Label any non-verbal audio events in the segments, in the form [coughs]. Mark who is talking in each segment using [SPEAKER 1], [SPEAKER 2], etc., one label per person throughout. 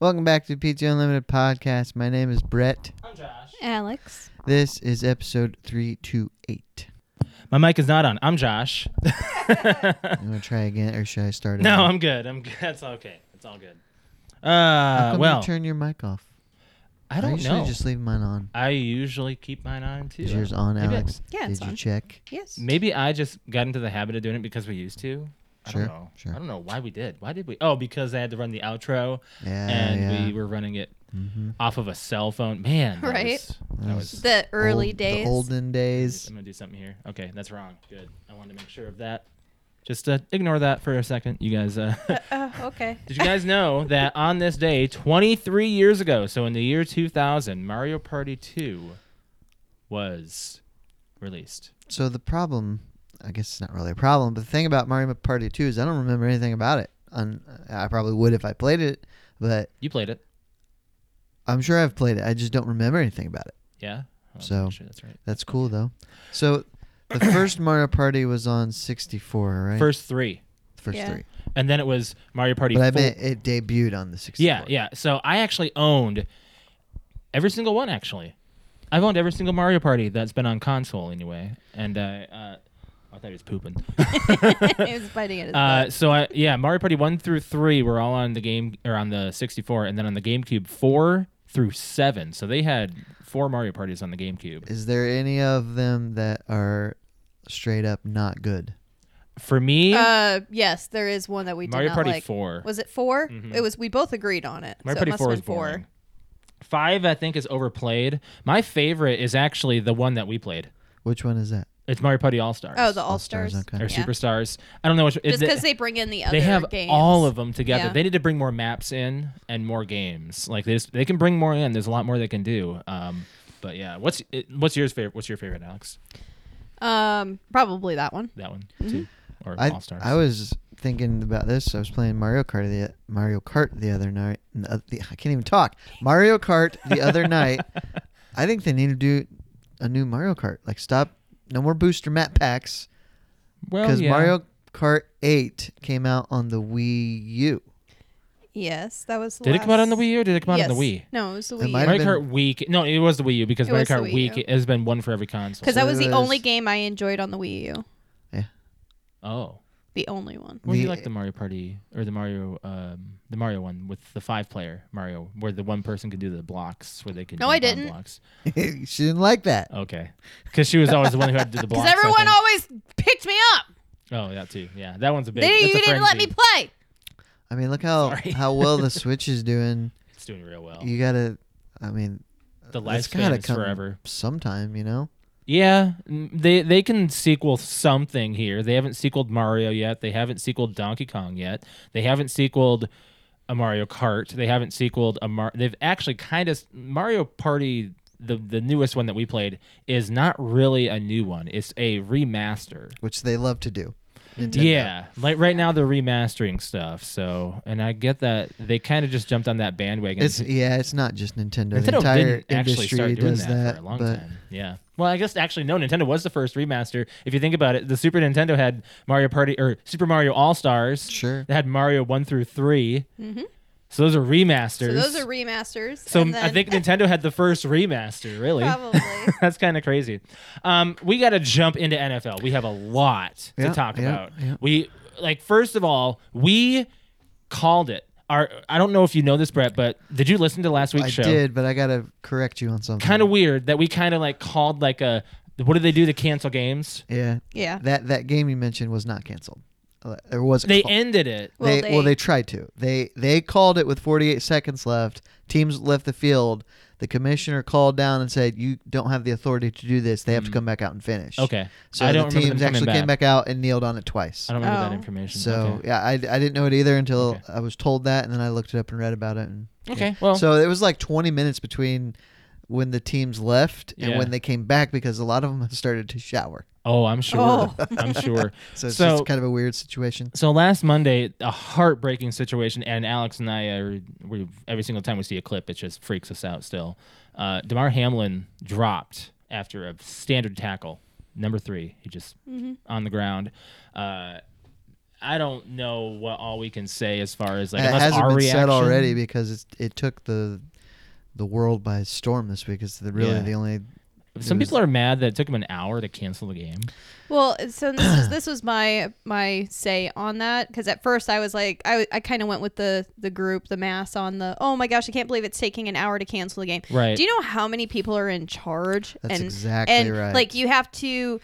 [SPEAKER 1] Welcome back to the PTO Unlimited podcast. My name is Brett.
[SPEAKER 2] I'm Josh.
[SPEAKER 3] Alex.
[SPEAKER 1] This is episode 328.
[SPEAKER 2] My mic is not on. I'm Josh.
[SPEAKER 1] You want to try again, or should I start it?
[SPEAKER 2] No,
[SPEAKER 1] over?
[SPEAKER 2] I'm good. I'm good. [laughs] That's okay. It's all good.
[SPEAKER 1] How
[SPEAKER 2] Uh,
[SPEAKER 1] come
[SPEAKER 2] well,
[SPEAKER 1] you turn your mic off.
[SPEAKER 2] I don't
[SPEAKER 1] usually
[SPEAKER 2] know.
[SPEAKER 1] just leave mine on.
[SPEAKER 2] I usually keep mine on too.
[SPEAKER 1] Is yours on,
[SPEAKER 2] Maybe I-
[SPEAKER 1] Alex?
[SPEAKER 3] Yeah, it's
[SPEAKER 1] Did you
[SPEAKER 3] on.
[SPEAKER 1] check?
[SPEAKER 3] Yes.
[SPEAKER 2] Maybe I just got into the habit of doing it because we used to. I
[SPEAKER 1] Sure,
[SPEAKER 2] don't know.
[SPEAKER 1] sure.
[SPEAKER 2] I don't know why we did. Why did we? Oh, because I had to run the outro
[SPEAKER 1] Yeah,
[SPEAKER 2] and
[SPEAKER 1] Ah, yeah.
[SPEAKER 2] we were running it
[SPEAKER 1] Mhm.
[SPEAKER 2] off of a cell phone. Man, that
[SPEAKER 3] Right?
[SPEAKER 2] was- that was-
[SPEAKER 3] The early
[SPEAKER 1] Old-
[SPEAKER 3] days.
[SPEAKER 1] The
[SPEAKER 3] [laughs]
[SPEAKER 1] olden days.
[SPEAKER 2] I'm gonna do something here. Okay, that's wrong. Good. I wanted to make sure of that. Just uh, ignore that for a second, you guys. Uh, [laughs]
[SPEAKER 3] Oh, okay.
[SPEAKER 2] Did you guys know that on this day, 23 years ago, so in the year 2000, Mario Party 2 was released?
[SPEAKER 1] So the problem, I guess it's not really a problem, but the thing about Mario Party 2 is I don't remember anything about it. Un- I probably would if I played it, but
[SPEAKER 2] You played it,
[SPEAKER 1] I'm sure I've played it. I just don't remember anything about it.
[SPEAKER 2] yeah? Oh,
[SPEAKER 1] So-
[SPEAKER 2] actually, that's right.
[SPEAKER 1] That's cool though. So
[SPEAKER 2] [coughs]
[SPEAKER 1] the first Mario Party was on 64, right?
[SPEAKER 2] First three,
[SPEAKER 1] First
[SPEAKER 3] Yeah.
[SPEAKER 1] three.
[SPEAKER 2] and then it was Mario Party.
[SPEAKER 1] But I
[SPEAKER 2] 4.
[SPEAKER 1] meant it debuted on the 64.
[SPEAKER 2] yeah, yeah. So I actually owned every single one. Actually, I've owned every single Mario Party that's been on console anyway. And uh, uh, I thought he was pooping.
[SPEAKER 3] [laughs] [laughs]
[SPEAKER 2] [laughs]
[SPEAKER 3] he was biting at his
[SPEAKER 2] Uh,
[SPEAKER 3] butt.
[SPEAKER 2] so I, yeah, Mario Party one through three were all on the game or on the 64, and then on the GameCube four through seven. So they had four Mario parties on the GameCube.
[SPEAKER 1] Is there any of them that are straight up not good?
[SPEAKER 2] For me,
[SPEAKER 3] Uh, yes, there is one that we did
[SPEAKER 2] Mario
[SPEAKER 3] not
[SPEAKER 2] Party
[SPEAKER 3] like.
[SPEAKER 2] four,
[SPEAKER 3] Was it 4
[SPEAKER 2] Mhm.
[SPEAKER 3] It was. We both agreed on it.
[SPEAKER 2] Mario
[SPEAKER 3] so
[SPEAKER 2] Party
[SPEAKER 3] it must
[SPEAKER 2] four
[SPEAKER 3] have
[SPEAKER 2] is
[SPEAKER 3] been four.
[SPEAKER 2] boring. Five, I think, is overplayed. My favorite is actually the one that we played.
[SPEAKER 1] Which one is that?
[SPEAKER 2] It's Mario Party All Stars.
[SPEAKER 3] Oh, the All
[SPEAKER 1] All-Stars,
[SPEAKER 3] Stars.
[SPEAKER 1] okay.
[SPEAKER 2] or
[SPEAKER 3] yeah.
[SPEAKER 2] Superstars. I don't know which.
[SPEAKER 3] Just
[SPEAKER 2] it-
[SPEAKER 3] because they bring in the other
[SPEAKER 2] they have
[SPEAKER 3] games.
[SPEAKER 2] all of them together.
[SPEAKER 3] Yeah.
[SPEAKER 2] They need to bring more maps in and more games. Like they just, they can bring more in. There's a lot more they can do. Um, but yeah, what's it- what's yours favorite? What's your favorite, Alex?
[SPEAKER 3] Um, probably that one.
[SPEAKER 2] That one
[SPEAKER 3] Mm-hmm.
[SPEAKER 2] too, or
[SPEAKER 1] I
[SPEAKER 2] All Stars?
[SPEAKER 1] I was thinking about this. I was playing Mario Kart the Mario Kart the other night. n- uh, the- I can't even talk. Mario Kart the other
[SPEAKER 2] [laughs]
[SPEAKER 1] night. I think they need to do a new Mario Kart. Like stop. No more booster map packs.
[SPEAKER 2] well,
[SPEAKER 1] Because Mario Kart 8 came out on the Wii U. [laughs]
[SPEAKER 3] Yes, that was. The
[SPEAKER 2] did it come out on the
[SPEAKER 3] last-
[SPEAKER 2] Wii U? or Did it come out on the
[SPEAKER 3] Yes.
[SPEAKER 2] Wii?
[SPEAKER 3] No, it was the
[SPEAKER 1] It
[SPEAKER 3] Wii.
[SPEAKER 1] might
[SPEAKER 3] U.
[SPEAKER 1] have
[SPEAKER 2] Mario Kart Week. No, it was the Wii U because
[SPEAKER 3] It
[SPEAKER 2] Mario
[SPEAKER 3] was the
[SPEAKER 2] Kart
[SPEAKER 3] Wii
[SPEAKER 2] Week
[SPEAKER 3] U.
[SPEAKER 2] has been one for every console.
[SPEAKER 3] Because that was the
[SPEAKER 1] It
[SPEAKER 3] only
[SPEAKER 1] was-
[SPEAKER 3] game I enjoyed on the Wii U.
[SPEAKER 2] oh,
[SPEAKER 3] The only one.
[SPEAKER 2] well, you
[SPEAKER 1] The-
[SPEAKER 2] like the Mario Party or the Mario, um, the Mario one with the five-player Mario, where the one person can do the blocks, where they can.
[SPEAKER 3] No, I
[SPEAKER 2] jump on
[SPEAKER 3] didn't.
[SPEAKER 2] Blocks.
[SPEAKER 1] she didn't like that.
[SPEAKER 2] Okay, because she was always the one who had to do the
[SPEAKER 3] [laughs]
[SPEAKER 2] blocks.
[SPEAKER 3] Because
[SPEAKER 2] I
[SPEAKER 3] everyone
[SPEAKER 2] think.
[SPEAKER 3] always picked me up.
[SPEAKER 2] Oh, that too. Yeah, that one's a big.
[SPEAKER 3] They,
[SPEAKER 2] that's
[SPEAKER 3] you
[SPEAKER 2] a
[SPEAKER 3] didn't let me
[SPEAKER 2] frenzy.
[SPEAKER 3] play.
[SPEAKER 1] I mean, look how,
[SPEAKER 2] Sorry. Oh.
[SPEAKER 1] how
[SPEAKER 2] [laughs]
[SPEAKER 1] well the Switch is doing.
[SPEAKER 2] It's doing real well.
[SPEAKER 1] You got to, I mean,
[SPEAKER 2] the
[SPEAKER 1] it's gotta
[SPEAKER 2] lifespan is
[SPEAKER 1] come
[SPEAKER 2] forever.
[SPEAKER 1] sometime, you know?
[SPEAKER 2] Yeah, n- they they can sequel something here. They haven't sequeled Mario yet. They haven't sequeled Donkey Kong yet. They haven't sequeled a Mario Kart. They haven't sequeled a Mar. They've actually kind of Mario Party. The, the newest one that we played is not really a new one. It's a remaster.
[SPEAKER 1] Which they love to do. Nintendo.
[SPEAKER 2] Yeah, like right now they're remastering stuff. So, and I get that they kind of just jumped on that bandwagon.
[SPEAKER 1] It's yeah, it's not just Nintendo.
[SPEAKER 2] Nintendo
[SPEAKER 1] the entire
[SPEAKER 2] didn't actually
[SPEAKER 1] industry
[SPEAKER 2] start doing
[SPEAKER 1] does
[SPEAKER 2] that,
[SPEAKER 1] that,
[SPEAKER 2] for a long
[SPEAKER 1] but
[SPEAKER 2] time. Yeah. Well, I guess actually no, Nintendo was the first remaster. If you think about it, the Super Nintendo had Mario Party or Super Mario All Stars.
[SPEAKER 1] Sure.
[SPEAKER 2] They had Mario one through 3 Mm-hmm. So those are remasters.
[SPEAKER 3] So those are remasters.
[SPEAKER 2] So
[SPEAKER 3] and
[SPEAKER 2] I
[SPEAKER 3] then-
[SPEAKER 2] think Nintendo had the first remaster. Really.
[SPEAKER 3] probably.
[SPEAKER 2] [laughs] That's kind of crazy. Um, we got to jump into NFL. We have a lot
[SPEAKER 1] Yeah,
[SPEAKER 2] to talk
[SPEAKER 1] yeah,
[SPEAKER 2] about.
[SPEAKER 1] yeah.
[SPEAKER 2] We like first of all, we called it. Our I don't know if you know this, Brett, but did you listen to last week's
[SPEAKER 1] I
[SPEAKER 2] show?
[SPEAKER 1] did, but I got to correct you on something.
[SPEAKER 2] Kind of weird that we kind of like called like a. What do they do to cancel games?
[SPEAKER 1] Yeah.
[SPEAKER 3] yeah.
[SPEAKER 1] That that game you mentioned was not canceled. Uh, There was
[SPEAKER 2] They
[SPEAKER 1] call-
[SPEAKER 2] ended it.
[SPEAKER 3] Well,
[SPEAKER 1] they, well,
[SPEAKER 3] they-
[SPEAKER 1] they tried to. They they called it with 48 seconds left. Teams left the field. the commissioner called down and said, "You don't have the authority to do this. They have to
[SPEAKER 2] Mm.
[SPEAKER 1] come back out and finish."
[SPEAKER 2] Okay.
[SPEAKER 1] So
[SPEAKER 2] I don't remember
[SPEAKER 1] the
[SPEAKER 2] them
[SPEAKER 1] teams
[SPEAKER 2] coming
[SPEAKER 1] actually came
[SPEAKER 2] back.
[SPEAKER 1] back out and kneeled on it twice.
[SPEAKER 2] I don't remember that
[SPEAKER 3] Oh.
[SPEAKER 2] information.
[SPEAKER 1] So
[SPEAKER 2] okay.
[SPEAKER 1] yeah, I, I didn't know it either until
[SPEAKER 2] Okay.
[SPEAKER 1] I was told that, and then I looked it up and read about it. And
[SPEAKER 2] Okay, well-
[SPEAKER 1] so it was like 20 minutes between when the teams left and
[SPEAKER 2] Yeah.
[SPEAKER 1] when they came back because a lot of them started to shower.
[SPEAKER 2] Oh, I'm sure.
[SPEAKER 3] Oh.
[SPEAKER 2] I'm sure.
[SPEAKER 1] [laughs] So it's
[SPEAKER 2] So-
[SPEAKER 1] just kind of a weird situation.
[SPEAKER 2] So last Monday, a heartbreaking situation, and Alex and I are we every single time we see a clip, it just freaks us out. Still, uh, Demar Hamlin dropped after a standard tackle, number three. He just on the ground. Uh, I don't know what all we can say as far as like
[SPEAKER 1] it
[SPEAKER 2] unless
[SPEAKER 1] hasn't
[SPEAKER 2] our
[SPEAKER 1] been
[SPEAKER 2] reaction
[SPEAKER 1] said already because it's, it took the the world by storm this week. It's the, really
[SPEAKER 2] Yeah.
[SPEAKER 1] the only
[SPEAKER 2] Some
[SPEAKER 1] it was-
[SPEAKER 2] people are mad that it took him an hour to cancel the game.
[SPEAKER 3] Well, so this was, this was my my say on that because at first I was like I, I kind of went with the the group the mass on the oh my gosh I can't believe it's taking an hour to cancel the game.
[SPEAKER 2] Right.
[SPEAKER 3] Do you know how many people are in charge?
[SPEAKER 1] That's
[SPEAKER 3] and,
[SPEAKER 1] exactly
[SPEAKER 3] and,
[SPEAKER 1] right.
[SPEAKER 3] Like you have to,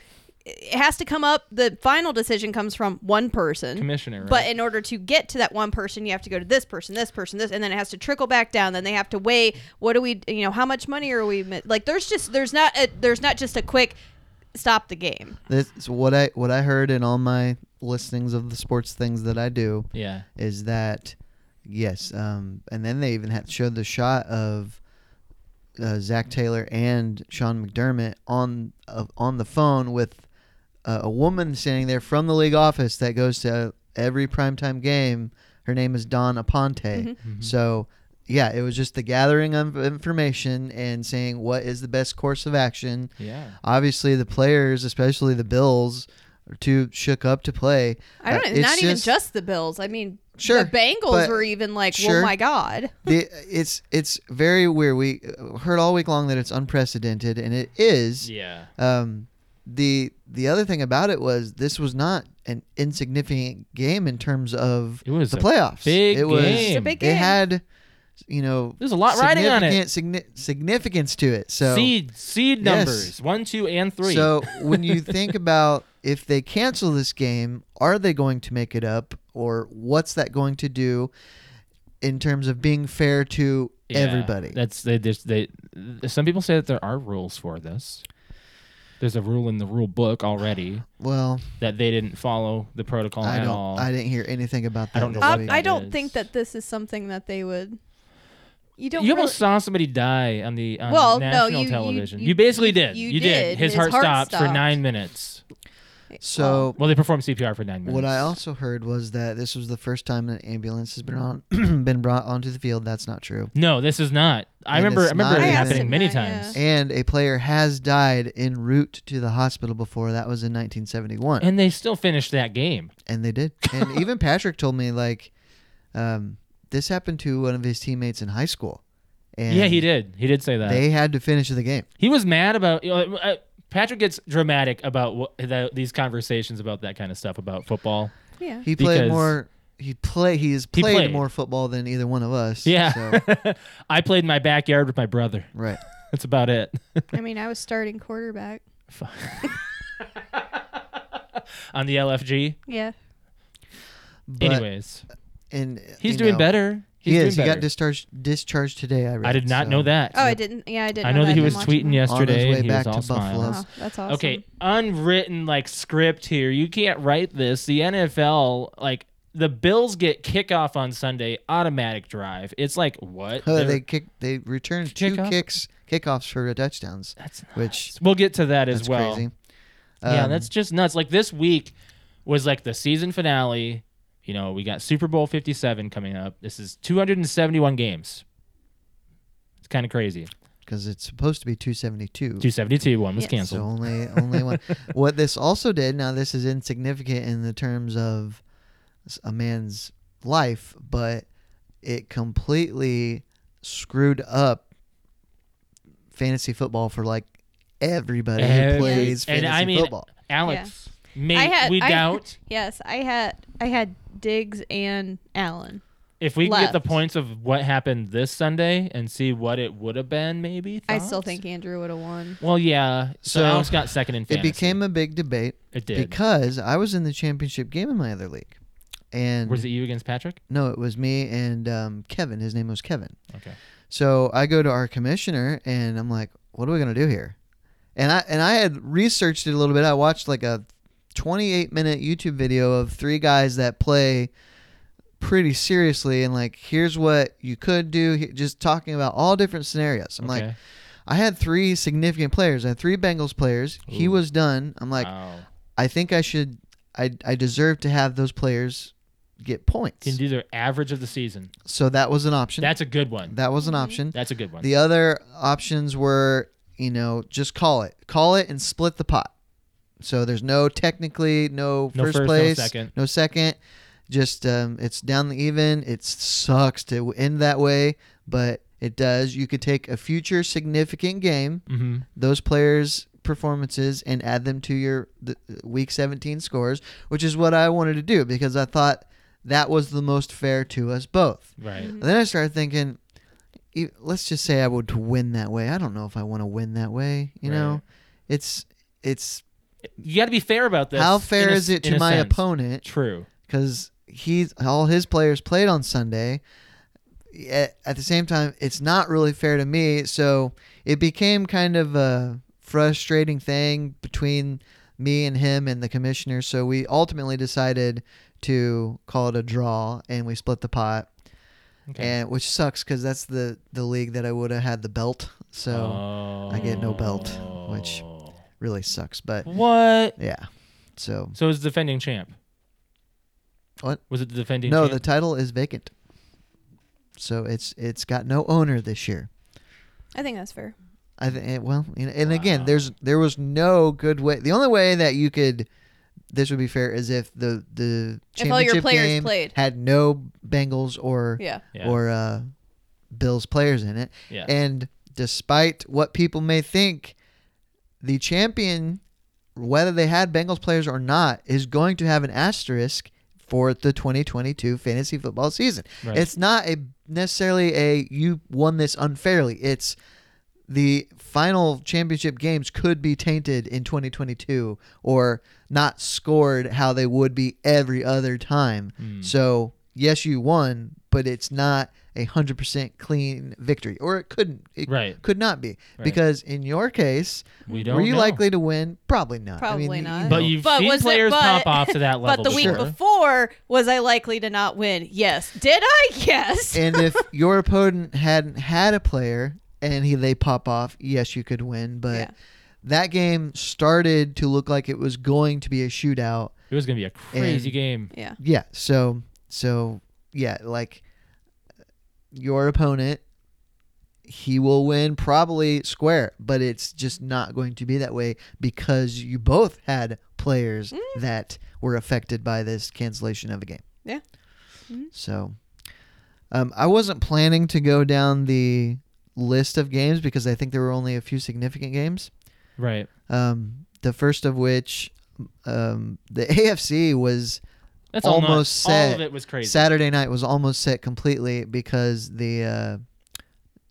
[SPEAKER 3] it has to come up. The final decision comes from one person.
[SPEAKER 2] Commissioner, right?
[SPEAKER 3] But in order to get to that one person, you have to go to this person, this person, this, and then it has to trickle back down. Then they have to weigh what do we, you know, how much money are we mi- like? There's just there's not a, there's not just a quick stop the game.
[SPEAKER 1] this is what I what I heard in all my listings of the sports things that I do.
[SPEAKER 2] yeah,
[SPEAKER 1] is that yes, um, and then they even had showed the shot of uh, Zach Taylor and Sean McDermott on uh, on the phone with uh, a woman standing there from the league office that goes to every primetime game. Her name is Dawn Aponte.
[SPEAKER 3] Mm-hmm.
[SPEAKER 1] So. Yeah, it was just the gathering of information and saying what is the best course of action
[SPEAKER 2] yeah.
[SPEAKER 1] obviously the players, especially the Bills, are too shook up to play.
[SPEAKER 3] I don't.
[SPEAKER 1] Uh,
[SPEAKER 3] not
[SPEAKER 1] it's
[SPEAKER 3] even just the Bills. I mean,
[SPEAKER 1] Sure,
[SPEAKER 3] the Bengals
[SPEAKER 1] but-
[SPEAKER 3] were even like,
[SPEAKER 1] sure.
[SPEAKER 3] oh my god.
[SPEAKER 1] the, it's it's very weird. We uh, heard all week long that it's unprecedented, and it is.
[SPEAKER 2] Yeah.
[SPEAKER 1] Um, the the other thing about it was this was not an insignificant game in terms of
[SPEAKER 2] It was
[SPEAKER 1] the
[SPEAKER 2] a
[SPEAKER 1] playoffs.
[SPEAKER 2] big
[SPEAKER 1] it was
[SPEAKER 2] game. It's a
[SPEAKER 3] big
[SPEAKER 1] it
[SPEAKER 3] game.
[SPEAKER 1] had you know
[SPEAKER 2] There's a lot riding on it.
[SPEAKER 1] significant- signi- significance to it. So
[SPEAKER 2] seed seed
[SPEAKER 1] Yes.
[SPEAKER 2] numbers one, two, and three.
[SPEAKER 1] So
[SPEAKER 2] [laughs]
[SPEAKER 1] when you think about if they cancel this game, are they going to make it up, or what's that going to do in terms of being fair to
[SPEAKER 2] Yeah,
[SPEAKER 1] everybody?
[SPEAKER 2] That's they, there's- they, Some people say that there are rules for this. There's a rule in the rule book
[SPEAKER 1] [sighs]
[SPEAKER 2] already
[SPEAKER 1] well,
[SPEAKER 2] that they didn't follow the protocol at
[SPEAKER 1] I don't.
[SPEAKER 2] all.
[SPEAKER 1] I didn't hear anything about
[SPEAKER 2] Oh, I
[SPEAKER 1] that.
[SPEAKER 2] don't know
[SPEAKER 1] this
[SPEAKER 2] what
[SPEAKER 3] I,
[SPEAKER 1] week.
[SPEAKER 2] that
[SPEAKER 3] Um, I don't
[SPEAKER 2] is.
[SPEAKER 3] think that this is something that they would. You
[SPEAKER 2] you
[SPEAKER 3] don't. really-
[SPEAKER 2] almost saw somebody die on the on
[SPEAKER 3] Well, no,
[SPEAKER 2] national
[SPEAKER 3] you- you-
[SPEAKER 2] television. You,
[SPEAKER 3] you-
[SPEAKER 2] basically
[SPEAKER 3] you-
[SPEAKER 2] did.
[SPEAKER 3] you
[SPEAKER 2] did.
[SPEAKER 3] did.
[SPEAKER 2] His,
[SPEAKER 3] His
[SPEAKER 2] heart,
[SPEAKER 3] heart
[SPEAKER 2] stopped, for
[SPEAKER 3] stopped.
[SPEAKER 2] nine minutes.
[SPEAKER 1] so.
[SPEAKER 2] Well, they performed CPR for nine minutes.
[SPEAKER 1] What I also heard was that this was the first time an ambulance has been on [clears throat] been brought onto the field. That's not true.
[SPEAKER 2] No, this is not. I
[SPEAKER 1] And
[SPEAKER 2] remember. I
[SPEAKER 1] it's
[SPEAKER 2] remember
[SPEAKER 1] not
[SPEAKER 2] it
[SPEAKER 1] even-
[SPEAKER 2] happening many
[SPEAKER 3] I asked him that,
[SPEAKER 2] times.
[SPEAKER 1] And a player has died en route to the hospital before. That was in 1971.
[SPEAKER 2] And they still finished that game.
[SPEAKER 1] and they did. And even Patrick told me like, um, this happened to one of his teammates in high school. And
[SPEAKER 2] yeah, he did. He did say that.
[SPEAKER 1] They had to finish the game.
[SPEAKER 2] He was mad about. You know, uh, Patrick gets dramatic about what, the, these conversations about that kind of stuff about football.
[SPEAKER 3] yeah.
[SPEAKER 1] He played
[SPEAKER 2] Because-
[SPEAKER 1] more. He play. He has
[SPEAKER 2] He
[SPEAKER 1] played,
[SPEAKER 2] played.
[SPEAKER 1] more football than either one of us.
[SPEAKER 2] Yeah,
[SPEAKER 1] [laughs]
[SPEAKER 2] [laughs]
[SPEAKER 1] So,
[SPEAKER 2] I played in my backyard with my brother.
[SPEAKER 1] right.
[SPEAKER 2] That's about it. [laughs]
[SPEAKER 3] I mean, I was starting quarterback.
[SPEAKER 2] On the LFG,
[SPEAKER 3] Yeah.
[SPEAKER 1] But,
[SPEAKER 2] anyways,
[SPEAKER 1] and
[SPEAKER 2] he's
[SPEAKER 1] you
[SPEAKER 2] doing
[SPEAKER 1] know,
[SPEAKER 2] better. He's
[SPEAKER 1] he
[SPEAKER 2] Doing
[SPEAKER 1] is. He
[SPEAKER 2] better.
[SPEAKER 1] got discharged. Discharged today. I read.
[SPEAKER 2] I did not
[SPEAKER 1] so.
[SPEAKER 2] know that.
[SPEAKER 3] Oh, I didn't. Yeah, I didn't.
[SPEAKER 2] I know that he
[SPEAKER 3] I
[SPEAKER 2] was
[SPEAKER 3] didn't watch him.
[SPEAKER 2] tweeting yesterday.
[SPEAKER 1] way
[SPEAKER 2] he
[SPEAKER 1] back to
[SPEAKER 2] was all
[SPEAKER 1] Buffalo.
[SPEAKER 2] smiles.
[SPEAKER 3] Wow, that's awesome.
[SPEAKER 2] Okay, unwritten like script here. You can't write this. The NFL like the Bills get kickoff on Sunday, automatic drive. It's like what?
[SPEAKER 1] Oh,
[SPEAKER 2] They're-
[SPEAKER 1] they kick. They returned two
[SPEAKER 2] Kickoff?
[SPEAKER 1] kicks, kickoffs for touchdowns,
[SPEAKER 2] that's not
[SPEAKER 1] which
[SPEAKER 2] We'll get to that
[SPEAKER 1] that's
[SPEAKER 2] as well.
[SPEAKER 1] crazy.
[SPEAKER 2] yeah,
[SPEAKER 1] Um,
[SPEAKER 2] that's just nuts. Like this week was like the season finale. You know, we got Super Bowl 57 coming up. This is 271 games. It's kind of crazy.
[SPEAKER 1] because Um, it's supposed to be 272.
[SPEAKER 2] 272, one was
[SPEAKER 3] Yes.
[SPEAKER 2] canceled.
[SPEAKER 1] So only only one. what this also did. Now this is insignificant in the terms of s- a man's life, but it completely screwed up fantasy football for like everybody
[SPEAKER 2] Every-
[SPEAKER 1] who plays
[SPEAKER 2] and
[SPEAKER 1] fantasy
[SPEAKER 2] I mean,
[SPEAKER 1] football.
[SPEAKER 2] Alex, may,
[SPEAKER 3] I had-
[SPEAKER 2] we
[SPEAKER 3] I-
[SPEAKER 2] doubt
[SPEAKER 3] [laughs] Yes, I had I had Diggs and Allen.
[SPEAKER 2] if we can get the
[SPEAKER 3] left.
[SPEAKER 2] points of what happened this Sunday and see what it would have been, maybe.
[SPEAKER 3] I still
[SPEAKER 2] Thoughts?
[SPEAKER 3] think Andrew would have won.
[SPEAKER 2] Well, yeah. So,
[SPEAKER 1] So,
[SPEAKER 2] Alex got second in
[SPEAKER 1] It
[SPEAKER 2] fantasy.
[SPEAKER 1] became a big debate
[SPEAKER 2] It did.
[SPEAKER 1] because I was in the championship game in my other league, and
[SPEAKER 2] was it you against Patrick?
[SPEAKER 1] no, it was me and um, Kevin. His name was Kevin.
[SPEAKER 2] Okay.
[SPEAKER 1] So I go to our commissioner and I'm like, what are we gonna do here? And I and I had researched it a little bit. I watched like a 28 minute YouTube video of three guys that play pretty seriously and like here's what you could do he- just talking about all different scenarios i'm like
[SPEAKER 2] Okay.
[SPEAKER 1] i had three significant players i had three bengals players he
[SPEAKER 2] Ooh.
[SPEAKER 1] was done i'm like
[SPEAKER 2] wow.
[SPEAKER 1] i think i should i i deserve to have those players get points
[SPEAKER 2] can do their average of the season.
[SPEAKER 1] so that was an option
[SPEAKER 2] That's a good one.
[SPEAKER 1] that was an option
[SPEAKER 2] That's a good one.
[SPEAKER 1] the other options were, you know, just call it, call it, and split the pot. So there's no technically no,
[SPEAKER 2] No
[SPEAKER 1] first,
[SPEAKER 2] first, no
[SPEAKER 1] place,
[SPEAKER 2] second.
[SPEAKER 1] no second. Just um, it's down the even. It sucks to end that way, but it does. You could take a future significant game,
[SPEAKER 2] mm-hmm.
[SPEAKER 1] those players' performances, and add them to your the, week 17 scores, which is what I wanted to do because I thought that was the most fair to us both.
[SPEAKER 2] Right.
[SPEAKER 3] Mm-hmm.
[SPEAKER 1] And then I started thinking, e- let's just say I would win that way. I don't know if I want to win that way. You know,
[SPEAKER 2] Right.
[SPEAKER 1] it's it's
[SPEAKER 2] You got to be fair about this.
[SPEAKER 1] how
[SPEAKER 2] in
[SPEAKER 1] fair
[SPEAKER 2] a
[SPEAKER 1] is
[SPEAKER 2] s-
[SPEAKER 1] it
[SPEAKER 2] in
[SPEAKER 1] to
[SPEAKER 2] a
[SPEAKER 1] my
[SPEAKER 2] sense.
[SPEAKER 1] opponent?
[SPEAKER 2] True.
[SPEAKER 1] Because he's all his players played on Sunday. At, at the same time, it's not really fair to me. So it became kind of a frustrating thing between me and him and the commissioner. So we ultimately decided to call it a draw, and we split the pot
[SPEAKER 2] Okay.
[SPEAKER 1] and which sucks because that's the the league that I would have had the belt. So I get no belt, which-
[SPEAKER 2] Oh.
[SPEAKER 1] really sucks, but
[SPEAKER 2] What?
[SPEAKER 1] yeah. So
[SPEAKER 2] So is the defending champ?
[SPEAKER 1] What?
[SPEAKER 2] was it? The defending?
[SPEAKER 1] no, the
[SPEAKER 2] champ?
[SPEAKER 1] title is vacant. So it's it's got no owner this year.
[SPEAKER 3] I think that's fair.
[SPEAKER 1] I think well, and, and again,
[SPEAKER 2] Wow.
[SPEAKER 1] there's there was no good way. The only way that you could this would be fair is if the the
[SPEAKER 3] If all your
[SPEAKER 1] championship
[SPEAKER 3] players
[SPEAKER 1] game
[SPEAKER 3] played.
[SPEAKER 1] had no Bengals or
[SPEAKER 3] Yeah.
[SPEAKER 2] yeah.
[SPEAKER 1] or uh, Bills players in it.
[SPEAKER 2] yeah.
[SPEAKER 1] And despite what people may think, the champion, whether they had Bengals players or not, is going to have an asterisk for the 2022 fantasy football season.
[SPEAKER 2] Right.
[SPEAKER 1] It's not a necessarily a you won this unfairly. It's the final championship games could be tainted in 2022 or not scored how they would be every other time.
[SPEAKER 2] Mm.
[SPEAKER 1] So yes, you won, but it's not a hundred percent clean victory, or it couldn't. It
[SPEAKER 2] Right.
[SPEAKER 1] could not be
[SPEAKER 2] Right.
[SPEAKER 1] because in your case,
[SPEAKER 2] we don't.
[SPEAKER 1] were you
[SPEAKER 2] know.
[SPEAKER 1] likely to win? Probably not. I mean,
[SPEAKER 3] Probably
[SPEAKER 1] you
[SPEAKER 3] not.
[SPEAKER 1] know,
[SPEAKER 2] But you've
[SPEAKER 3] But
[SPEAKER 2] seen
[SPEAKER 3] was it-
[SPEAKER 2] players
[SPEAKER 3] but-
[SPEAKER 2] pop off to that
[SPEAKER 3] [laughs] But
[SPEAKER 2] level.
[SPEAKER 3] the week
[SPEAKER 1] Sure.
[SPEAKER 3] before, was I likely to not win? Yes. Did I? [laughs] Yes. [laughs]
[SPEAKER 1] and if your opponent hadn't had a player and he they pop off, yes, you could win. But
[SPEAKER 3] Yeah.
[SPEAKER 1] that game started to look like it was going to be a shootout.
[SPEAKER 2] it was gonna be a crazy
[SPEAKER 1] And-
[SPEAKER 2] game.
[SPEAKER 3] yeah.
[SPEAKER 1] Yeah. So so yeah, like your opponent he will win probably square, but it's just not going to be that way because you both had players that were affected by this cancellation of a game.
[SPEAKER 3] Yeah. Mhm.
[SPEAKER 1] So um, I wasn't planning to go down the list of games because I think there were only a few significant games.
[SPEAKER 2] Right.
[SPEAKER 1] Um, the first of which um, the [laughs] AFC was
[SPEAKER 2] That's
[SPEAKER 1] Almost
[SPEAKER 2] all not, All
[SPEAKER 1] set.
[SPEAKER 2] of it was crazy.
[SPEAKER 1] Saturday night was almost set completely because the uh,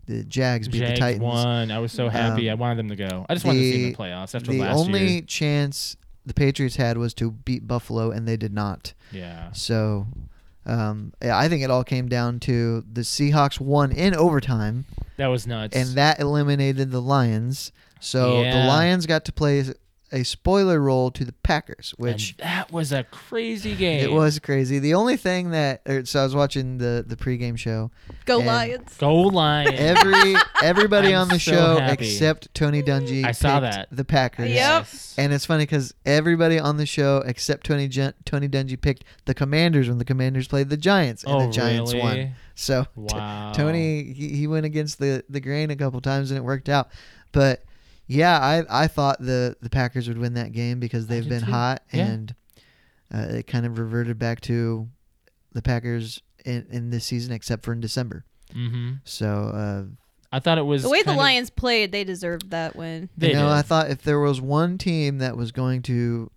[SPEAKER 1] the Jags beat
[SPEAKER 2] Jags
[SPEAKER 1] the Titans.
[SPEAKER 2] won. I was so happy. I
[SPEAKER 1] Um,
[SPEAKER 2] wanted them to go. I just wanted to see them in
[SPEAKER 1] the-
[SPEAKER 2] the playoffs after
[SPEAKER 1] The
[SPEAKER 2] last
[SPEAKER 1] only
[SPEAKER 2] year.
[SPEAKER 1] chance the Patriots had was to beat Buffalo, and they did not.
[SPEAKER 2] Yeah.
[SPEAKER 1] So um, yeah, I think it all came down to the Seahawks won in overtime,
[SPEAKER 2] That was nuts.
[SPEAKER 1] and that eliminated the Lions. So the
[SPEAKER 2] Yeah.
[SPEAKER 1] Lions got to play a spoiler role to the Packers, which
[SPEAKER 2] And that was a crazy game.
[SPEAKER 1] It was crazy. The only thing that er, so I was watching the the pregame show.
[SPEAKER 3] Go
[SPEAKER 1] And
[SPEAKER 3] Lions.
[SPEAKER 2] Go Lions. [laughs]
[SPEAKER 1] Every everybody
[SPEAKER 2] I'm
[SPEAKER 1] on the
[SPEAKER 2] so
[SPEAKER 1] show
[SPEAKER 2] happy.
[SPEAKER 1] except Tony Dungy.
[SPEAKER 2] I saw
[SPEAKER 1] picked
[SPEAKER 2] that.
[SPEAKER 1] the
[SPEAKER 3] [laughs]
[SPEAKER 1] Packers.
[SPEAKER 3] Yep.
[SPEAKER 1] And it's funny because everybody on the show except Tony Jun- Tony Dungy picked the Commanders when the Commanders played the Giants and
[SPEAKER 2] oh,
[SPEAKER 1] the Giants
[SPEAKER 2] really?
[SPEAKER 1] won. So t-
[SPEAKER 2] Wow.
[SPEAKER 1] Tony he, he went against the the grain a couple times and it worked out. But yeah, I I thought the the Packers would win that game because they've
[SPEAKER 2] did
[SPEAKER 1] been
[SPEAKER 2] too.
[SPEAKER 1] hot
[SPEAKER 2] Yeah.
[SPEAKER 1] and uh, it kind of reverted back to the Packers in, in this season except for in December.
[SPEAKER 2] Mm-hmm.
[SPEAKER 1] So uh,
[SPEAKER 2] I thought it was
[SPEAKER 3] The way the
[SPEAKER 2] kind of-
[SPEAKER 3] Lions played, they deserved that win.
[SPEAKER 2] They
[SPEAKER 1] you know,
[SPEAKER 2] did.
[SPEAKER 1] I thought if there was one team that was going to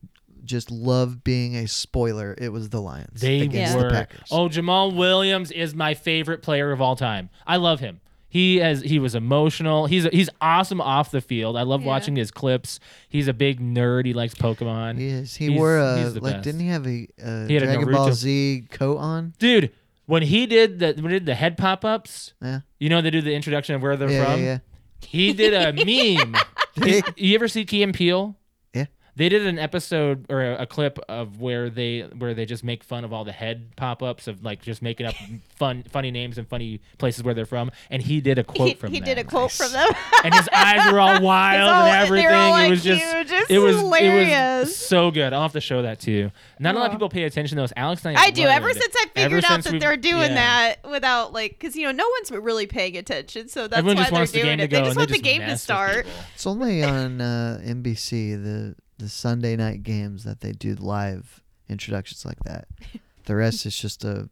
[SPEAKER 1] just love being a spoiler, it was the Lions
[SPEAKER 2] They
[SPEAKER 1] against
[SPEAKER 2] were.
[SPEAKER 1] the Packers.
[SPEAKER 2] Oh, Jamal Williams is my favorite player of all time. I love him. He has he was emotional. He's he's awesome off the field. I love
[SPEAKER 3] Yeah.
[SPEAKER 2] watching his clips. He's a big nerd. He likes Pokemon.
[SPEAKER 1] He is. He
[SPEAKER 2] He's-
[SPEAKER 1] wore a
[SPEAKER 2] he's the
[SPEAKER 1] like.
[SPEAKER 2] best.
[SPEAKER 1] Didn't he have a, a
[SPEAKER 2] He had a
[SPEAKER 1] Dragon Ball
[SPEAKER 2] Naruto-
[SPEAKER 1] Z coat on?
[SPEAKER 2] Dude, When he did the when he did the head pop ups,
[SPEAKER 1] Yeah.
[SPEAKER 2] you know they do the introduction of where they're
[SPEAKER 1] yeah,
[SPEAKER 2] from.
[SPEAKER 1] yeah,
[SPEAKER 2] He did
[SPEAKER 3] [laughs]
[SPEAKER 2] a meme.
[SPEAKER 1] yeah.
[SPEAKER 2] You ever see Key and Peele?
[SPEAKER 1] Yeah.
[SPEAKER 2] They did an episode or a, a clip of where they where they just make fun of all the head pop ups of like just making up
[SPEAKER 1] [laughs]
[SPEAKER 2] fun funny names and funny places where they're from, and he did a quote
[SPEAKER 3] he
[SPEAKER 2] from
[SPEAKER 3] he
[SPEAKER 2] them.
[SPEAKER 3] did a quote from them. [laughs]
[SPEAKER 2] and his eyes were all wild
[SPEAKER 3] all-
[SPEAKER 2] and
[SPEAKER 3] they
[SPEAKER 2] everything.
[SPEAKER 3] were all
[SPEAKER 2] it was
[SPEAKER 3] like
[SPEAKER 2] just,
[SPEAKER 3] huge. It's
[SPEAKER 2] it was it was
[SPEAKER 3] hilarious.
[SPEAKER 2] so good. I'll have to show that to you. Not a lot of
[SPEAKER 3] Oh.
[SPEAKER 2] people pay attention to those. Alex and
[SPEAKER 3] I do. Ever
[SPEAKER 2] learned.
[SPEAKER 3] since I
[SPEAKER 2] Ever
[SPEAKER 3] figured out
[SPEAKER 2] since
[SPEAKER 3] that
[SPEAKER 2] we've-
[SPEAKER 3] they're doing
[SPEAKER 2] yeah.
[SPEAKER 3] that without like, because you know, no one's really paying attention, so that's
[SPEAKER 2] Everyone
[SPEAKER 3] why
[SPEAKER 2] just
[SPEAKER 3] they're
[SPEAKER 2] wants the game
[SPEAKER 3] doing
[SPEAKER 2] to
[SPEAKER 3] it.
[SPEAKER 2] go.
[SPEAKER 3] they just
[SPEAKER 2] and
[SPEAKER 3] want
[SPEAKER 2] just
[SPEAKER 3] the game
[SPEAKER 2] mess
[SPEAKER 3] to
[SPEAKER 2] with
[SPEAKER 3] start.
[SPEAKER 2] people.
[SPEAKER 1] It's only on uh, NBC the the Sunday night games that they do live introductions like that. The rest is just a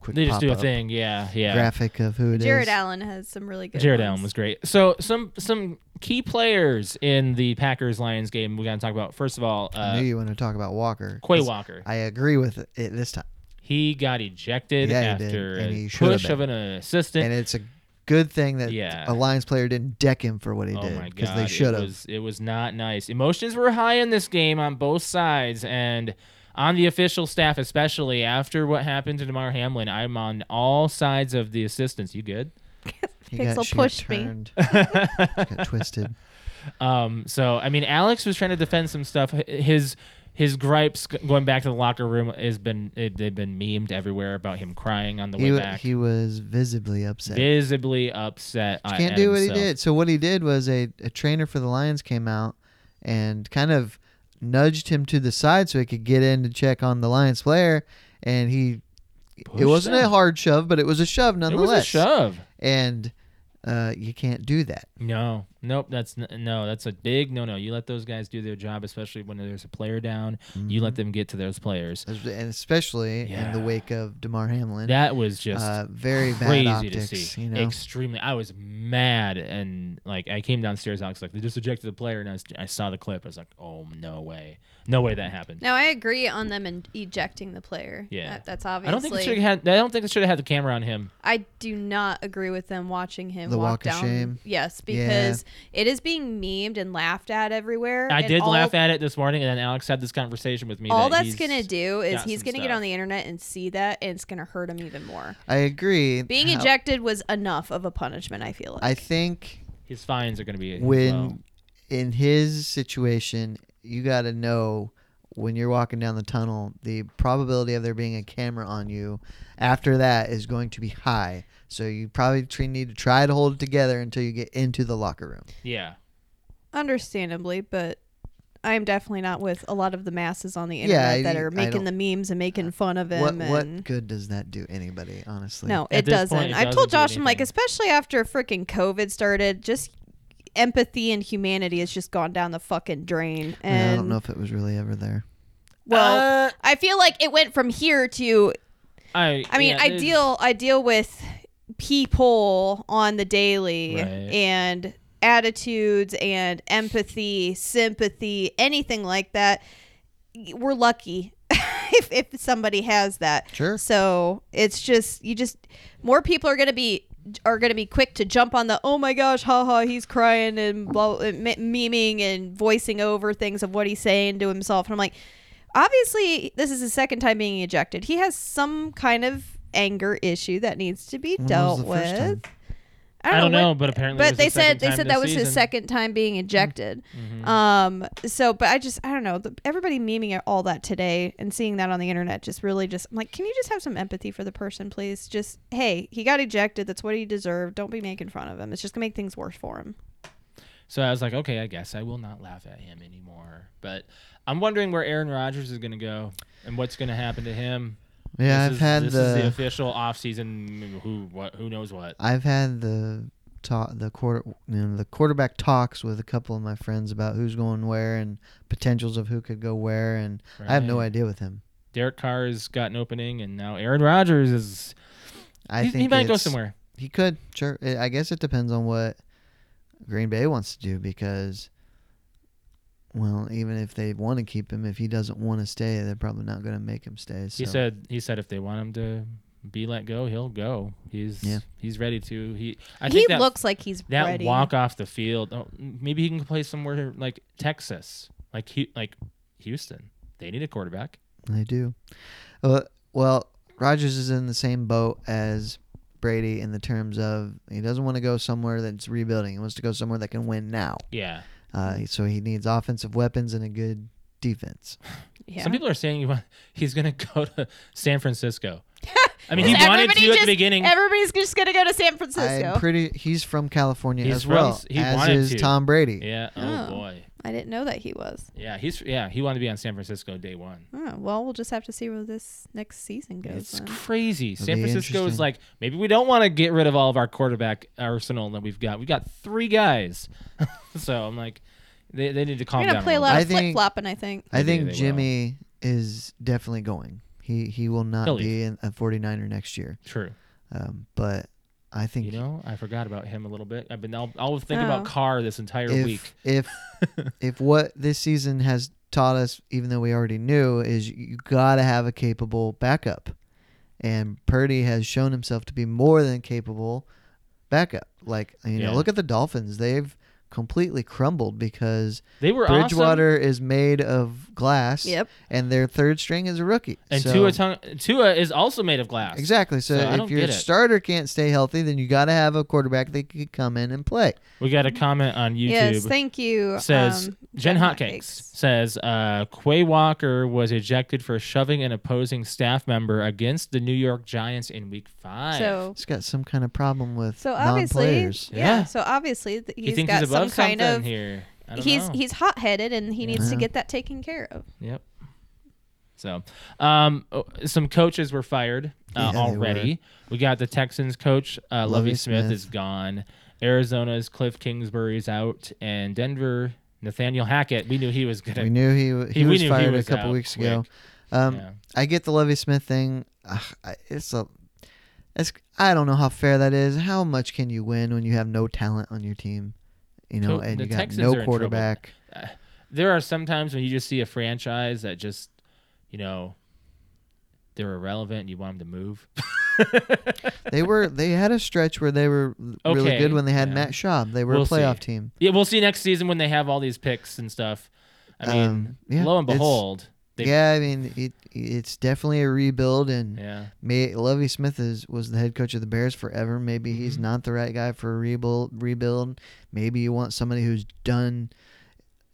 [SPEAKER 1] quick.
[SPEAKER 2] They just do a
[SPEAKER 1] pop-up
[SPEAKER 2] thing. Yeah, yeah.
[SPEAKER 1] Graphic of who it is.
[SPEAKER 3] Jared Allen has some really good.
[SPEAKER 2] Jared
[SPEAKER 3] ones.
[SPEAKER 2] Allen was great. So some some key players in the Packers Lions game we got to talk about. First of all,
[SPEAKER 1] I
[SPEAKER 2] uh,
[SPEAKER 1] knew you wanted to talk about Walker.
[SPEAKER 2] Quay
[SPEAKER 1] 'cause
[SPEAKER 2] Walker.
[SPEAKER 1] I agree with it this time,
[SPEAKER 2] He got ejected
[SPEAKER 1] Yeah, he did,
[SPEAKER 2] after
[SPEAKER 1] and
[SPEAKER 2] a
[SPEAKER 1] he should have
[SPEAKER 2] push of an assistant.
[SPEAKER 1] and it's a good thing that
[SPEAKER 2] Yeah.
[SPEAKER 1] a Lions player didn't deck him for what he
[SPEAKER 2] oh
[SPEAKER 1] did
[SPEAKER 2] my
[SPEAKER 1] because
[SPEAKER 2] god,
[SPEAKER 1] they should
[SPEAKER 2] It
[SPEAKER 1] have.
[SPEAKER 2] was, it was not nice. Emotions were high in this game on both sides, and on the official staff, especially after what happened to Demar Hamlin. I'm on all sides of the assistants. You good?
[SPEAKER 1] He
[SPEAKER 3] Pixel
[SPEAKER 1] she
[SPEAKER 3] pushed me. [laughs]
[SPEAKER 1] turned.
[SPEAKER 2] [laughs]
[SPEAKER 1] got twisted.
[SPEAKER 2] Um, so I mean, Alex was trying to defend some stuff. H- His his gripes g- going back to the locker room has been it, they've been memed everywhere about him crying on the
[SPEAKER 1] He,
[SPEAKER 2] way
[SPEAKER 1] wa-
[SPEAKER 2] back,
[SPEAKER 1] he was visibly upset.
[SPEAKER 2] visibly upset.
[SPEAKER 1] He
[SPEAKER 2] at
[SPEAKER 1] can't do what
[SPEAKER 2] himself.
[SPEAKER 1] he did. So what he did was a, a trainer for the Lions came out and kind of nudged him to the side so he could get in to check on the Lions player, and he.
[SPEAKER 2] Pushed
[SPEAKER 1] it wasn't a
[SPEAKER 2] him.
[SPEAKER 1] hard shove, but it was a shove
[SPEAKER 2] It was a
[SPEAKER 1] nonetheless.
[SPEAKER 2] shove.
[SPEAKER 1] And uh, you can't do that.
[SPEAKER 2] No, nope. That's n- no. That's a big no. No, you let those guys do their job, especially when there's a player down. You
[SPEAKER 1] Mm-hmm.
[SPEAKER 2] let them get to those players.
[SPEAKER 1] As- and especially in the
[SPEAKER 2] Yeah.
[SPEAKER 1] wake of Demar Hamlin.
[SPEAKER 2] That was just
[SPEAKER 1] uh, very
[SPEAKER 2] crazy
[SPEAKER 1] bad optics.
[SPEAKER 2] to see.
[SPEAKER 1] You know,
[SPEAKER 2] Extremely. I was mad, and like I came downstairs. Alex was like they just ejected the player, and I, was, I saw the clip. I was like, oh no way, no way that happened.
[SPEAKER 3] Now I agree on them and ejecting the player.
[SPEAKER 2] Yeah.
[SPEAKER 3] That- that's obviously.
[SPEAKER 2] I don't think it should have had. I don't think it should have had the camera on him.
[SPEAKER 3] I do not agree with them watching him
[SPEAKER 1] The
[SPEAKER 3] walk
[SPEAKER 1] walk of
[SPEAKER 3] down.
[SPEAKER 1] shame.
[SPEAKER 3] Yes,
[SPEAKER 1] Yeah.
[SPEAKER 3] because it is being memed and laughed at everywhere.
[SPEAKER 2] I
[SPEAKER 3] and
[SPEAKER 2] did
[SPEAKER 3] all-
[SPEAKER 2] laugh at it this morning, and then Alex had this conversation with me.
[SPEAKER 3] All
[SPEAKER 2] that he's-
[SPEAKER 3] that's gonna do is
[SPEAKER 2] got
[SPEAKER 3] he's
[SPEAKER 2] some
[SPEAKER 3] gonna get
[SPEAKER 2] stuff.
[SPEAKER 3] on the internet and see that, and it's gonna hurt him even more.
[SPEAKER 1] I agree.
[SPEAKER 3] Being
[SPEAKER 1] How-
[SPEAKER 3] ejected was enough of a punishment. I feel like.
[SPEAKER 1] I think
[SPEAKER 2] His fines are going to be as
[SPEAKER 1] when
[SPEAKER 2] low.
[SPEAKER 1] in his situation, you got to know when you're walking down the tunnel, the probability of there being a camera on you after that is going to be high. So you probably tr- need to try to hold it together until you get into the locker room.
[SPEAKER 2] Yeah.
[SPEAKER 3] understandably, but I'm definitely not with a lot of the masses on the
[SPEAKER 1] Yeah,
[SPEAKER 3] internet
[SPEAKER 1] I-
[SPEAKER 3] that are
[SPEAKER 1] I
[SPEAKER 3] making
[SPEAKER 1] don't- Uh,
[SPEAKER 3] the memes and making fun of him.
[SPEAKER 1] What
[SPEAKER 3] and-
[SPEAKER 1] what good does that do anybody? Honestly,
[SPEAKER 3] no,
[SPEAKER 2] At
[SPEAKER 3] it
[SPEAKER 2] this
[SPEAKER 3] doesn't.
[SPEAKER 2] point, it
[SPEAKER 3] I've
[SPEAKER 2] doesn't do
[SPEAKER 3] told Josh, I'm like,
[SPEAKER 2] anything.
[SPEAKER 3] especially after freaking COVID started, just empathy and humanity has just gone down the fucking drain.
[SPEAKER 1] I, mean,
[SPEAKER 3] And
[SPEAKER 1] I don't know if it was really ever there.
[SPEAKER 3] well,
[SPEAKER 2] Uh,
[SPEAKER 3] I feel like it went from here to
[SPEAKER 2] I.
[SPEAKER 3] I mean,
[SPEAKER 2] yeah,
[SPEAKER 3] I
[SPEAKER 2] there's-
[SPEAKER 3] deal I deal with people on the daily
[SPEAKER 2] Right.
[SPEAKER 3] and attitudes and empathy, sympathy, anything like that. We're lucky [laughs] if, if somebody has that.
[SPEAKER 1] Sure.
[SPEAKER 3] So it's just you just more people are gonna be are gonna be quick to jump on the oh my gosh, haha, he's crying and blah, and me- memeing and voicing over things of what he's saying to himself. And I'm like, obviously this is his second time being ejected. He has some kind of anger issue that needs to be
[SPEAKER 1] When
[SPEAKER 3] dealt
[SPEAKER 1] was the
[SPEAKER 3] with.
[SPEAKER 1] first time?
[SPEAKER 2] I don't
[SPEAKER 3] what-
[SPEAKER 2] know, but apparently, it
[SPEAKER 3] but
[SPEAKER 2] was
[SPEAKER 3] they
[SPEAKER 2] his
[SPEAKER 3] said
[SPEAKER 2] second
[SPEAKER 3] they
[SPEAKER 2] time
[SPEAKER 3] said
[SPEAKER 2] this Mm-hmm.
[SPEAKER 3] that was his
[SPEAKER 2] season. Mm-hmm.
[SPEAKER 3] second time being ejected. Um. So, but I just I don't know. The, everybody memeing at all that today and seeing that on the internet just really just I'm like, can you just have some empathy for the person, please? Just hey, he got ejected. That's what he deserved. Don't be making fun of him. It's just gonna make things worse for him.
[SPEAKER 2] So I was like, okay, I guess I will not laugh at him anymore. But I'm wondering where Aaron Rodgers is going to go and what's going to happen to him. This
[SPEAKER 1] Yeah, I've
[SPEAKER 2] is-
[SPEAKER 1] had
[SPEAKER 2] this is the
[SPEAKER 1] the
[SPEAKER 2] official offseason. Who what? Who knows what?
[SPEAKER 1] I've had the talk, the quarter, you know, the quarterback talks with a couple of my friends about who's going where and potentials of who could go where, and I have no
[SPEAKER 2] Right.
[SPEAKER 1] idea with him.
[SPEAKER 2] Derek Carr's got an opening, and now Aaron Rodgers is.
[SPEAKER 1] I
[SPEAKER 2] he,
[SPEAKER 1] think
[SPEAKER 2] he might go
[SPEAKER 1] it's-
[SPEAKER 2] somewhere.
[SPEAKER 1] He could, sure. I I guess it depends on what Green Bay wants to do because, well, even if they want to keep him, if he doesn't want to stay, they're probably not going to make him stay. So
[SPEAKER 2] He said. He said if they want him to be let go, he'll go. He's
[SPEAKER 1] Yeah.
[SPEAKER 2] he's ready to. He I
[SPEAKER 3] he
[SPEAKER 2] think that,
[SPEAKER 3] looks like he's
[SPEAKER 2] that
[SPEAKER 3] ready.
[SPEAKER 2] walk off the field. Oh, maybe he can play somewhere like Texas, like he, like Houston. They need a quarterback.
[SPEAKER 1] they do. Uh, well, Rogers is in the same boat as Brady in the terms of he doesn't want to go somewhere that's rebuilding. He wants to go somewhere that can win now.
[SPEAKER 2] Yeah.
[SPEAKER 1] Uh, so he needs offensive weapons and a good defense.
[SPEAKER 3] Yeah.
[SPEAKER 2] Some people are saying he wa- he's going to [laughs] go to San
[SPEAKER 3] [laughs]
[SPEAKER 2] Francisco. I mean, he
[SPEAKER 3] So
[SPEAKER 2] wanted
[SPEAKER 3] everybody
[SPEAKER 2] to at
[SPEAKER 3] just-
[SPEAKER 2] the beginning.
[SPEAKER 3] Everybody's just gonna go to San Francisco.
[SPEAKER 1] I'm pretty. He's from California
[SPEAKER 2] He's
[SPEAKER 1] as
[SPEAKER 2] from-
[SPEAKER 1] well,
[SPEAKER 2] he
[SPEAKER 1] as
[SPEAKER 2] wanted
[SPEAKER 1] is
[SPEAKER 2] to.
[SPEAKER 1] Tom Brady.
[SPEAKER 2] yeah. Oh,
[SPEAKER 3] Oh.
[SPEAKER 2] boy.
[SPEAKER 3] I didn't know that he was.
[SPEAKER 2] Yeah. He's yeah. He wanted to be on San Francisco day one.
[SPEAKER 3] Oh, well, we'll just have to see where this next season goes.
[SPEAKER 2] It's
[SPEAKER 3] then.
[SPEAKER 2] crazy.
[SPEAKER 1] It'll
[SPEAKER 2] San
[SPEAKER 1] be
[SPEAKER 2] Francisco is
[SPEAKER 1] interesting.
[SPEAKER 2] like maybe we don't want to get rid of all of our quarterback arsenal that we've got. We've got three guys, [laughs] so I'm like, they, they need to calm
[SPEAKER 3] We're gonna
[SPEAKER 2] down.
[SPEAKER 3] play a
[SPEAKER 2] little
[SPEAKER 3] lot
[SPEAKER 1] bit.
[SPEAKER 3] of
[SPEAKER 1] I think-
[SPEAKER 3] flip flopping. I think.
[SPEAKER 1] I
[SPEAKER 2] Maybe
[SPEAKER 1] think
[SPEAKER 2] they will.
[SPEAKER 1] Jimmy is definitely going. He he will not
[SPEAKER 2] He'll
[SPEAKER 1] be in a 49er next year.
[SPEAKER 2] bit. True.
[SPEAKER 1] Um, but I think
[SPEAKER 2] You know, I forgot about him a little bit. I've been I'll, I'll think
[SPEAKER 3] Oh.
[SPEAKER 2] about Carr this entire
[SPEAKER 1] if
[SPEAKER 2] week. [laughs]
[SPEAKER 1] if if what this season has taught us, even though we already knew, is you gotta have a capable backup, and Purdy has shown himself to be more than capable backup. Like you
[SPEAKER 2] Yeah.
[SPEAKER 1] know, look at the Dolphins; they've completely crumbled because
[SPEAKER 2] They were awesome.
[SPEAKER 1] Bridgewater is made of glass,
[SPEAKER 3] Yep.
[SPEAKER 1] and their third string is a rookie.
[SPEAKER 2] And
[SPEAKER 1] so,
[SPEAKER 2] Tua Tung, Tua is also made of glass.
[SPEAKER 1] Exactly. So,
[SPEAKER 2] So I don't
[SPEAKER 1] if your
[SPEAKER 2] get it.
[SPEAKER 1] starter can't stay healthy, then you got to have a quarterback that can come in and play.
[SPEAKER 2] We got a comment on YouTube.
[SPEAKER 3] Yes, thank you.
[SPEAKER 2] says
[SPEAKER 3] um,
[SPEAKER 2] Jen Hotcakes says uh, Quay Walker was ejected for shoving an opposing staff member against the New York Giants in Week Five.
[SPEAKER 3] So,
[SPEAKER 1] He's got some kind of problem with
[SPEAKER 3] so obviously, yeah,
[SPEAKER 1] non-players.
[SPEAKER 2] Yeah.
[SPEAKER 3] So obviously, th-
[SPEAKER 2] you
[SPEAKER 3] he's
[SPEAKER 2] think
[SPEAKER 3] got
[SPEAKER 2] he's above
[SPEAKER 3] some kind
[SPEAKER 2] something
[SPEAKER 3] of.
[SPEAKER 2] here? I don't
[SPEAKER 3] He's
[SPEAKER 2] know.
[SPEAKER 3] he's hot headed and he needs to
[SPEAKER 1] Yeah.
[SPEAKER 3] get that taken care of.
[SPEAKER 2] Yep. So, um, oh, some coaches were fired uh,
[SPEAKER 1] Yeah, they
[SPEAKER 2] already. We got the Texans coach uh, Lovey
[SPEAKER 1] Lovie
[SPEAKER 2] Smith,
[SPEAKER 1] Smith.
[SPEAKER 2] is gone. Arizona's Cliff Kingsbury's out, and Denver Nathaniel Hackett. We knew he was gonna.
[SPEAKER 1] We knew he w- he
[SPEAKER 2] we
[SPEAKER 1] was
[SPEAKER 2] knew he
[SPEAKER 1] fired
[SPEAKER 2] was
[SPEAKER 1] a couple
[SPEAKER 2] out
[SPEAKER 1] weeks
[SPEAKER 2] quick.
[SPEAKER 1] ago. Um,
[SPEAKER 2] yeah.
[SPEAKER 1] I get the Lovey Smith thing. Ugh, I- it's a, it's I don't know how fair that is. How much can you win when you have no talent on your team? You know,
[SPEAKER 2] Co-
[SPEAKER 1] and
[SPEAKER 2] the
[SPEAKER 1] you got
[SPEAKER 2] Texans are in
[SPEAKER 1] no
[SPEAKER 2] trouble.
[SPEAKER 1] quarterback.
[SPEAKER 2] There are some times when you just see a franchise that just, you know, they're irrelevant. and You want them to
[SPEAKER 1] [laughs]
[SPEAKER 2] move.
[SPEAKER 1] They
[SPEAKER 2] [laughs]
[SPEAKER 1] were they had a stretch where they were really
[SPEAKER 2] Okay,
[SPEAKER 1] good when they had
[SPEAKER 2] yeah.
[SPEAKER 1] Matt Schaub. They were
[SPEAKER 2] We'll
[SPEAKER 1] a
[SPEAKER 2] see.
[SPEAKER 1] playoff team.
[SPEAKER 2] yeah, we'll see next season when they have all these picks and stuff. I mean,
[SPEAKER 1] Um, yeah,
[SPEAKER 2] lo and
[SPEAKER 1] it's-
[SPEAKER 2] behold, they-
[SPEAKER 1] yeah, I mean it, it's definitely a rebuild and
[SPEAKER 2] yeah.
[SPEAKER 1] May Lovey Smith is was the head coach of the Bears forever. Maybe he's
[SPEAKER 2] Mhm.
[SPEAKER 1] not the right guy for a rebuild. Rebuild. Maybe you want somebody who's done,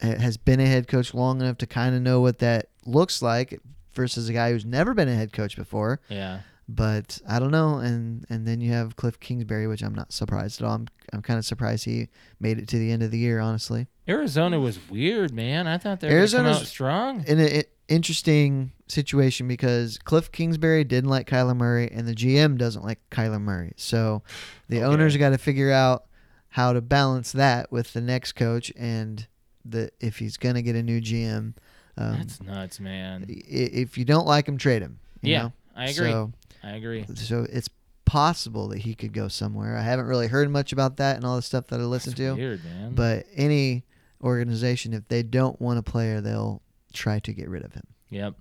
[SPEAKER 1] ha- has been a head coach long enough to kind of know what that looks like versus a guy who's never been a head coach before.
[SPEAKER 2] Yeah.
[SPEAKER 1] But I don't know. And and then you have Cliff Kingsbury, which I'm not surprised at all. I'm I'm kind of surprised he made it to the end of the year, honestly.
[SPEAKER 2] Arizona was weird, man. I thought they were Arizona
[SPEAKER 1] Arizona's-
[SPEAKER 2] out strong.
[SPEAKER 1] In an interesting situation because Cliff Kingsbury didn't like Kyler Murray and the GM doesn't like Kyler Murray. So the
[SPEAKER 2] Okay.
[SPEAKER 1] owners got to figure out how to balance that with the next coach and the if he's going to get a new GM. Um,
[SPEAKER 2] That's nuts,
[SPEAKER 1] i-
[SPEAKER 2] man.
[SPEAKER 1] if you don't like him, trade him. you
[SPEAKER 2] Yeah,
[SPEAKER 1] know?
[SPEAKER 2] I agree.
[SPEAKER 1] So,
[SPEAKER 2] I agree.
[SPEAKER 1] so it's possible that he could go somewhere. I haven't really heard much about that and all the stuff that I listen
[SPEAKER 2] It's
[SPEAKER 1] to.
[SPEAKER 2] weird, man.
[SPEAKER 1] But any organization, if they don't want a player, they'll try to get rid of him.
[SPEAKER 2] yep.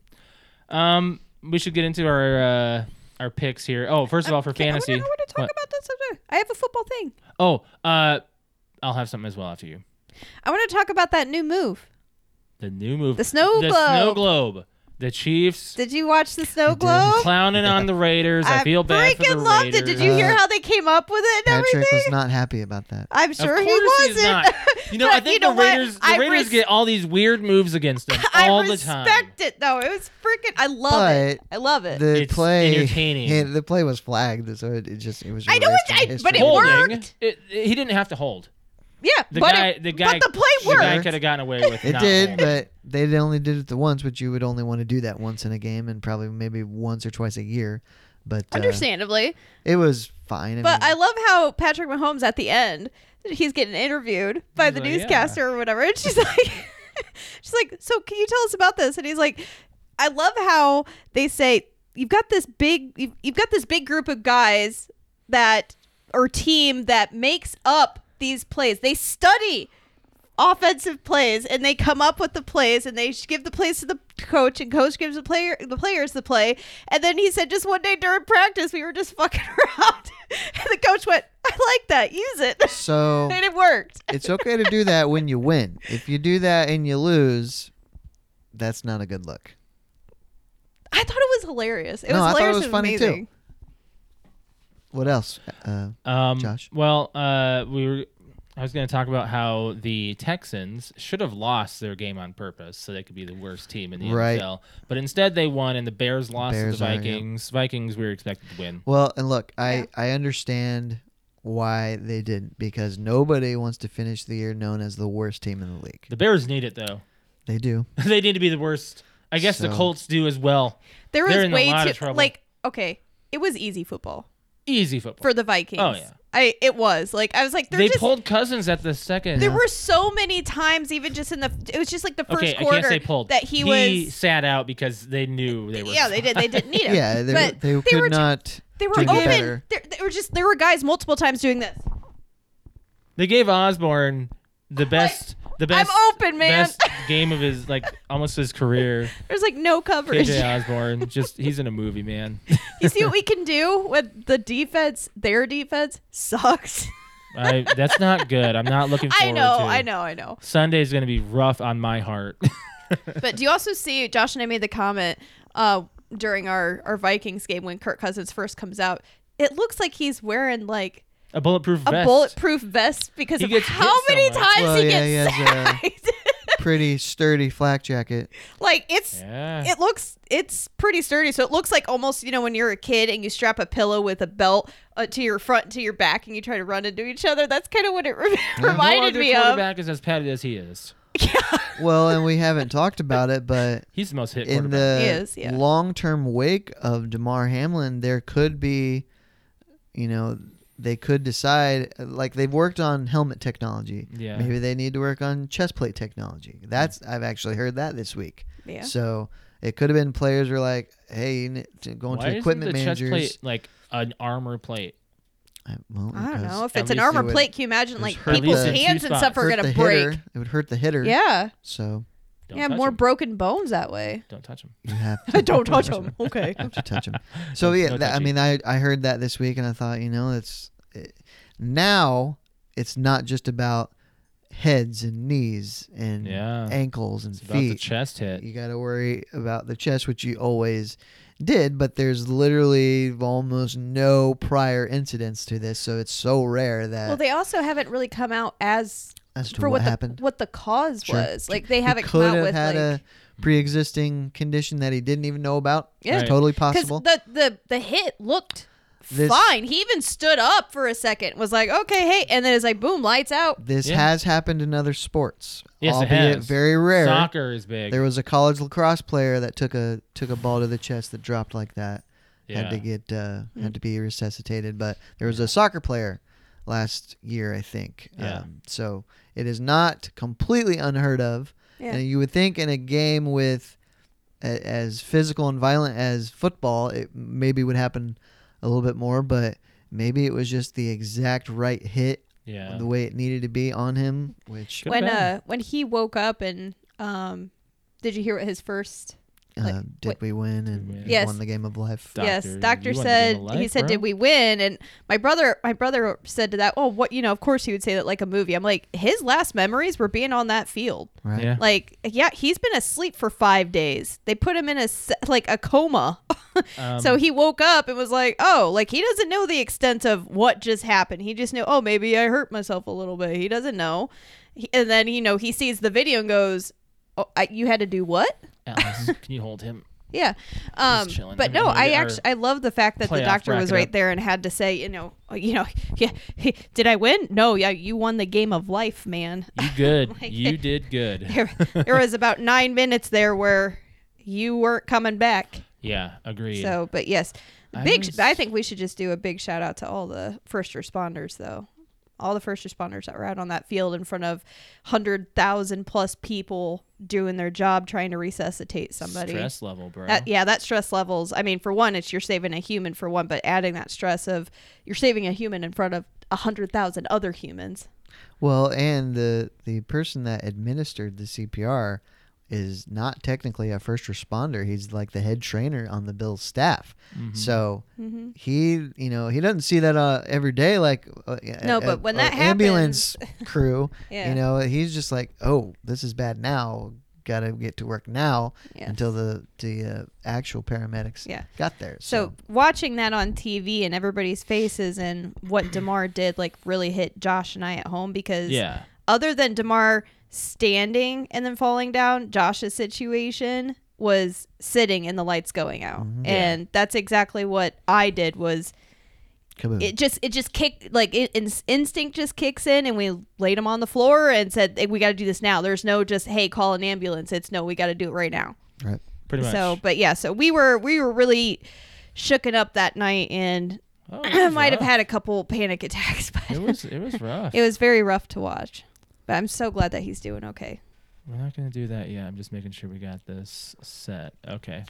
[SPEAKER 2] Um, we should get into our uh, our picks here. Oh, first of all, for
[SPEAKER 3] Okay, I wanna-
[SPEAKER 2] fantasy.
[SPEAKER 3] I want to talk
[SPEAKER 2] What?
[SPEAKER 3] about that subject. I have a football thing.
[SPEAKER 2] Oh, uh, I'll have something as well after you.
[SPEAKER 3] I want to talk about that new move.
[SPEAKER 2] The new movie.
[SPEAKER 3] The snow
[SPEAKER 2] the
[SPEAKER 3] globe.
[SPEAKER 2] snow globe. The Chiefs
[SPEAKER 3] Did you watch the snow
[SPEAKER 1] did.
[SPEAKER 3] globe?
[SPEAKER 2] clowning on the Raiders. I, feel bad for
[SPEAKER 3] freaking
[SPEAKER 2] the
[SPEAKER 3] loved
[SPEAKER 2] Raiders.
[SPEAKER 3] it. Did you
[SPEAKER 1] Uh,
[SPEAKER 3] hear how they came up with it and
[SPEAKER 1] Patrick
[SPEAKER 3] everything?
[SPEAKER 1] was not happy about that.
[SPEAKER 3] I'm
[SPEAKER 2] Of
[SPEAKER 3] sure he
[SPEAKER 2] course
[SPEAKER 3] wasn't.
[SPEAKER 2] he's not. You know,
[SPEAKER 3] [laughs] But
[SPEAKER 2] I think
[SPEAKER 3] you know
[SPEAKER 2] the
[SPEAKER 3] what?
[SPEAKER 2] Raiders
[SPEAKER 3] I
[SPEAKER 2] the Raiders
[SPEAKER 3] res-
[SPEAKER 2] get all these weird moves against them
[SPEAKER 3] [laughs] I
[SPEAKER 2] all the time.
[SPEAKER 3] respect it though. It was freaking. I love it. I love it.
[SPEAKER 1] The
[SPEAKER 2] It's
[SPEAKER 1] play,
[SPEAKER 2] entertaining.
[SPEAKER 1] yeah, [laughs] the play was flagged, so it, it just it was.
[SPEAKER 3] I know
[SPEAKER 1] erased
[SPEAKER 3] it- I-
[SPEAKER 1] from
[SPEAKER 3] but
[SPEAKER 1] history.
[SPEAKER 3] it worked.
[SPEAKER 2] Holding. It, it- he didn't have to hold.
[SPEAKER 3] yeah,
[SPEAKER 2] The
[SPEAKER 3] but
[SPEAKER 2] guy,
[SPEAKER 3] it,
[SPEAKER 2] the guy,
[SPEAKER 3] but the play
[SPEAKER 2] the
[SPEAKER 3] worked.
[SPEAKER 2] guy could have gotten away with
[SPEAKER 1] It
[SPEAKER 2] not
[SPEAKER 1] did,
[SPEAKER 2] holding.
[SPEAKER 1] but they only did it the once, which you would only want to do that once in a game, and probably maybe once or twice a year. But uh,
[SPEAKER 3] Understandably,
[SPEAKER 1] it was fine. I
[SPEAKER 3] but
[SPEAKER 1] mean,
[SPEAKER 3] I love how Patrick Mahomes at the end, he's getting interviewed by
[SPEAKER 2] He's
[SPEAKER 3] the
[SPEAKER 2] like, yeah.
[SPEAKER 3] newscaster or whatever, and she's [laughs] like, she's like, so can you tell us about this? And he's like, I love how they say you've got this big, you've, you've got this big group of guys that or team that makes up these plays. They study offensive plays and they come up with the plays and they sh- give the plays to the coach and coach gives the player the players the play and then he said just one day during practice we were just fucking [laughs] around and the coach went I like that use it
[SPEAKER 1] so
[SPEAKER 3] and it worked
[SPEAKER 1] it's okay to do that when you win. If you do that and you lose, that's not a good look.
[SPEAKER 3] I thought it was hilarious. It
[SPEAKER 1] No,
[SPEAKER 3] was
[SPEAKER 1] I thought it
[SPEAKER 3] hilarious
[SPEAKER 1] was
[SPEAKER 3] and
[SPEAKER 1] funny, too.
[SPEAKER 3] amazing.
[SPEAKER 1] What else? Uh,
[SPEAKER 2] Um,
[SPEAKER 1] Josh?
[SPEAKER 2] Well, uh, we were. I was going to talk about how the Texans should have lost their game on purpose, so they could be the worst team in the
[SPEAKER 1] Right.
[SPEAKER 2] NFL. But instead, they won, and the Bears lost
[SPEAKER 1] Bears
[SPEAKER 2] to the
[SPEAKER 1] are, yeah.
[SPEAKER 2] Vikings. Vikings, we were expected to win.
[SPEAKER 1] well, and look, I
[SPEAKER 3] Yeah.
[SPEAKER 1] I understand why they didn't because nobody wants to finish the year known as the worst team in the league.
[SPEAKER 2] The Bears need it though.
[SPEAKER 1] They do.
[SPEAKER 2] [laughs] they need to be the worst. I guess the
[SPEAKER 1] So-
[SPEAKER 2] Colts do as well.
[SPEAKER 3] There was
[SPEAKER 2] They're in a
[SPEAKER 3] way
[SPEAKER 2] lot
[SPEAKER 3] too
[SPEAKER 2] of trouble.
[SPEAKER 3] like okay, it was easy football
[SPEAKER 2] Easy football.
[SPEAKER 3] for the Vikings.
[SPEAKER 2] Oh, yeah.
[SPEAKER 3] I it was like I was like they're
[SPEAKER 2] they
[SPEAKER 3] just
[SPEAKER 2] pulled Cousins at the second.
[SPEAKER 3] there were so many times even just in the it was just like the first
[SPEAKER 2] okay, I
[SPEAKER 3] quarter
[SPEAKER 2] can't say pulled.
[SPEAKER 3] that he, was
[SPEAKER 2] sat out because they knew they were.
[SPEAKER 3] yeah they
[SPEAKER 2] [laughs]
[SPEAKER 3] did they didn't
[SPEAKER 1] [laughs]
[SPEAKER 3] need him
[SPEAKER 1] Yeah, they,
[SPEAKER 3] but
[SPEAKER 1] they,
[SPEAKER 3] they,
[SPEAKER 1] could
[SPEAKER 3] were [laughs]
[SPEAKER 1] not.
[SPEAKER 3] they were
[SPEAKER 1] do
[SPEAKER 3] open
[SPEAKER 1] better.
[SPEAKER 3] there, there were just there were guys multiple times doing this
[SPEAKER 2] They gave Osborne the best. The best.
[SPEAKER 3] open, man.
[SPEAKER 2] Best game of his like almost his career.
[SPEAKER 3] [laughs] there's like no coverage
[SPEAKER 2] KJ Osborne, just he's in a movie, man.
[SPEAKER 3] you see what we can do with the defense their defense sucks
[SPEAKER 2] I, that's not good. I'm not looking forward
[SPEAKER 3] [laughs] I know
[SPEAKER 2] to.
[SPEAKER 3] I know I know
[SPEAKER 2] Sunday's gonna be rough on my heart. [laughs]
[SPEAKER 3] But do you also see Josh and I made the comment uh, during our our Vikings game when Kirk Cousins first comes out? It looks like he's wearing like
[SPEAKER 2] a bulletproof
[SPEAKER 3] a
[SPEAKER 2] vest.
[SPEAKER 3] bulletproof vest because
[SPEAKER 2] He
[SPEAKER 3] of
[SPEAKER 2] gets
[SPEAKER 3] how
[SPEAKER 2] hit so
[SPEAKER 3] many
[SPEAKER 2] much.
[SPEAKER 3] times
[SPEAKER 1] Well,
[SPEAKER 3] he
[SPEAKER 1] yeah,
[SPEAKER 3] gets
[SPEAKER 1] he has, uh,
[SPEAKER 3] sacked. [laughs]
[SPEAKER 1] Pretty sturdy flak jacket.
[SPEAKER 3] like it's
[SPEAKER 2] Yeah.
[SPEAKER 3] it looks it's pretty sturdy. So it looks like almost you know when you're a kid and you strap a pillow with a belt uh, to your front to your back and you try to run into each other. That's kind of what it [laughs] re-
[SPEAKER 2] no
[SPEAKER 3] reminded
[SPEAKER 2] other
[SPEAKER 3] me of.
[SPEAKER 2] quarterback is as padded as he is.
[SPEAKER 1] Well, and we haven't talked about it, but
[SPEAKER 2] He's the most hit
[SPEAKER 1] in
[SPEAKER 2] quarterback.
[SPEAKER 1] the
[SPEAKER 3] Is, yeah.
[SPEAKER 1] long-term wake of Damar Hamlin, there could be, you know, they could decide like they've worked on helmet technology.
[SPEAKER 2] Yeah.
[SPEAKER 1] Maybe they need to work on chest plate technology. That's I've actually heard that this week.
[SPEAKER 3] Yeah.
[SPEAKER 1] So it could have been players were like, "Hey, you need to go
[SPEAKER 2] Why
[SPEAKER 1] into
[SPEAKER 2] isn't
[SPEAKER 1] equipment
[SPEAKER 2] the chest
[SPEAKER 1] managers."
[SPEAKER 2] plate like an armor plate?
[SPEAKER 1] I, well,
[SPEAKER 3] I don't
[SPEAKER 1] because
[SPEAKER 3] know if
[SPEAKER 2] at
[SPEAKER 3] it's an
[SPEAKER 2] least it
[SPEAKER 3] armor
[SPEAKER 1] would-
[SPEAKER 3] plate. Can you imagine
[SPEAKER 1] it's
[SPEAKER 3] like
[SPEAKER 2] hurt
[SPEAKER 3] people's
[SPEAKER 2] the-
[SPEAKER 3] hands and
[SPEAKER 2] Two
[SPEAKER 3] stuff are
[SPEAKER 1] hurt
[SPEAKER 3] gonna
[SPEAKER 1] the
[SPEAKER 3] break?
[SPEAKER 1] hitter. It would hurt the hitter.
[SPEAKER 3] Yeah.
[SPEAKER 1] So
[SPEAKER 2] Don't
[SPEAKER 3] yeah,
[SPEAKER 2] touch
[SPEAKER 3] more
[SPEAKER 2] him.
[SPEAKER 3] broken bones that [laughs] way.
[SPEAKER 2] Don't touch him.
[SPEAKER 1] you have to
[SPEAKER 3] Don't
[SPEAKER 1] [laughs]
[SPEAKER 3] touch them. Okay.
[SPEAKER 1] have to
[SPEAKER 2] [laughs]
[SPEAKER 1] touch him. So
[SPEAKER 2] No-
[SPEAKER 1] yeah,
[SPEAKER 2] no
[SPEAKER 1] that, I
[SPEAKER 2] touchy.
[SPEAKER 1] mean, I I heard that this week, and I thought, you know, it's it, now it's not just about heads and knees and
[SPEAKER 2] Yeah.
[SPEAKER 1] ankles and
[SPEAKER 2] It's about the
[SPEAKER 1] feet.
[SPEAKER 2] chest hit.
[SPEAKER 1] You got to worry about the chest, which you always did, but there's literally almost no prior incidents to this, so it's so rare that
[SPEAKER 3] Well, they also haven't really come out as
[SPEAKER 1] as to
[SPEAKER 3] for
[SPEAKER 1] what,
[SPEAKER 3] what,
[SPEAKER 1] happened.
[SPEAKER 3] the what the cause
[SPEAKER 1] Sure.
[SPEAKER 3] was. Like they haven't
[SPEAKER 1] he
[SPEAKER 3] come
[SPEAKER 1] could
[SPEAKER 3] out
[SPEAKER 1] have
[SPEAKER 3] with
[SPEAKER 1] had
[SPEAKER 3] like
[SPEAKER 1] a pre-existing condition that he didn't even know about.
[SPEAKER 3] Yeah.
[SPEAKER 1] It's totally
[SPEAKER 3] because
[SPEAKER 1] possible.
[SPEAKER 3] the the the hit looked
[SPEAKER 1] This-
[SPEAKER 3] fine. He even stood up for a second. Was like, okay, hey, and then it's like, boom, lights out.
[SPEAKER 1] This
[SPEAKER 2] Yeah.
[SPEAKER 1] has happened in other sports,
[SPEAKER 2] Yes, it
[SPEAKER 1] albeit
[SPEAKER 2] has.
[SPEAKER 1] very rare.
[SPEAKER 2] Soccer is big.
[SPEAKER 1] There was a college lacrosse player that took a took a ball to the chest that dropped like that. Had to
[SPEAKER 2] Yeah.
[SPEAKER 1] get uh, had
[SPEAKER 3] Mm-hmm.
[SPEAKER 1] to be resuscitated, but there was a soccer player last year, I think. Um,
[SPEAKER 2] Yeah.
[SPEAKER 1] so it is not completely unheard of,
[SPEAKER 3] Yeah.
[SPEAKER 1] and you would think in a game with a, as physical and violent as football, it maybe would happen a little bit more, but maybe it was just the exact right hit
[SPEAKER 2] yeah.
[SPEAKER 1] the way it needed to be on him, which
[SPEAKER 2] Good
[SPEAKER 3] when
[SPEAKER 2] bad.
[SPEAKER 3] uh when he woke up and um, did you hear what his first? like,
[SPEAKER 1] uh, did
[SPEAKER 3] wait.
[SPEAKER 1] we win and
[SPEAKER 2] we win?
[SPEAKER 3] Yes.
[SPEAKER 1] won the game of life.
[SPEAKER 3] yes,
[SPEAKER 2] Doctor,
[SPEAKER 3] doctor
[SPEAKER 2] you wanna give
[SPEAKER 3] said
[SPEAKER 2] him a life,
[SPEAKER 3] he said,
[SPEAKER 2] bro?
[SPEAKER 3] "Did we win?" And my brother, my brother said to that, "Oh, what you know? Of course, he would say that like a movie." I'm like, his last memories were being on that field.
[SPEAKER 1] Right.
[SPEAKER 2] Yeah.
[SPEAKER 3] Like, yeah, he's been asleep for five days. They put him in a s- like a coma,
[SPEAKER 2] Um,
[SPEAKER 3] so he woke up and was like, "Oh, like he doesn't know the extent of what just happened. He just knew, oh, maybe I hurt myself a little bit. He doesn't know." He, and then you know he sees the video and goes, "Oh, I, you had to do what?"
[SPEAKER 2] Alice,
[SPEAKER 3] [laughs]
[SPEAKER 2] can you hold him?
[SPEAKER 3] Yeah. Um,
[SPEAKER 2] chilling.
[SPEAKER 3] but
[SPEAKER 2] I
[SPEAKER 3] no,
[SPEAKER 2] mean,
[SPEAKER 3] I
[SPEAKER 2] they are
[SPEAKER 3] actually I love the fact that the
[SPEAKER 2] playoff
[SPEAKER 3] doctor was
[SPEAKER 2] bracket
[SPEAKER 3] right
[SPEAKER 2] up.
[SPEAKER 3] there and had to say, you know, oh, you know, [laughs] yeah, he- did I win? No, yeah, you won the game of life, man.
[SPEAKER 2] You good.
[SPEAKER 3] [laughs] Like-
[SPEAKER 2] you did
[SPEAKER 3] [laughs]
[SPEAKER 2] good.
[SPEAKER 3] there, there was about nine minutes there where you weren't coming back.
[SPEAKER 2] Yeah, agreed.
[SPEAKER 3] So, but yes,
[SPEAKER 2] I
[SPEAKER 3] big. sh
[SPEAKER 2] was-
[SPEAKER 3] I think we should just do a big shout out to all the first responders, though. All the first responders that were out on that field in front of hundred thousand plus people doing their job trying to resuscitate somebody.
[SPEAKER 2] Stress level, bro.
[SPEAKER 3] That, yeah, that stress levels. I mean, for one, it's you're saving a human. For one, but adding that stress of you're saving a human in front of a hundred thousand other humans.
[SPEAKER 1] Well, and the the person that administered the CPR is not technically a first responder. He's like the head trainer on the Bills staff.
[SPEAKER 2] Mm-hmm.
[SPEAKER 1] So
[SPEAKER 3] Mm-hmm.
[SPEAKER 1] he, you know, he doesn't see that uh, every day. Like uh,
[SPEAKER 3] No,
[SPEAKER 1] a-
[SPEAKER 3] but when
[SPEAKER 1] a
[SPEAKER 3] that [laughs]
[SPEAKER 1] ambulance crew,
[SPEAKER 3] Yeah.
[SPEAKER 1] you know, he's just like, oh, this is bad now. got to get to work now
[SPEAKER 3] Yeah.
[SPEAKER 1] until the the uh, actual paramedics
[SPEAKER 3] Yeah.
[SPEAKER 1] got there.
[SPEAKER 3] So watching that on TV and everybody's faces and
[SPEAKER 2] [clears throat]
[SPEAKER 3] what Demar did like really hit Josh and I at home because
[SPEAKER 2] Yeah.
[SPEAKER 3] other than Demar standing and then falling down, Josh's situation was sitting and the lights going out,
[SPEAKER 2] Mm-hmm.
[SPEAKER 3] and that's exactly what I did. Was
[SPEAKER 1] kaboom.
[SPEAKER 3] it just it just kicked like it, in, instinct just kicks in and we laid him on the floor and said hey, we got to do this now. There's no just hey call an ambulance. It's no we got to do it right now.
[SPEAKER 1] right.
[SPEAKER 2] Pretty much.
[SPEAKER 3] So, but yeah, so we were we were really shooken up that night and [clears throat]
[SPEAKER 2] Oh, it
[SPEAKER 3] I
[SPEAKER 2] was
[SPEAKER 3] [laughs] might have
[SPEAKER 2] rough.
[SPEAKER 3] had a couple panic attacks, [laughs] but
[SPEAKER 2] It was it was rough.
[SPEAKER 3] it was very rough to watch. But I'm so glad that he's doing okay.
[SPEAKER 2] We're not gonna do that yet. I'm just making sure we got this set. Okay.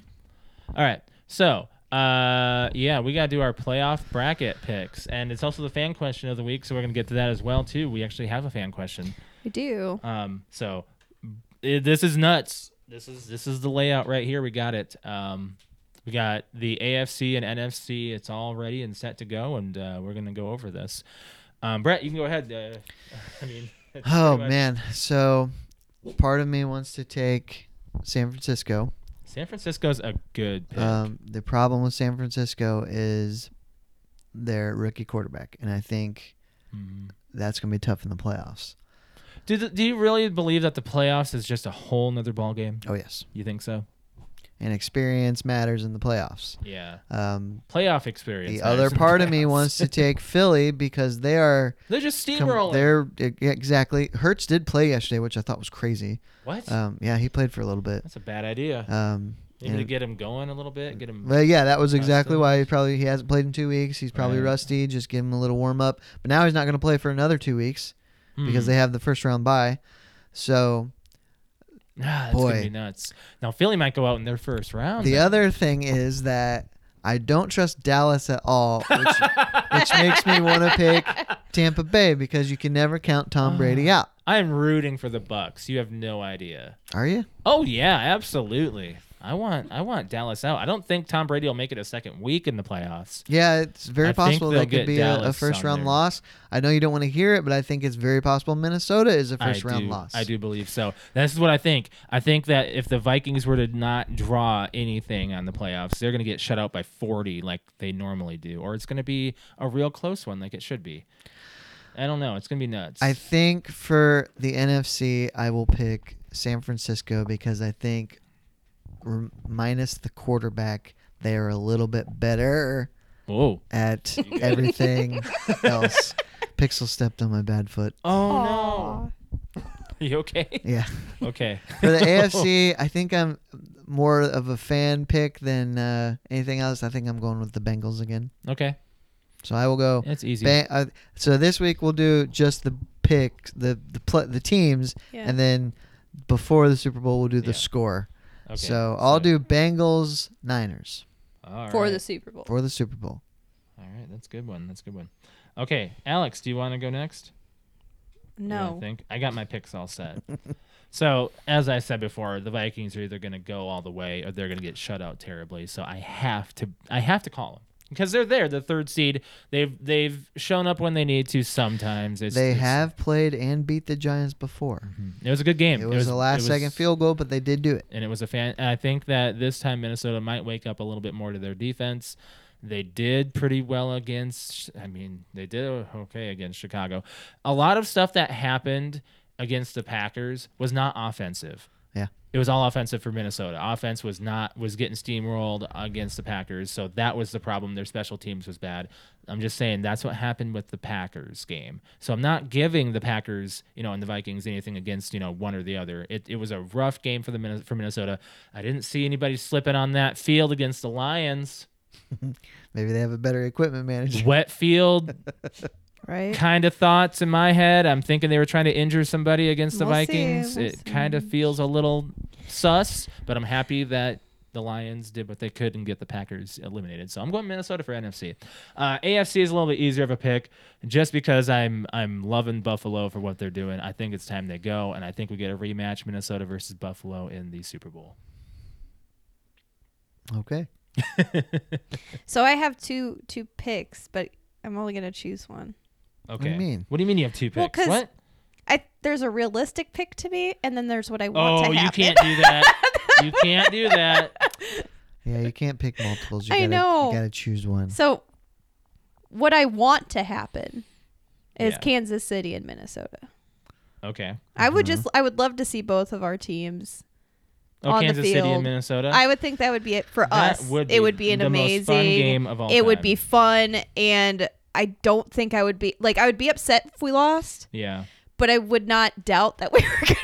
[SPEAKER 2] All right. So uh yeah, we gotta do our playoff bracket picks. And it's also the fan question of the week, so we're gonna get to that as well too. We actually have a fan question.
[SPEAKER 3] We do.
[SPEAKER 2] Um so it, this is nuts. This is this is the layout right here. We got it. Um we got the AFC and NFC. It's all ready and set to go, and uh, we're gonna go over this. Um, Brett, you can go ahead. Uh, [laughs] I mean, it's
[SPEAKER 1] Oh
[SPEAKER 2] pretty much-
[SPEAKER 1] man. So part of me wants to take San Francisco.
[SPEAKER 2] San Francisco's a good pick.
[SPEAKER 1] Um, the problem with San Francisco is their rookie quarterback, and I think
[SPEAKER 2] Mhm.
[SPEAKER 1] that's going to be tough in the playoffs.
[SPEAKER 2] Do, th- do you really believe that the playoffs is just a whole nother ball game?
[SPEAKER 1] Oh yes,
[SPEAKER 2] You think so?
[SPEAKER 1] and experience matters in the playoffs.
[SPEAKER 2] Yeah.
[SPEAKER 1] Um,
[SPEAKER 2] Playoff experience.
[SPEAKER 1] the
[SPEAKER 2] matters
[SPEAKER 1] other
[SPEAKER 2] in the
[SPEAKER 1] part of me
[SPEAKER 2] playoffs.
[SPEAKER 1] wants
[SPEAKER 2] [laughs]
[SPEAKER 1] to take Philly because they are
[SPEAKER 2] They're just
[SPEAKER 1] com-
[SPEAKER 2] steamrolling.
[SPEAKER 1] they're e- exactly. Hertz did play yesterday, which I thought was crazy.
[SPEAKER 2] what?
[SPEAKER 1] Um, yeah, he played for a little bit.
[SPEAKER 2] That's a bad idea.
[SPEAKER 1] Um,
[SPEAKER 2] Maybe to
[SPEAKER 1] and-
[SPEAKER 2] get him going a little bit. Get him.
[SPEAKER 1] But yeah, that was
[SPEAKER 2] Rusty.
[SPEAKER 1] exactly why he probably he hasn't played in two weeks. He's probably
[SPEAKER 2] Right.
[SPEAKER 1] rusty. Just give him a little warm up. But now he's not going to play for another two weeks
[SPEAKER 2] Hmm.
[SPEAKER 1] because they have the first round bye. So
[SPEAKER 2] Ah, [sighs] that's gonna
[SPEAKER 1] boy.
[SPEAKER 2] be nuts. Now Philly might go out in their first round.
[SPEAKER 1] the
[SPEAKER 2] then.
[SPEAKER 1] other thing is that I don't trust Dallas at all, which, which makes me want to pick Tampa Bay because you can never count
[SPEAKER 2] Ah.
[SPEAKER 1] Tom Brady out.
[SPEAKER 2] I'm rooting for the Bucks. You have no idea.
[SPEAKER 1] Are you?
[SPEAKER 2] Oh yeah, absolutely. I want I want Dallas out. I don't think Tom Brady will make it a second week in the playoffs.
[SPEAKER 1] Yeah, it's very
[SPEAKER 2] I think
[SPEAKER 1] possible
[SPEAKER 2] they'll
[SPEAKER 1] that
[SPEAKER 2] get
[SPEAKER 1] could be a, a
[SPEAKER 2] Dallas
[SPEAKER 1] first
[SPEAKER 2] on
[SPEAKER 1] round
[SPEAKER 2] there.
[SPEAKER 1] loss. I know you don't want to hear it, but I think it's very possible Minnesota is a first
[SPEAKER 2] I
[SPEAKER 1] round
[SPEAKER 2] do,
[SPEAKER 1] loss.
[SPEAKER 2] I do believe so. This is what I think. I think that if the Vikings were to not draw anything on the playoffs, they're going to get shut out by 40 like they normally do, or it's going to be a real close one like it should be. I don't know. It's going to be nuts.
[SPEAKER 1] I think for the NFC, I will pick San Francisco because I think, r- minus the quarterback, they are a little bit better
[SPEAKER 2] Whoa. [laughs]
[SPEAKER 1] at everything else. Pixel stepped on my bad foot.
[SPEAKER 2] Oh, no. [laughs] you okay? [laughs]
[SPEAKER 1] Yeah.
[SPEAKER 2] Okay.
[SPEAKER 1] For the AFC, I think I'm more of a fan pick than uh, anything else. I think I'm going with the Bengals again.
[SPEAKER 2] okay.
[SPEAKER 1] So I will go.
[SPEAKER 2] That's easy.
[SPEAKER 1] Ba- uh, so this week we'll do just the pick, the the pl- the teams,
[SPEAKER 3] Yeah.
[SPEAKER 1] and then before the Super Bowl we'll do the
[SPEAKER 2] Yeah.
[SPEAKER 1] score.
[SPEAKER 2] okay.
[SPEAKER 1] So I'll do Bengals Niners
[SPEAKER 2] All
[SPEAKER 3] for
[SPEAKER 2] right.
[SPEAKER 3] the Super Bowl.
[SPEAKER 1] for the Super Bowl.
[SPEAKER 2] All right. That's a good one. That's a good one. Okay. Alex, do you want to go next? Yeah, I
[SPEAKER 3] no.
[SPEAKER 2] think I got my picks all set. so as I said before, the Vikings are either going to go all the way or they're going to get shut out terribly. So I have to I have to call them because they're there, the third seed. They've they've shown up when they need to. Sometimes it's,
[SPEAKER 1] They
[SPEAKER 2] it's- Mm-hmm.
[SPEAKER 1] have played and beat the Giants before.
[SPEAKER 2] It was a good game.
[SPEAKER 1] It was a last
[SPEAKER 2] it was-
[SPEAKER 1] second field goal, but they did do it.
[SPEAKER 2] and it was a fan. and I think that this time Minnesota might wake up a little bit more to their defense. They did pretty well against. I mean, they did okay against Chicago. A lot of stuff that happened against the Packers was not offensive.
[SPEAKER 1] Yeah.
[SPEAKER 2] It was all offensive for Minnesota. Offense was not was getting steamrolled against the Packers, so that was the problem. Their special teams was bad. I'm just saying that's what happened with the Packers game. So I'm not giving the Packers, you know, and the Vikings anything against you know one or the other. It, it was a rough game for the Minnes- for Minnesota. I didn't see anybody slipping on that field against the Lions.
[SPEAKER 1] Maybe they have a better equipment manager.
[SPEAKER 2] Wet field
[SPEAKER 3] Right.
[SPEAKER 2] kind of thoughts in my head. I'm thinking they were trying to injure somebody against the
[SPEAKER 3] We'll see,
[SPEAKER 2] Vikings.
[SPEAKER 3] we'll
[SPEAKER 2] it kind of feels a little sus, but I'm happy that the Lions did what they could and get the Packers eliminated. So I'm going Minnesota for NFC. Uh, AFC is a little bit easier of a pick, just because I'm I'm loving Buffalo for what they're doing. I think it's time they go, and I think we get a rematch Minnesota versus Buffalo in the Super Bowl.
[SPEAKER 1] Okay.
[SPEAKER 3] [laughs] So I have two two picks, but I'm only gonna choose one.
[SPEAKER 2] Okay.
[SPEAKER 1] do you mean?
[SPEAKER 2] What do you mean you have two
[SPEAKER 3] Well,
[SPEAKER 2] picks?
[SPEAKER 3] 'cause-
[SPEAKER 2] what?
[SPEAKER 3] I there's a realistic pick to me, and then there's what I want
[SPEAKER 2] Oh,
[SPEAKER 3] to
[SPEAKER 2] you
[SPEAKER 3] happen.
[SPEAKER 2] can't do that. you can't do
[SPEAKER 3] [laughs]
[SPEAKER 2] that.
[SPEAKER 1] Yeah, you can't pick multiples. You
[SPEAKER 3] I
[SPEAKER 1] gotta,
[SPEAKER 3] know.
[SPEAKER 1] You gotta choose
[SPEAKER 3] [laughs]
[SPEAKER 1] one.
[SPEAKER 3] So, what I want to happen is
[SPEAKER 2] Yeah.
[SPEAKER 3] Kansas City and Minnesota.
[SPEAKER 2] Okay.
[SPEAKER 3] I would
[SPEAKER 2] Mm-hmm.
[SPEAKER 3] just, I would love to see both of our teams.
[SPEAKER 2] Oh,
[SPEAKER 3] On the
[SPEAKER 2] Kansas City and
[SPEAKER 3] field.
[SPEAKER 2] Minnesota.
[SPEAKER 3] I would think that would be it for
[SPEAKER 2] That
[SPEAKER 3] us.
[SPEAKER 2] would
[SPEAKER 3] it
[SPEAKER 2] be
[SPEAKER 3] would be an
[SPEAKER 2] the
[SPEAKER 3] amazing
[SPEAKER 2] most fun game of all
[SPEAKER 3] It would
[SPEAKER 2] time.
[SPEAKER 3] be fun, and I don't think I would be like I would be upset if we lost,
[SPEAKER 2] yeah.
[SPEAKER 3] [laughs] but I would not doubt that we were [laughs] going to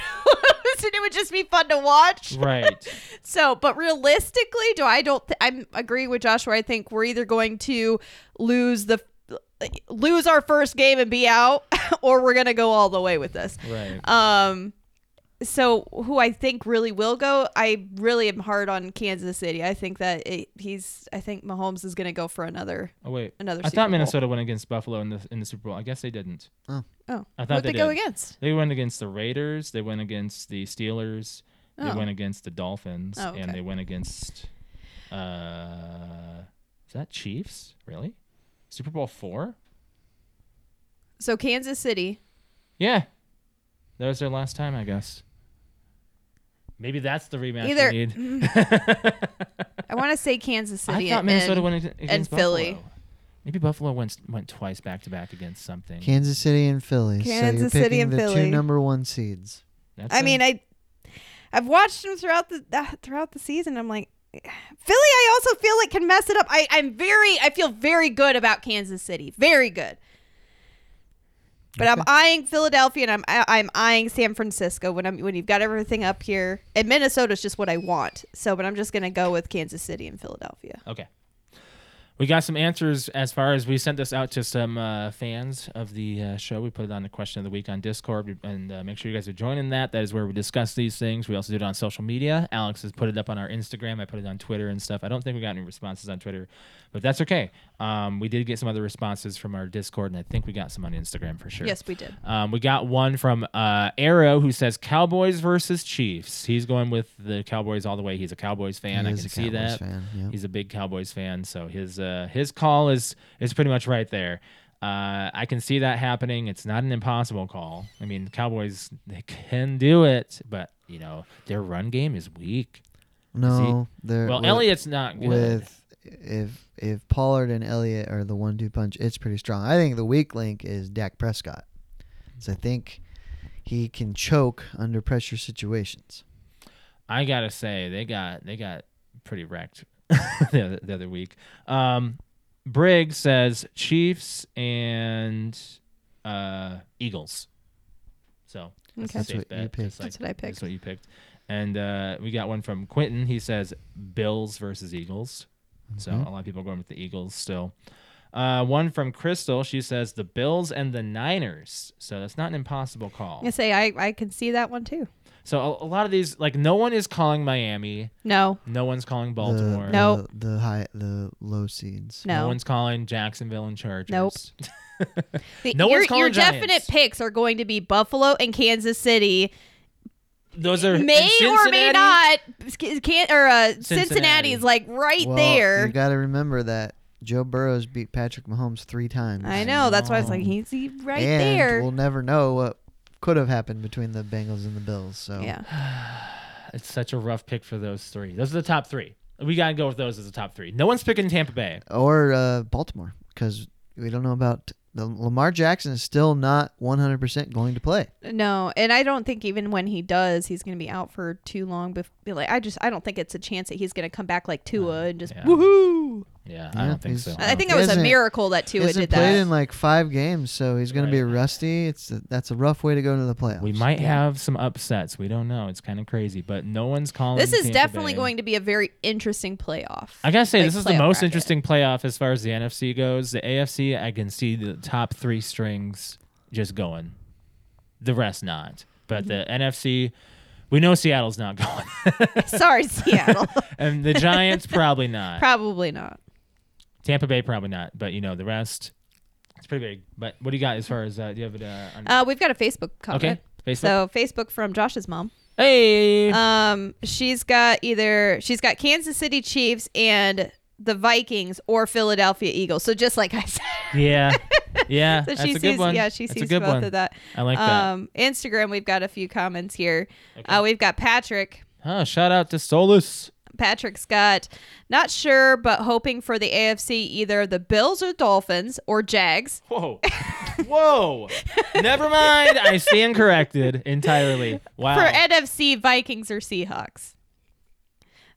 [SPEAKER 3] lose, and it would just be fun to watch.
[SPEAKER 2] Right.
[SPEAKER 3] So, but realistically, do I don't th- I'm agreeing with Joshua. I think we're either going to lose the lose our first game and be out [laughs] or we're going to go all the way with this.
[SPEAKER 2] Right.
[SPEAKER 3] Um so who I think really will go, I really am hard on Kansas City. I think that it, he's I think Mahomes is going to go for another
[SPEAKER 2] Oh wait.
[SPEAKER 3] another
[SPEAKER 2] I
[SPEAKER 3] Super
[SPEAKER 2] thought
[SPEAKER 3] Bowl.
[SPEAKER 2] Minnesota went against Buffalo in the in the Super Bowl. I guess they didn't.
[SPEAKER 3] Oh.
[SPEAKER 2] I thought
[SPEAKER 3] Who'd
[SPEAKER 2] they
[SPEAKER 3] they, go
[SPEAKER 2] did.
[SPEAKER 3] against?
[SPEAKER 2] They went against the Raiders. They went against the Steelers. They
[SPEAKER 3] Oh.
[SPEAKER 2] went against the Dolphins,
[SPEAKER 3] Oh,
[SPEAKER 2] and
[SPEAKER 3] okay.
[SPEAKER 2] they went against. Uh, is that Chiefs? Really? Super Bowl four?
[SPEAKER 3] So Kansas City.
[SPEAKER 2] Yeah, that was their last time, I guess. Maybe that's the rematch we
[SPEAKER 3] Either- [laughs] Mm.
[SPEAKER 2] need.
[SPEAKER 3] I want to say Kansas
[SPEAKER 2] [laughs] I
[SPEAKER 3] City.
[SPEAKER 2] thought Minnesota
[SPEAKER 3] and-
[SPEAKER 2] went ag- against
[SPEAKER 3] Philly.
[SPEAKER 2] Buffalo. Maybe Buffalo went went twice back to back against something.
[SPEAKER 1] Kansas City and Philly. so you're
[SPEAKER 3] Kansas City
[SPEAKER 1] picking
[SPEAKER 3] and
[SPEAKER 1] the
[SPEAKER 3] Philly.
[SPEAKER 1] two number one seeds.
[SPEAKER 2] That's
[SPEAKER 3] I
[SPEAKER 2] a-
[SPEAKER 3] mean, I I've watched him throughout the uh, throughout the season. I'm like, Philly. I also feel like can mess it up. I I'm very I feel very good about Kansas City. Very good. But I'm eyeing Philadelphia and I'm I- I'm eyeing San Francisco when I'm when you've got everything up here and Minnesota's just what I want. So, but I'm just gonna go with Kansas City and Philadelphia.
[SPEAKER 2] Okay. We got some answers as far as we sent this out to some uh, fans of the uh, show. We put it on the question of the week on Discord, and uh, make sure you guys are joining that. That is where we discuss these things. We also do it on social media. Alex has put it up on our Instagram. I put it on Twitter and stuff. I don't think we got any responses on Twitter, but that's okay. Um, we did get some other responses from our Discord, and I think we got some on Instagram for sure.
[SPEAKER 3] Yes, we did.
[SPEAKER 2] Um, we got one from uh, Arrow who says Cowboys versus Chiefs. He's going with the Cowboys all the way. He's a Cowboys fan.
[SPEAKER 1] He
[SPEAKER 2] I
[SPEAKER 1] is
[SPEAKER 2] can
[SPEAKER 1] a
[SPEAKER 2] see
[SPEAKER 1] Cowboys
[SPEAKER 2] that.
[SPEAKER 1] fan, yep.
[SPEAKER 2] He's a big Cowboys fan, so his uh, his call is is pretty much right there. Uh, I can see that happening. It's not an impossible call. I mean, Cowboys they can do it, but you know their run game is weak.
[SPEAKER 1] No, they're
[SPEAKER 2] Well,
[SPEAKER 1] Uh, with,
[SPEAKER 2] Elliott's not good.
[SPEAKER 1] with if if Pollard and Elliott are the one two punch, it's pretty strong. I think the weak link is Dak Prescott. 'Cause I think he can choke under pressure situations.
[SPEAKER 2] I gotta say they got they got pretty wrecked [laughs] the, other, the other week. Um, Briggs says Chiefs and uh, Eagles. So
[SPEAKER 3] Okay.
[SPEAKER 2] a
[SPEAKER 1] That's
[SPEAKER 2] safe
[SPEAKER 1] what you
[SPEAKER 2] bet.
[SPEAKER 1] picked.
[SPEAKER 2] It's
[SPEAKER 3] That's what I picked.
[SPEAKER 2] That's what you picked. And uh, we got one from Quentin. He says Bills versus Eagles. So
[SPEAKER 3] Mm-hmm.
[SPEAKER 2] a lot of people going with the Eagles still. Uh, one from Crystal. She says the Bills and the Niners. So that's not an impossible call.
[SPEAKER 3] I say I I can see that one too.
[SPEAKER 2] So a, a lot of these, like no one is calling Miami.
[SPEAKER 3] No,
[SPEAKER 2] No one's calling
[SPEAKER 1] The-
[SPEAKER 2] Baltimore.
[SPEAKER 1] the,
[SPEAKER 3] No.
[SPEAKER 1] the high the low seeds.
[SPEAKER 2] No
[SPEAKER 3] no.
[SPEAKER 2] one's calling Jacksonville and Chargers.
[SPEAKER 3] Nope. The-
[SPEAKER 2] No
[SPEAKER 3] your
[SPEAKER 2] one's calling
[SPEAKER 3] your
[SPEAKER 2] Giants.
[SPEAKER 3] definite picks are going to be Buffalo and Kansas City.
[SPEAKER 2] [laughs] Those are
[SPEAKER 3] [laughs] may
[SPEAKER 2] and
[SPEAKER 3] or may
[SPEAKER 2] Cincinnati?
[SPEAKER 3] not can or uh, Cincinnati's
[SPEAKER 2] Cincinnati.
[SPEAKER 3] like right
[SPEAKER 1] Well,
[SPEAKER 3] there.
[SPEAKER 1] You got to remember that Joe Burrow's beat Patrick Mahomes three times.
[SPEAKER 3] I know. That's why I was like, he's he right
[SPEAKER 1] and
[SPEAKER 3] there.
[SPEAKER 1] We'll never know what could have happened between the Bengals and the Bills. So
[SPEAKER 3] yeah.
[SPEAKER 2] It's such a rough pick for those three. Those are the top three. We gotta go with those as the top three. No one's picking Tampa Bay.
[SPEAKER 1] or uh, Baltimore because we don't know about the Lamar Jackson is still not 100% going to play.
[SPEAKER 3] No, and I don't think even when he does, he's going to be out for too long. Before, like, I just I don't think it's a chance that he's going to come back like Tua and just
[SPEAKER 2] Uh, yeah.
[SPEAKER 3] woohoo.
[SPEAKER 2] Yeah, I
[SPEAKER 1] Yeah,
[SPEAKER 2] don't think
[SPEAKER 1] he's-
[SPEAKER 2] so.
[SPEAKER 3] I think
[SPEAKER 2] don't
[SPEAKER 3] it was a
[SPEAKER 1] Isn't-
[SPEAKER 3] miracle that Tua
[SPEAKER 1] He's
[SPEAKER 3] did
[SPEAKER 1] played
[SPEAKER 3] that.
[SPEAKER 1] in like five games, so he's going to be
[SPEAKER 2] Right.
[SPEAKER 1] rusty. It's that's a rough way to go into the playoffs.
[SPEAKER 2] we might have some upsets. We don't know. It's kind of crazy, but no one's calling.
[SPEAKER 3] this is
[SPEAKER 2] Tampa
[SPEAKER 3] definitely
[SPEAKER 2] Bay.
[SPEAKER 3] going to be a very interesting playoff.
[SPEAKER 2] I gotta say,
[SPEAKER 3] like,
[SPEAKER 2] this is the
[SPEAKER 3] playoff
[SPEAKER 2] most
[SPEAKER 3] bracket.
[SPEAKER 2] interesting playoff as far as the NFC goes. The AFC, I can see the top three strings just going. The rest not.
[SPEAKER 3] Mm-hmm.
[SPEAKER 2] But the NFC, we know Seattle's not [laughs] going.
[SPEAKER 3] [laughs]
[SPEAKER 2] [laughs]
[SPEAKER 3] Sorry, Seattle.
[SPEAKER 2] and the
[SPEAKER 3] [laughs]
[SPEAKER 2] Giants probably not.
[SPEAKER 3] Probably not.
[SPEAKER 2] Tampa Bay probably not. But you know the rest, it's pretty big. But what do you got as far as uh, do you have it? Uh, on-
[SPEAKER 3] Uh, we've got a Facebook comment.
[SPEAKER 2] okay, Facebook.
[SPEAKER 3] So Facebook from Josh's mom.
[SPEAKER 2] hey,
[SPEAKER 3] Um, she's got either she's got Kansas City Chiefs and the Vikings or Philadelphia Eagles. So just like I [laughs] said,
[SPEAKER 2] yeah, Yeah,
[SPEAKER 3] so
[SPEAKER 2] that's
[SPEAKER 3] she
[SPEAKER 2] a
[SPEAKER 3] sees,
[SPEAKER 2] good one.
[SPEAKER 3] yeah, she
[SPEAKER 2] That's a
[SPEAKER 3] sees
[SPEAKER 2] good
[SPEAKER 3] both
[SPEAKER 2] one.
[SPEAKER 3] of that.
[SPEAKER 2] I like that.
[SPEAKER 3] um, Instagram, we've got a few comments here.
[SPEAKER 2] Okay.
[SPEAKER 3] Uh, we've got Patrick.
[SPEAKER 2] Oh, shout out to Solus.
[SPEAKER 3] Patrick's got not sure, but hoping for the AFC either the Bills or Dolphins or Jags. [laughs]
[SPEAKER 2] Whoa. Whoa. Never mind. I stand corrected entirely. Wow.
[SPEAKER 3] For NFC, Vikings or Seahawks.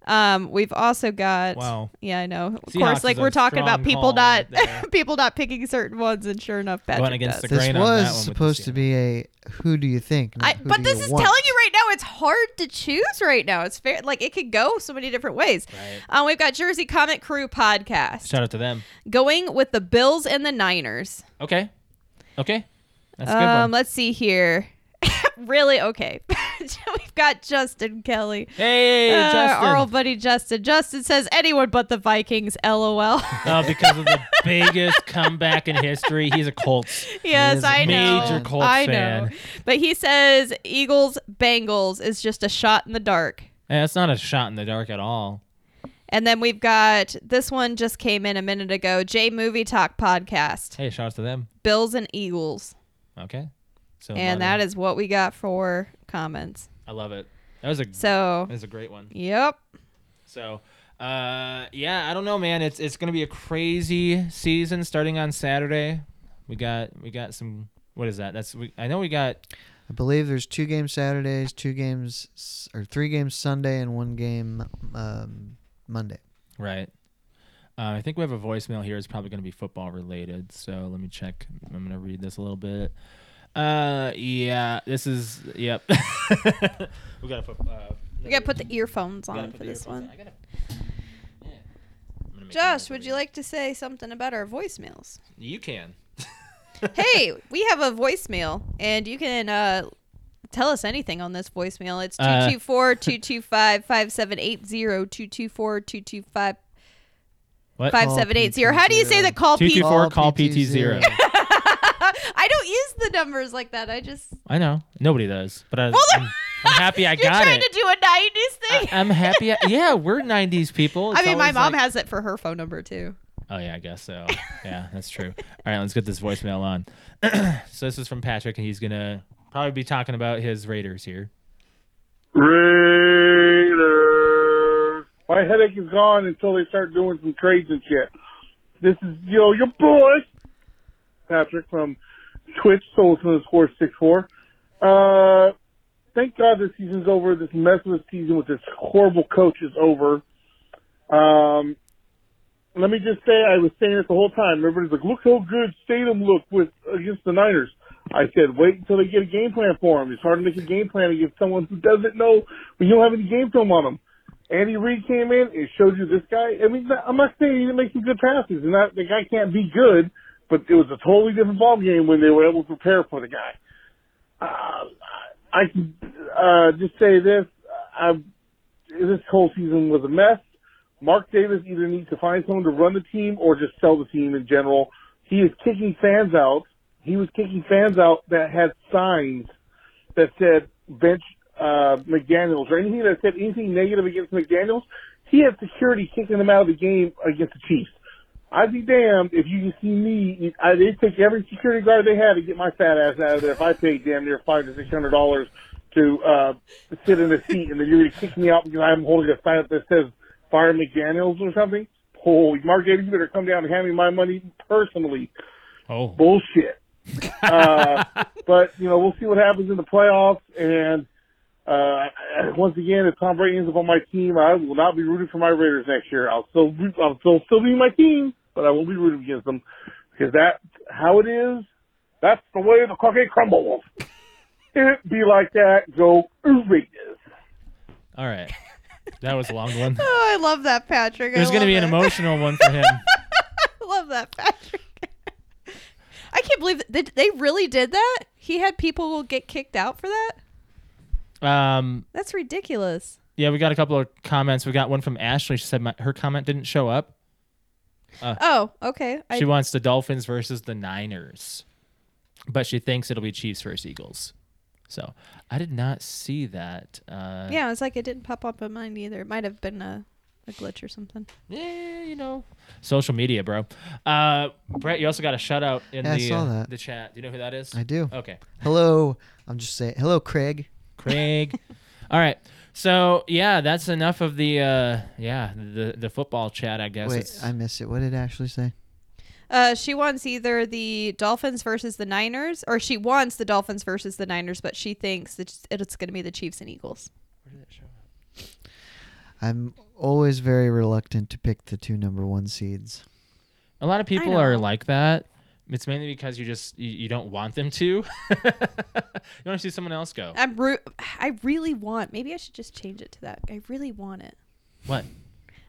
[SPEAKER 3] Um, we've also got.
[SPEAKER 2] Wow.
[SPEAKER 3] Yeah, I know. Of
[SPEAKER 2] Seahawks
[SPEAKER 3] course, like
[SPEAKER 2] is a
[SPEAKER 3] we're talking
[SPEAKER 2] strong
[SPEAKER 3] about people
[SPEAKER 2] call
[SPEAKER 3] not
[SPEAKER 2] there.
[SPEAKER 3] [laughs] people not picking certain ones, and sure enough, Patrick
[SPEAKER 2] against
[SPEAKER 3] does.
[SPEAKER 2] the
[SPEAKER 1] This
[SPEAKER 2] grain on that one with the
[SPEAKER 1] was supposed to
[SPEAKER 2] seal.
[SPEAKER 1] be a who do you think? not
[SPEAKER 3] I,
[SPEAKER 1] who
[SPEAKER 3] but
[SPEAKER 1] do
[SPEAKER 3] this
[SPEAKER 1] you
[SPEAKER 3] is
[SPEAKER 1] want.
[SPEAKER 3] telling you right now, it's hard to choose right now. It's fair, like it could go so many different ways.
[SPEAKER 2] Right.
[SPEAKER 3] Um, we've got Jersey Comet Crew podcast
[SPEAKER 2] Shout out to them.
[SPEAKER 3] going with the Bills and the Niners.
[SPEAKER 2] Okay. Okay. That's a good
[SPEAKER 3] Um,
[SPEAKER 2] one.
[SPEAKER 3] let's see here. [laughs] really okay. [laughs] we've got Justin Kelly.
[SPEAKER 2] Hey,
[SPEAKER 3] Uh,
[SPEAKER 2] Justin.
[SPEAKER 3] Our old buddy Justin. Justin says anyone but the Vikings. LOL.
[SPEAKER 2] Oh, because of the biggest comeback in history. He's a Colts.
[SPEAKER 3] yes,
[SPEAKER 1] is a
[SPEAKER 3] I know.
[SPEAKER 2] major Colts
[SPEAKER 3] I know.
[SPEAKER 2] fan.
[SPEAKER 3] But he says Eagles Bengals is just a shot in the dark.
[SPEAKER 2] Yeah, it's not a shot in the dark at all.
[SPEAKER 3] And then we've got this one just came in a minute ago. J Movie Talk podcast.
[SPEAKER 2] Hey, shout out to them.
[SPEAKER 3] Bills and Eagles.
[SPEAKER 2] Okay. So
[SPEAKER 3] And that is what we got for comments.
[SPEAKER 2] I love it. That was a
[SPEAKER 3] So,
[SPEAKER 2] that was a great one.
[SPEAKER 3] yep.
[SPEAKER 2] So, uh, yeah, I don't know, man. It's it's gonna be a crazy season starting on Saturday. We got we got some. What is that? That's we, I know we got
[SPEAKER 1] I believe there's two games Saturdays, two games s- or three games Sunday, and one game um, Monday.
[SPEAKER 2] right. Uh, I think we have a voicemail here. It's probably gonna be football related. So let me check. I'm gonna read this a little bit. Uh, yeah, this is yep. [laughs] we gotta put. Uh,
[SPEAKER 3] We got to put the earphones
[SPEAKER 2] gotta
[SPEAKER 3] on
[SPEAKER 2] put
[SPEAKER 3] for
[SPEAKER 2] the
[SPEAKER 3] this
[SPEAKER 2] earphones
[SPEAKER 3] one.
[SPEAKER 2] in. I gotta- yeah. I'm gonna make
[SPEAKER 3] Josh,
[SPEAKER 2] another
[SPEAKER 3] would
[SPEAKER 2] video.
[SPEAKER 3] you like to say something about our voicemails?
[SPEAKER 2] You can.
[SPEAKER 3] [laughs] hey, we have a voicemail, and you can uh, tell us anything on this voicemail. It's
[SPEAKER 2] Uh,
[SPEAKER 3] 224 225 5780. 224 225
[SPEAKER 2] What?
[SPEAKER 3] 5780. How do you say that call
[SPEAKER 2] Two two
[SPEAKER 3] people?
[SPEAKER 2] four call PT zero.
[SPEAKER 3] [laughs] I don't use the numbers like that. I just.
[SPEAKER 2] I know nobody does, but I,
[SPEAKER 3] Well,
[SPEAKER 2] I'm, I'm happy I
[SPEAKER 3] [laughs] You're
[SPEAKER 2] got
[SPEAKER 3] trying
[SPEAKER 2] it.
[SPEAKER 3] to do a 90s
[SPEAKER 2] I, [laughs]
[SPEAKER 3] thing?
[SPEAKER 2] am happy. I, yeah, we're '90s people.
[SPEAKER 3] [laughs] I,
[SPEAKER 2] It's
[SPEAKER 3] mean, my
[SPEAKER 2] always
[SPEAKER 3] mom
[SPEAKER 2] like-
[SPEAKER 3] has it for her phone number, too.
[SPEAKER 2] Oh yeah, I guess
[SPEAKER 3] [laughs]
[SPEAKER 2] so. Yeah, that's true. All right, let's get this voicemail on. [clears throat] so this is from Patrick, and he's gonna probably be talking about his Raiders here.
[SPEAKER 4] Raiders. My headache is gone until they start doing some trades and shit. This is yo your boy Patrick from Twitch, Soulson Score Six Four. Uh, thank God this season's over. This mess of a season with this horrible coach is over. Um, let me just say, I was saying it the whole time. Everybody's like, "Look how good Statham looked with against the Niners." I said, "Wait until they get a game plan for him." It's hard to make a game plan against someone who doesn't know when you don't have any game film on him. Andy Reid came in and showed you this guy. I mean, I'm not saying he didn't make some good passes, and that the guy can't be good, but it was a totally different ball game when they were able to prepare for the guy. Uh, I can uh, just say this: I, this whole season was a mess. Mark Davis either needs to find someone to run the team or just sell the team in general. He is kicking fans out. He was kicking fans out that had signs that said bench uh, McDaniels or anything that said anything negative against McDaniels. He had security kicking them out of the game against the Chiefs. I'd be damned if you can see me. I, they took every security guard they had to get my fat ass out of there. If I paid damn near five to six hundred dollars to uh, sit in a seat, and then you're gonna kick me out because I'm holding a sign up that says "Fire McDaniel's" or something. Holy Mark Davis, you better come down and hand me my money personally
[SPEAKER 2] Oh,
[SPEAKER 4] bullshit. uh, but you know, we'll see what happens in the playoffs. And uh, once again, if Tom Brady ends up on my team, I will not be rooting for my Raiders next year. I'll still, root- I'll still, still be my team, but I won't be rooting against them because that's how it is. That's the way the cookie crumbles. If it be like that, go Raiders.
[SPEAKER 2] all right. That was a long
[SPEAKER 3] [laughs]
[SPEAKER 2] one.
[SPEAKER 3] Oh, I love that, Patrick.
[SPEAKER 2] There's gonna be an emotional one for him.
[SPEAKER 3] I [laughs] love that, Patrick. [laughs] I can't believe that they really did that. He had people get kicked out for that.
[SPEAKER 2] Um,
[SPEAKER 3] That's ridiculous.
[SPEAKER 2] yeah, we got a couple of comments. We got one from Ashley. She said my, her comment didn't show up.
[SPEAKER 3] Oh, okay. I,
[SPEAKER 2] She wants the Dolphins versus the Niners, but she thinks it'll be Chiefs versus Eagles. So I did not see that. Uh,
[SPEAKER 3] yeah, it's like it didn't pop up in mine either. It might have been a a glitch or something.
[SPEAKER 2] Yeah, you know, social media, bro. Uh, Brett, you also got a shutout in
[SPEAKER 1] Yeah,
[SPEAKER 2] the
[SPEAKER 1] I saw
[SPEAKER 2] uh,
[SPEAKER 1] that.
[SPEAKER 2] the chat. Do you know who that is?
[SPEAKER 1] I do.
[SPEAKER 2] Okay,
[SPEAKER 1] Hello. I'm just saying. Hello, Craig.
[SPEAKER 2] Craig. [laughs] All right. So yeah, that's enough of the uh, yeah the the football chat. I guess.
[SPEAKER 1] Wait,
[SPEAKER 2] It's-
[SPEAKER 1] I missed it. What did Ashley say?
[SPEAKER 3] Uh, she wants either the Dolphins versus the Niners, or she wants the Dolphins versus the Niners, but she thinks that it's going to be the Chiefs and Eagles.
[SPEAKER 1] I'm always very reluctant to pick the two number one seeds.
[SPEAKER 2] a lot of people
[SPEAKER 3] know.
[SPEAKER 2] are like that. It's mainly because you just you, you don't want them to. [laughs] you want to see someone else go.
[SPEAKER 3] I'm ru- I really want. Maybe I should just change it to that. I really want it.
[SPEAKER 2] What?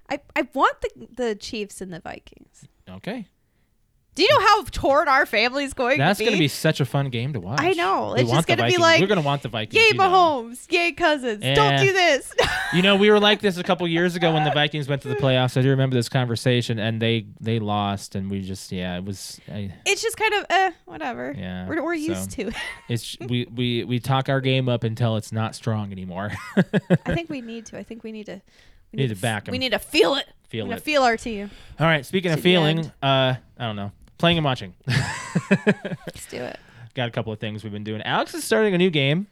[SPEAKER 3] I, I want the the Chiefs and the Vikings.
[SPEAKER 2] Okay.
[SPEAKER 3] Do you know how torn our family's going
[SPEAKER 2] That's
[SPEAKER 3] to be?
[SPEAKER 2] gonna be such a fun game to watch.
[SPEAKER 3] I know.
[SPEAKER 2] We
[SPEAKER 3] It's
[SPEAKER 2] want
[SPEAKER 3] just
[SPEAKER 2] the
[SPEAKER 3] gonna be
[SPEAKER 2] Vikings.
[SPEAKER 3] like,
[SPEAKER 2] we're gonna want the Vikings.
[SPEAKER 3] Yay,
[SPEAKER 2] you know.
[SPEAKER 3] Mahomes! Yay, Cousins! Don't
[SPEAKER 2] Eh.
[SPEAKER 3] do this.
[SPEAKER 2] You know, we were like this a couple years ago when the Vikings went to the playoffs. I do remember this conversation, and they they lost, and we just yeah, it was I,
[SPEAKER 3] it's just kind of eh, whatever.
[SPEAKER 2] Yeah,
[SPEAKER 3] we're, we're used
[SPEAKER 2] so.
[SPEAKER 3] to. it. [laughs]
[SPEAKER 2] it's we we we talk our game up until it's not strong anymore. [laughs]
[SPEAKER 3] I think we need to. I think we need to. We
[SPEAKER 2] Need to back 'em.
[SPEAKER 3] We need to feel it.
[SPEAKER 2] Feel
[SPEAKER 3] we need
[SPEAKER 2] it.
[SPEAKER 3] to feel our team.
[SPEAKER 2] All right, speaking of
[SPEAKER 3] To the
[SPEAKER 2] feeling,
[SPEAKER 3] end.
[SPEAKER 2] uh, I don't know, playing and watching. [laughs]
[SPEAKER 3] Let's do it.
[SPEAKER 2] Got a couple of things we've been doing. Alex is starting a new game,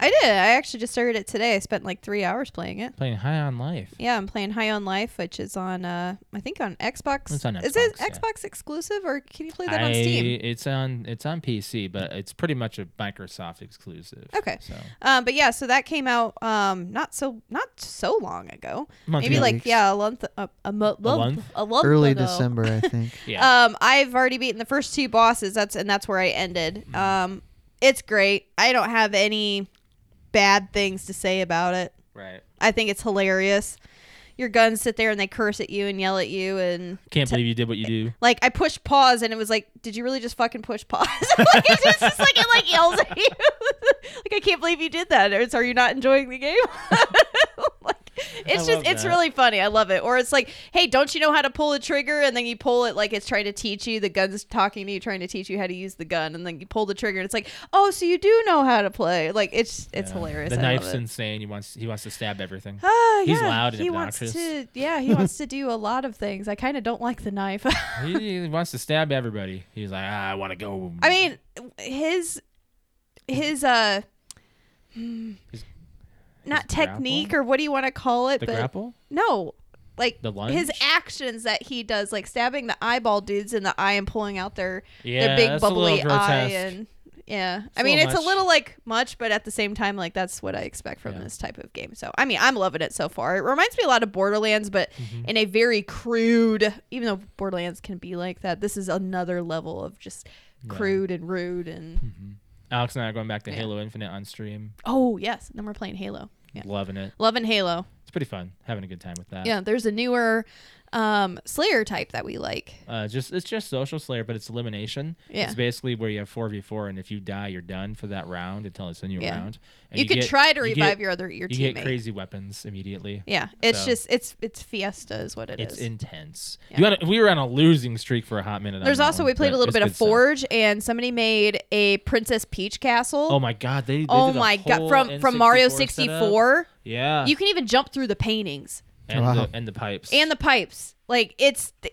[SPEAKER 3] I did. I actually just started it today. I spent like three hours playing it.
[SPEAKER 2] playing High on Life.
[SPEAKER 3] Yeah, I'm playing High on Life, which is on uh I think on Xbox.
[SPEAKER 2] It's on
[SPEAKER 3] Is it
[SPEAKER 2] Xbox, yeah.
[SPEAKER 3] Xbox exclusive or can you play that on
[SPEAKER 2] I-
[SPEAKER 3] Steam?
[SPEAKER 2] It's on it's on PC, but it's pretty much a Microsoft exclusive.
[SPEAKER 3] Okay.
[SPEAKER 2] so
[SPEAKER 3] Um, but yeah, so that came out um not so not so long ago.
[SPEAKER 2] Month
[SPEAKER 3] Maybe
[SPEAKER 2] ago.
[SPEAKER 3] like
[SPEAKER 1] Weeks.
[SPEAKER 3] yeah, a month a, a, mo- lump-
[SPEAKER 2] month?
[SPEAKER 3] a month
[SPEAKER 1] Early
[SPEAKER 3] ago.
[SPEAKER 1] December, I think.
[SPEAKER 2] yeah,
[SPEAKER 3] Um, I've already beaten the first two bosses. That's and that's where I ended. Um, it's great. I don't have any bad things to say about it.
[SPEAKER 2] right.
[SPEAKER 3] I think it's hilarious. Your guns sit there and they curse at you and yell at you and
[SPEAKER 2] Can't believe you did what you do.
[SPEAKER 3] like I pushed pause and it was like, did you really just fucking push pause? [laughs] like it's just, it's like it like yells at you. [laughs] like I can't believe you did that. Or it's are you not enjoying the game? [laughs] like it's
[SPEAKER 2] love
[SPEAKER 3] just it's
[SPEAKER 2] that.
[SPEAKER 3] really funny. I love it. Or it's like, hey, don't you know how to pull a trigger? And then you pull it like it's trying to teach you. The gun's talking to you, trying to teach you how to use the gun. And then you pull the trigger and it's like, oh, so you do know how to play. Like it's [laughs] it's
[SPEAKER 2] Yeah.
[SPEAKER 3] hilarious.
[SPEAKER 2] The
[SPEAKER 3] I love
[SPEAKER 2] knife's
[SPEAKER 3] it.
[SPEAKER 2] insane. He wants he wants to stab everything.
[SPEAKER 3] Ah,
[SPEAKER 2] He's
[SPEAKER 3] yeah,
[SPEAKER 2] loud and
[SPEAKER 3] he
[SPEAKER 2] obnoxious.
[SPEAKER 3] Wants to, yeah, he wants to do a lot of things. I kind of don't like the knife.
[SPEAKER 2] he, he wants to stab everybody. He's like, ah, I want to go.
[SPEAKER 3] I mean, his his uh, hmm,
[SPEAKER 2] His-
[SPEAKER 3] not
[SPEAKER 2] his grapple?
[SPEAKER 3] technique or what do you want to call it?
[SPEAKER 2] the
[SPEAKER 3] but
[SPEAKER 2] grapple.
[SPEAKER 3] no, like
[SPEAKER 2] The lunge?
[SPEAKER 3] his actions that he does, like stabbing the eyeball dudes in the eye and pulling out their
[SPEAKER 2] Yeah,
[SPEAKER 3] their big
[SPEAKER 2] that's a little
[SPEAKER 3] bubbly eye
[SPEAKER 2] grotesque.
[SPEAKER 3] and. Yeah, I
[SPEAKER 2] a
[SPEAKER 3] mean
[SPEAKER 2] little
[SPEAKER 3] it's
[SPEAKER 2] much.
[SPEAKER 3] a little like much, but at the same time, like that's what I expect from
[SPEAKER 2] Yeah.
[SPEAKER 3] this type of game. So I mean, I'm loving it so far. It reminds me a lot of Borderlands, but
[SPEAKER 2] Mm-hmm.
[SPEAKER 3] in a very crude. Even though Borderlands can be like that, this is another level of just crude and rude and
[SPEAKER 2] Hmm. Alex and I are going back to
[SPEAKER 3] Yeah.
[SPEAKER 2] Halo Infinite on stream.
[SPEAKER 3] Oh yes, and then we're playing Halo. Yeah.
[SPEAKER 2] Loving it.
[SPEAKER 3] Loving Halo.
[SPEAKER 2] It's pretty fun. Having a good time with that.
[SPEAKER 3] Yeah, there's a newer um, Slayer type that we like.
[SPEAKER 2] Uh, just it's just social slayer, but it's elimination.
[SPEAKER 3] Yeah.
[SPEAKER 2] It's basically where you have four v four, and if you die, you're done for that round until it's a new
[SPEAKER 3] Yeah.
[SPEAKER 2] round. And
[SPEAKER 3] You, can
[SPEAKER 2] get-
[SPEAKER 3] try to
[SPEAKER 2] you get-
[SPEAKER 3] revive your other your
[SPEAKER 2] You
[SPEAKER 3] teammate.
[SPEAKER 2] get crazy weapons immediately.
[SPEAKER 3] Yeah, it's
[SPEAKER 2] So-
[SPEAKER 3] just it's it's Fiesta is what it's
[SPEAKER 2] it's intense.
[SPEAKER 3] Yeah.
[SPEAKER 2] You had a, we were on a losing streak for a hot minute. on
[SPEAKER 3] There's
[SPEAKER 2] that
[SPEAKER 3] also
[SPEAKER 2] one,
[SPEAKER 3] we played
[SPEAKER 2] but
[SPEAKER 3] a little
[SPEAKER 2] it's
[SPEAKER 3] bit of
[SPEAKER 2] good stuff.
[SPEAKER 3] Forge, and somebody made a Princess Peach castle.
[SPEAKER 2] Oh my god, they. they
[SPEAKER 3] Oh
[SPEAKER 2] did a
[SPEAKER 3] my god!
[SPEAKER 2] whole
[SPEAKER 3] From from Mario
[SPEAKER 2] N64 setup. Ah.
[SPEAKER 3] 64,
[SPEAKER 2] Yeah.
[SPEAKER 3] you can even jump through the paintings
[SPEAKER 2] and,
[SPEAKER 1] Wow.
[SPEAKER 2] the, and the pipes
[SPEAKER 3] and the pipes. Like it's th-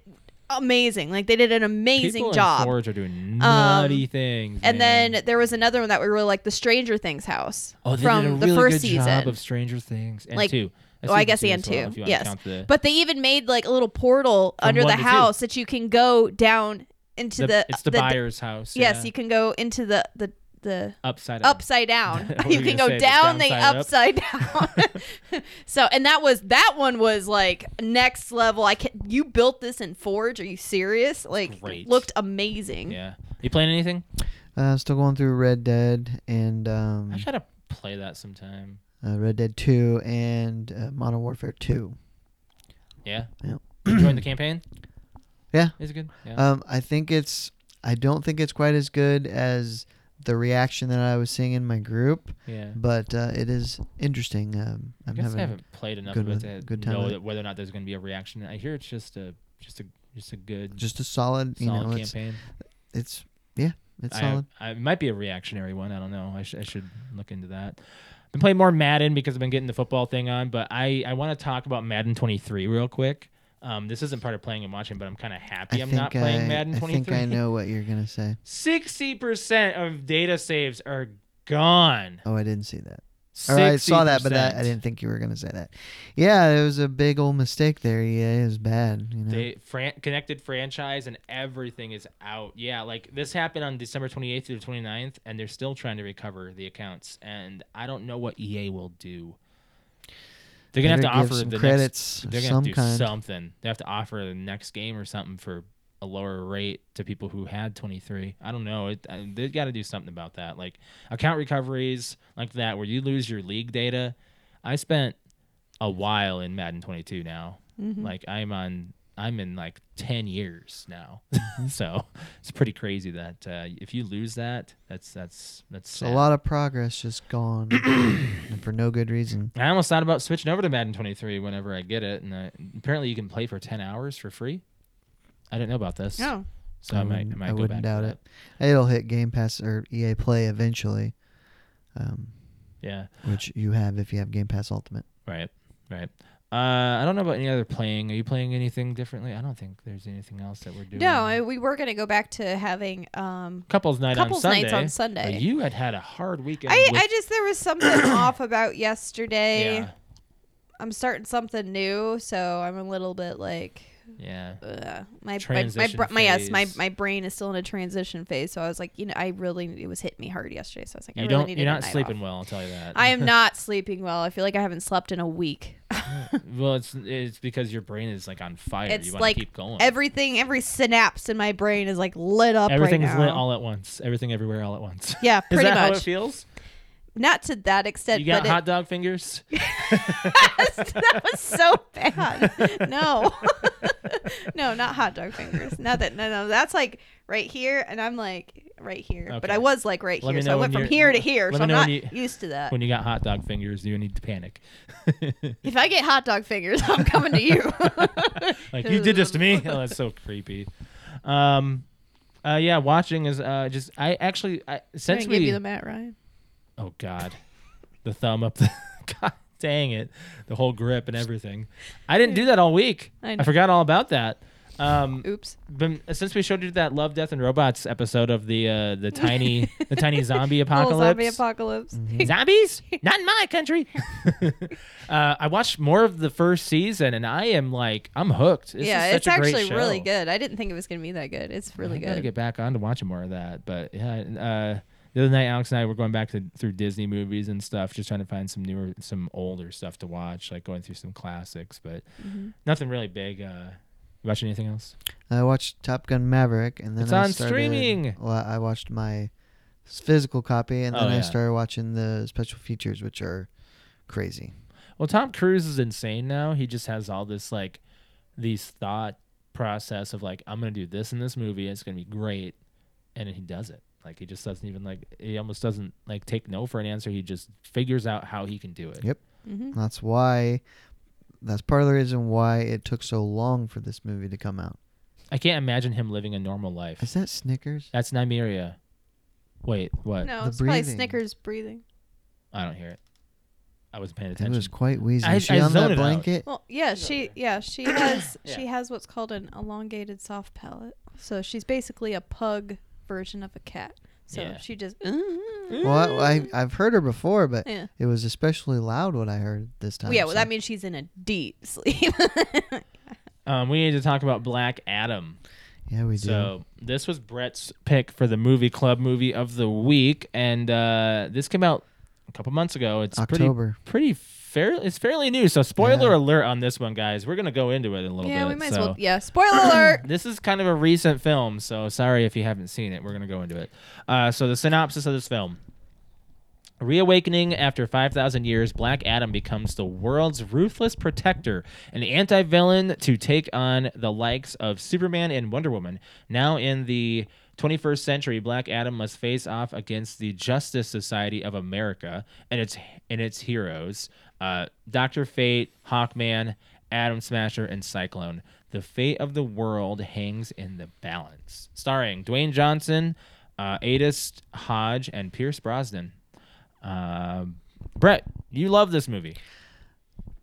[SPEAKER 3] amazing. Like they did an amazing
[SPEAKER 2] People
[SPEAKER 3] job. Um,
[SPEAKER 2] In Forge are doing nutty things.
[SPEAKER 3] And
[SPEAKER 2] man.
[SPEAKER 3] then there was another one that we really like, the Stranger Things house
[SPEAKER 2] oh, they
[SPEAKER 3] from
[SPEAKER 2] did a
[SPEAKER 3] the
[SPEAKER 2] really
[SPEAKER 3] first
[SPEAKER 2] good
[SPEAKER 3] season.
[SPEAKER 2] job of Stranger Things and
[SPEAKER 3] Like-
[SPEAKER 2] two. That's
[SPEAKER 3] oh, I
[SPEAKER 2] season
[SPEAKER 3] guess
[SPEAKER 2] as
[SPEAKER 3] and
[SPEAKER 2] well,
[SPEAKER 3] two,
[SPEAKER 2] if you wanna
[SPEAKER 3] yes.
[SPEAKER 2] count the-
[SPEAKER 3] But they even made like a little portal under
[SPEAKER 2] one
[SPEAKER 3] the
[SPEAKER 2] to two.
[SPEAKER 3] house that you can go down into the.
[SPEAKER 2] it's the, buyer's house.
[SPEAKER 3] Yes,
[SPEAKER 2] yeah.
[SPEAKER 3] you can go into the the the
[SPEAKER 2] upside [laughs] down.
[SPEAKER 3] upside down. [laughs]
[SPEAKER 2] What were
[SPEAKER 3] you
[SPEAKER 2] you
[SPEAKER 3] can
[SPEAKER 2] gonna say,
[SPEAKER 3] go
[SPEAKER 2] the
[SPEAKER 3] down, the
[SPEAKER 2] downside
[SPEAKER 3] upside down. [laughs] so, and that was that one was like next level. I can you built this in Forge? Are you serious? Like
[SPEAKER 2] great.
[SPEAKER 3] looked amazing.
[SPEAKER 2] Yeah. You playing anything?
[SPEAKER 1] Uh, I'm still going through Red Dead and um,
[SPEAKER 2] I
[SPEAKER 3] Mm.
[SPEAKER 2] gotta play that sometime.
[SPEAKER 1] uh, Red Dead 2 and uh, Modern Warfare 2.
[SPEAKER 2] Yeah.
[SPEAKER 1] Yeah.
[SPEAKER 2] Join the campaign.
[SPEAKER 1] [clears throat] Yeah.
[SPEAKER 2] Is it good? Yeah.
[SPEAKER 1] Um, I think it's. I don't think it's quite as good as the reaction that I was seeing in my group,
[SPEAKER 2] yeah.
[SPEAKER 1] but uh, it is interesting. Um,
[SPEAKER 2] I
[SPEAKER 1] I'm
[SPEAKER 2] guess I
[SPEAKER 1] having.
[SPEAKER 2] haven't played enough of
[SPEAKER 1] good
[SPEAKER 2] it
[SPEAKER 1] with-
[SPEAKER 2] to
[SPEAKER 1] good time
[SPEAKER 2] know
[SPEAKER 1] with
[SPEAKER 2] that whether or not there's gonna be a reaction. I hear it's just a just a just a good
[SPEAKER 1] just a solid, you
[SPEAKER 2] solid
[SPEAKER 1] know, it's,
[SPEAKER 2] campaign.
[SPEAKER 1] it's yeah, it's
[SPEAKER 2] I,
[SPEAKER 1] solid.
[SPEAKER 2] I it might be a reactionary one. I don't know. I, sh- I should look into that. Been playing more Madden because I've been getting the football thing on, but I, I want to talk about Madden 23 real quick. Um, this isn't part of playing and watching, but I'm kind of happy
[SPEAKER 1] I
[SPEAKER 2] I'm
[SPEAKER 1] think
[SPEAKER 2] not playing
[SPEAKER 1] I-
[SPEAKER 2] Madden
[SPEAKER 1] I
[SPEAKER 2] 23.
[SPEAKER 1] think I know what you're gonna say.
[SPEAKER 2] 60% of data saves are gone.
[SPEAKER 1] Oh, I didn't see that. Or I saw that, but that, I
[SPEAKER 2] 60%.
[SPEAKER 1] didn't think you were gonna say that. Yeah, it was a big old mistake there. EA is bad. You know?
[SPEAKER 2] They fran- connected franchise and everything is out. Yeah, like this happened on December 28th through the 29th, and they're still trying to recover the accounts. And I don't know what EA will do. They're gonna
[SPEAKER 1] Better
[SPEAKER 2] have
[SPEAKER 1] give
[SPEAKER 2] to offer
[SPEAKER 1] some
[SPEAKER 2] the next
[SPEAKER 1] credits of
[SPEAKER 2] they're gonna
[SPEAKER 1] some
[SPEAKER 2] have to
[SPEAKER 1] kind.
[SPEAKER 2] do something. They have to offer the next game or something for a lower rate to people who had 23. I don't know. It, I, they got to do something about that. Like account recoveries like that, where you lose your league data. I spent a while in Madden 22 now.
[SPEAKER 3] Mm-hmm.
[SPEAKER 2] Like I'm on. I'm in like 10 years now. [laughs] so it's pretty crazy that uh, if you lose that, that's that's that's
[SPEAKER 1] It's a
[SPEAKER 2] sad.
[SPEAKER 1] lot of progress
[SPEAKER 2] [coughs]
[SPEAKER 1] just gone and for no good reason.
[SPEAKER 2] I almost thought about switching over to Madden 23 whenever I get it, and uh, apparently you can play for 10 hours for free. I didn't know about this,
[SPEAKER 3] Oh,
[SPEAKER 2] so I, might I might
[SPEAKER 1] wouldn't- Um, I
[SPEAKER 2] go
[SPEAKER 1] wouldn't
[SPEAKER 2] back
[SPEAKER 1] doubt
[SPEAKER 2] to
[SPEAKER 1] it. It'll hit Game Pass or EA Play eventually, um,
[SPEAKER 2] that. Yeah,
[SPEAKER 1] which you have if you have Game Pass Ultimate.
[SPEAKER 2] right, right. Uh, I don't know about any other playing. Are you playing anything differently? I don't think there's anything else that we're doing.
[SPEAKER 3] no, I- we were gonna go back to having. Um,
[SPEAKER 2] couples night
[SPEAKER 3] Couples
[SPEAKER 2] on
[SPEAKER 3] nights
[SPEAKER 2] Sunday.
[SPEAKER 3] on Sunday.
[SPEAKER 2] But you had had a hard weekend.
[SPEAKER 3] I,
[SPEAKER 2] with-
[SPEAKER 3] I just there
[SPEAKER 2] [coughs]
[SPEAKER 3] was something off about yesterday.
[SPEAKER 2] yeah,
[SPEAKER 3] I'm starting something new, so I'm a little bit like
[SPEAKER 2] yeah.
[SPEAKER 3] uh, my my my,
[SPEAKER 2] Transition
[SPEAKER 3] br- my yes my
[SPEAKER 2] phase.
[SPEAKER 3] my brain is still in a transition phase. So I was like, you know, I really it was hitting me hard yesterday. So I was like, I
[SPEAKER 2] You
[SPEAKER 3] really
[SPEAKER 2] don't.
[SPEAKER 3] need
[SPEAKER 2] You're
[SPEAKER 3] a
[SPEAKER 2] not
[SPEAKER 3] night
[SPEAKER 2] sleeping
[SPEAKER 3] off.
[SPEAKER 2] well. I'll tell you that.
[SPEAKER 3] I
[SPEAKER 2] [laughs]
[SPEAKER 3] am not sleeping well. I feel like I haven't slept in a week.
[SPEAKER 2] well, it's it's because your brain is like on fire.
[SPEAKER 3] it's
[SPEAKER 2] you want
[SPEAKER 3] like
[SPEAKER 2] to keep going.
[SPEAKER 3] everything, every synapse in my brain is like lit up.
[SPEAKER 2] Everything's
[SPEAKER 3] right now.
[SPEAKER 2] lit all at once. Everything everywhere all at once.
[SPEAKER 3] [laughs]
[SPEAKER 2] [laughs]
[SPEAKER 3] Yeah,
[SPEAKER 2] is
[SPEAKER 3] pretty
[SPEAKER 2] that how it
[SPEAKER 3] much.
[SPEAKER 2] feels?
[SPEAKER 3] Not to that extent,
[SPEAKER 2] You got
[SPEAKER 3] but [laughs]
[SPEAKER 2] hot dog fingers? [laughs]
[SPEAKER 3] it, that was so bad. No, [laughs] no, not hot dog fingers. Not that. No, no, that's like right here, and I'm like right here. But
[SPEAKER 2] Okay.
[SPEAKER 3] I was like right
[SPEAKER 2] Let me
[SPEAKER 3] here, so
[SPEAKER 2] know
[SPEAKER 3] I
[SPEAKER 2] when
[SPEAKER 3] went from
[SPEAKER 2] you're-
[SPEAKER 3] here to here.
[SPEAKER 2] let
[SPEAKER 3] So
[SPEAKER 2] me
[SPEAKER 3] I'm
[SPEAKER 2] know
[SPEAKER 3] not
[SPEAKER 2] when you-
[SPEAKER 3] used to that.
[SPEAKER 2] When you got hot dog fingers, you need to panic.
[SPEAKER 3] If I get hot dog fingers, I'm coming to you.
[SPEAKER 2] [laughs] like you did this to
[SPEAKER 3] [laughs]
[SPEAKER 2] me. Oh, that's so creepy. Um, uh, yeah, watching is uh, just I actually I, since
[SPEAKER 3] give
[SPEAKER 2] we
[SPEAKER 3] you the Matt Ryan.
[SPEAKER 2] oh god, the thumb up the [laughs] god dang it, the whole grip and everything. I didn't do that all week.
[SPEAKER 3] I
[SPEAKER 2] I,
[SPEAKER 3] know.
[SPEAKER 2] forgot all about that. Um,
[SPEAKER 3] Oops.
[SPEAKER 2] been, since we showed you that Love, Death, and Robots episode of the uh, the tiny the
[SPEAKER 3] [laughs]
[SPEAKER 2] tiny zombie
[SPEAKER 3] Little
[SPEAKER 2] apocalypse,
[SPEAKER 3] zombie apocalypse.
[SPEAKER 2] zombies not in my
[SPEAKER 3] [laughs]
[SPEAKER 2] country uh, i watched more of the first season and i am like i'm hooked This
[SPEAKER 3] yeah,
[SPEAKER 2] is such
[SPEAKER 3] it's
[SPEAKER 2] a great
[SPEAKER 3] actually
[SPEAKER 2] show.
[SPEAKER 3] really good. I didn't think it was gonna be that good. It's really
[SPEAKER 2] i gotta
[SPEAKER 3] good.
[SPEAKER 2] get back on to watching more of that but yeah uh, the other night alex and i were going back to through disney movies and stuff just trying to find some newer some older stuff to watch like going through some classics but
[SPEAKER 3] Mm-hmm.
[SPEAKER 2] nothing really big uh you watch anything else
[SPEAKER 1] I watched Top Gun Maverick, and then
[SPEAKER 2] It's
[SPEAKER 1] I
[SPEAKER 2] on
[SPEAKER 1] started-
[SPEAKER 2] streaming!
[SPEAKER 1] Well, I watched my s- physical copy, and
[SPEAKER 2] Oh,
[SPEAKER 1] then I
[SPEAKER 2] yeah.
[SPEAKER 1] started watching the special features, which are crazy.
[SPEAKER 2] Well, Tom Cruise is insane now. He just has all this like these thought process of like I'm gonna do this in this movie. It's gonna be great, and then he does it. Like he just doesn't even like he almost doesn't like take no for an answer. He just figures out how he can do it.
[SPEAKER 1] Yep.
[SPEAKER 3] Mm-hmm.
[SPEAKER 1] That's why. That's part of the reason why it took so long for this movie to come out.
[SPEAKER 2] I can't imagine him living a normal life.
[SPEAKER 1] Is that Snickers?
[SPEAKER 2] That's Nymeria. Wait, what?
[SPEAKER 3] No,
[SPEAKER 1] The
[SPEAKER 3] it's probably
[SPEAKER 1] breathing.
[SPEAKER 3] Snickers breathing.
[SPEAKER 2] I don't hear it. I wasn't paying
[SPEAKER 1] It
[SPEAKER 2] attention.
[SPEAKER 1] was quite wheezy.
[SPEAKER 2] I-
[SPEAKER 1] Is she
[SPEAKER 2] I
[SPEAKER 1] on
[SPEAKER 2] zoned
[SPEAKER 1] that
[SPEAKER 2] it out.
[SPEAKER 1] blanket?
[SPEAKER 3] Well, yeah, she yeah she [coughs] has
[SPEAKER 2] Yeah.
[SPEAKER 3] she has what's called an elongated soft palate. So she's basically a pug version of a cat. So
[SPEAKER 2] Yeah.
[SPEAKER 3] she just
[SPEAKER 1] Well,
[SPEAKER 3] [laughs]
[SPEAKER 1] I, I- I've heard her before, but
[SPEAKER 3] Mm-hmm. Yeah.
[SPEAKER 1] it was especially loud what I heard this time.
[SPEAKER 3] yeah. Well,
[SPEAKER 1] so-
[SPEAKER 3] that means she's in a deep sleep. [laughs]
[SPEAKER 2] um, we need to talk about Black Adam.
[SPEAKER 1] yeah, we do.
[SPEAKER 2] So this was Brett's pick for the movie club movie of the week, and uh, this came out a couple months ago. It's pretty-
[SPEAKER 1] October.
[SPEAKER 2] pretty fair. It's fairly new. So spoiler alert on this one, guys. We're gonna go into it in a little
[SPEAKER 3] yeah,
[SPEAKER 2] bit.
[SPEAKER 3] we might
[SPEAKER 2] so.
[SPEAKER 3] as well. Yeah, spoiler alert. [coughs]
[SPEAKER 2] This is kind of a recent film, so sorry if you haven't seen it. We're going to go into it. Uh, so, the synopsis of this film Reawakening after 5,000 years, Black Adam becomes the world's ruthless protector, an anti villain to take on the likes of Superman and Wonder Woman. Now, in the 21st century, Black Adam must face off against the Justice Society of America and its, and its heroes uh, Dr. Fate, Hawkman, Adam Smasher, and Cyclone. The fate of the world hangs in the balance. Starring Dwayne Johnson, uh, Adis Hodge, and Pierce Brosnan. Um, Brett, you love this movie.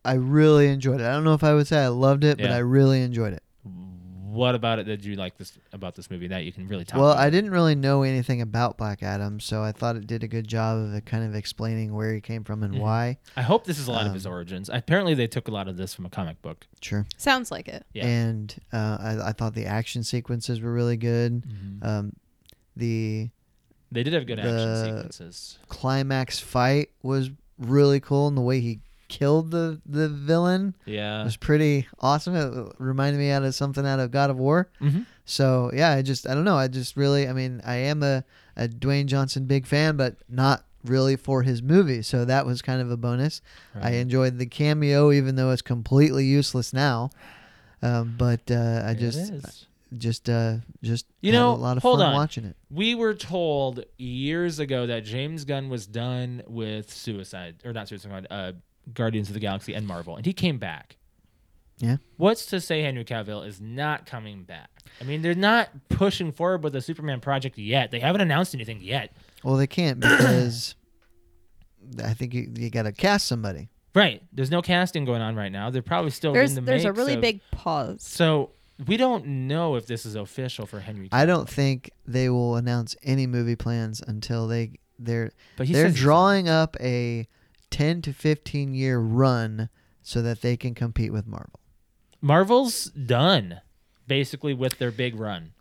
[SPEAKER 1] I really enjoyed it. I don't know if I would say I loved it, but
[SPEAKER 2] Yeah.
[SPEAKER 1] I really enjoyed it.
[SPEAKER 2] What about it did you like this about this movie that you can really talk
[SPEAKER 1] Well,
[SPEAKER 2] about?
[SPEAKER 1] I didn't really know anything about Black Adam, so I thought it did a good job of kind of explaining where he came from and why.
[SPEAKER 2] I hope this is a lot of
[SPEAKER 1] um,
[SPEAKER 2] his origins. Apparently, they took a lot of this from a comic book.
[SPEAKER 1] Sure.
[SPEAKER 3] Sounds like it.
[SPEAKER 2] Yeah.
[SPEAKER 1] And uh, I, I thought the action sequences were really good. Um, the
[SPEAKER 2] They did have good
[SPEAKER 1] The-
[SPEAKER 2] action sequences.
[SPEAKER 1] climax fight was really cool, and the way he killed the, the villain
[SPEAKER 2] Yeah.
[SPEAKER 1] was pretty awesome. It reminded me out of something out of God of War.
[SPEAKER 2] Mhm.
[SPEAKER 1] So yeah, I just I don't know. I just really I mean I am a, a Dwayne Johnson big fan, but not really for his movie. So that was kind of a bonus. I
[SPEAKER 2] Right.
[SPEAKER 1] enjoyed the cameo, even though it's completely useless now. Um, but uh, I
[SPEAKER 2] It
[SPEAKER 1] just
[SPEAKER 2] is.
[SPEAKER 1] just uh, just
[SPEAKER 2] You
[SPEAKER 1] had
[SPEAKER 2] know,
[SPEAKER 1] a lot of
[SPEAKER 2] hold
[SPEAKER 1] fun
[SPEAKER 2] on.
[SPEAKER 1] watching it.
[SPEAKER 2] We were told years ago that James Gunn was done with Suicide or not Suicide Squad, uh, Guardians of the Galaxy and Marvel, and he came back.
[SPEAKER 1] Yeah.
[SPEAKER 2] What's to say Henry Cavill is not coming back? I mean, they're not pushing forward with the Superman project yet. They haven't announced anything yet.
[SPEAKER 1] Well, they can't
[SPEAKER 2] [coughs]
[SPEAKER 1] because I think you, you got to cast somebody.
[SPEAKER 2] Right. There's no casting going on right now. They're probably still
[SPEAKER 3] There's
[SPEAKER 2] Oh, in the
[SPEAKER 3] there's a
[SPEAKER 2] makes
[SPEAKER 3] really
[SPEAKER 2] of-
[SPEAKER 3] big pause.
[SPEAKER 2] So we don't know if this is official for Henry. Cavill.
[SPEAKER 1] I don't think they will announce any movie plans until they they're
[SPEAKER 2] But he
[SPEAKER 1] they're
[SPEAKER 2] says he's-
[SPEAKER 1] drawing up a 10 to 15 year run so that they can compete with Marvel.
[SPEAKER 2] Marvel's done basically with their big run.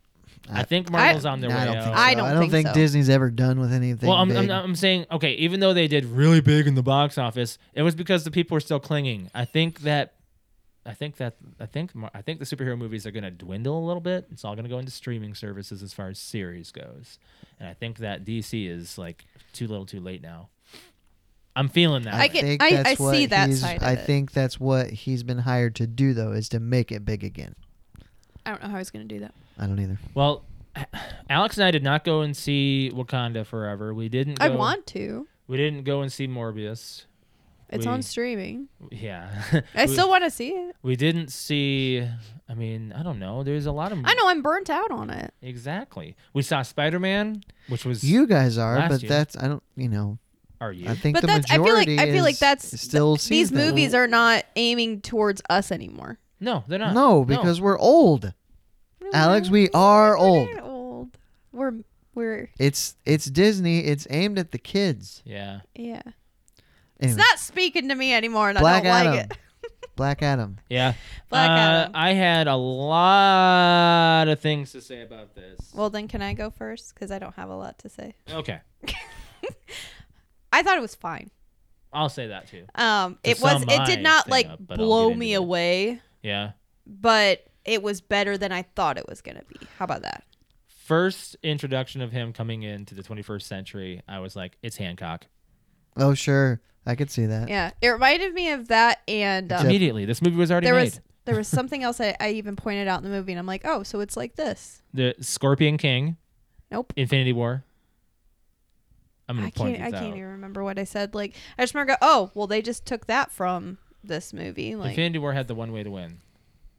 [SPEAKER 2] I,
[SPEAKER 1] I-
[SPEAKER 2] think Marvel's on their
[SPEAKER 1] No,
[SPEAKER 2] way
[SPEAKER 1] I don't
[SPEAKER 2] out.
[SPEAKER 1] think
[SPEAKER 3] I
[SPEAKER 1] so.
[SPEAKER 3] don't
[SPEAKER 1] I don't
[SPEAKER 3] think
[SPEAKER 1] think,
[SPEAKER 3] so.
[SPEAKER 1] Disney's ever done with anything
[SPEAKER 2] well, I'm,
[SPEAKER 1] big.
[SPEAKER 2] I'm, I'm saying okay. Even though they did really big in the box office, it was because the people were still clinging. I think that, I think that, I think, Mar- I think the superhero movies are going to dwindle a little bit. It's all going to go into streaming services as far as series goes, and I think that DC is like too little, too late now. I'm feeling that.
[SPEAKER 3] I
[SPEAKER 2] way.
[SPEAKER 3] get-
[SPEAKER 1] think
[SPEAKER 3] I-
[SPEAKER 1] that's
[SPEAKER 3] I
[SPEAKER 1] what
[SPEAKER 3] see that
[SPEAKER 1] he's-
[SPEAKER 3] side of
[SPEAKER 1] I
[SPEAKER 3] it.
[SPEAKER 1] think that's what he's been hired to do though is to make it big again.
[SPEAKER 3] I don't know how he's gonna do that.
[SPEAKER 1] I don't either.
[SPEAKER 2] Well, [sighs] Alex and I did not go and see Wakanda Forever. We didn't. Go,
[SPEAKER 3] I want to.
[SPEAKER 2] We didn't go and see Morbius. [laughs]
[SPEAKER 3] It's
[SPEAKER 2] We-
[SPEAKER 3] on streaming.
[SPEAKER 2] Yeah.
[SPEAKER 3] I
[SPEAKER 2] we,
[SPEAKER 3] still want to see it.
[SPEAKER 2] We didn't see. I mean, I don't know. There's a lot of.
[SPEAKER 3] I know I'm burnt out on it.
[SPEAKER 2] Exactly. We saw Spider Man, which was.
[SPEAKER 1] You Uh, guys are,
[SPEAKER 2] Last
[SPEAKER 1] but
[SPEAKER 2] year.
[SPEAKER 1] that's I don't, you know,
[SPEAKER 2] Are you?
[SPEAKER 1] I think
[SPEAKER 3] But
[SPEAKER 1] the
[SPEAKER 3] that's I feel like
[SPEAKER 1] majority
[SPEAKER 3] I feel like
[SPEAKER 1] is-
[SPEAKER 3] that's
[SPEAKER 1] still
[SPEAKER 3] th- these
[SPEAKER 1] sees that.
[SPEAKER 3] movies are not aiming towards us anymore.
[SPEAKER 2] no, they're not.
[SPEAKER 1] No, because we're old. Alex, we are old.
[SPEAKER 3] We're old. We're we're
[SPEAKER 1] It's it's Disney. It's aimed at the kids.
[SPEAKER 2] Yeah.
[SPEAKER 3] yeah. It's
[SPEAKER 1] Anyway,
[SPEAKER 3] not speaking to me anymore, and
[SPEAKER 1] Black
[SPEAKER 3] I don't
[SPEAKER 1] Adam.
[SPEAKER 3] like it.
[SPEAKER 1] Black Adam.
[SPEAKER 2] Yeah.
[SPEAKER 3] Black
[SPEAKER 2] uh,
[SPEAKER 3] Adam.
[SPEAKER 2] I had a lot of things to say about this.
[SPEAKER 3] Well, then can I go first? Because I don't have a lot to say.
[SPEAKER 2] okay.
[SPEAKER 3] I thought it was fine.
[SPEAKER 2] I'll say that too.
[SPEAKER 3] Um,
[SPEAKER 2] To
[SPEAKER 3] it was.
[SPEAKER 2] sum
[SPEAKER 3] It did
[SPEAKER 2] my
[SPEAKER 3] not
[SPEAKER 2] thing
[SPEAKER 3] like
[SPEAKER 2] up, but I'll
[SPEAKER 3] blow
[SPEAKER 2] get into
[SPEAKER 3] me
[SPEAKER 2] it.
[SPEAKER 3] away,
[SPEAKER 2] Yeah.
[SPEAKER 3] but it was better than I thought it was gonna be. How about that?
[SPEAKER 2] First introduction of him coming into the 21st century, I was like, it's Hancock.
[SPEAKER 1] Oh sure, I could see that.
[SPEAKER 3] Yeah, it reminded me of that, and um,
[SPEAKER 2] Immediately, this movie was already
[SPEAKER 3] there
[SPEAKER 2] made.
[SPEAKER 3] was there was something else I, I even pointed out in the movie, and I'm like, oh, so it's like this.
[SPEAKER 2] the Scorpion King,
[SPEAKER 3] Nope.
[SPEAKER 2] Infinity War. I'm gonna
[SPEAKER 3] I
[SPEAKER 2] point
[SPEAKER 3] can't. I
[SPEAKER 2] these
[SPEAKER 3] can't
[SPEAKER 2] out.
[SPEAKER 3] even remember what I said. Like, I just remember, oh, well, they just took that from this movie. Like,
[SPEAKER 2] Infinity War had the one way to win.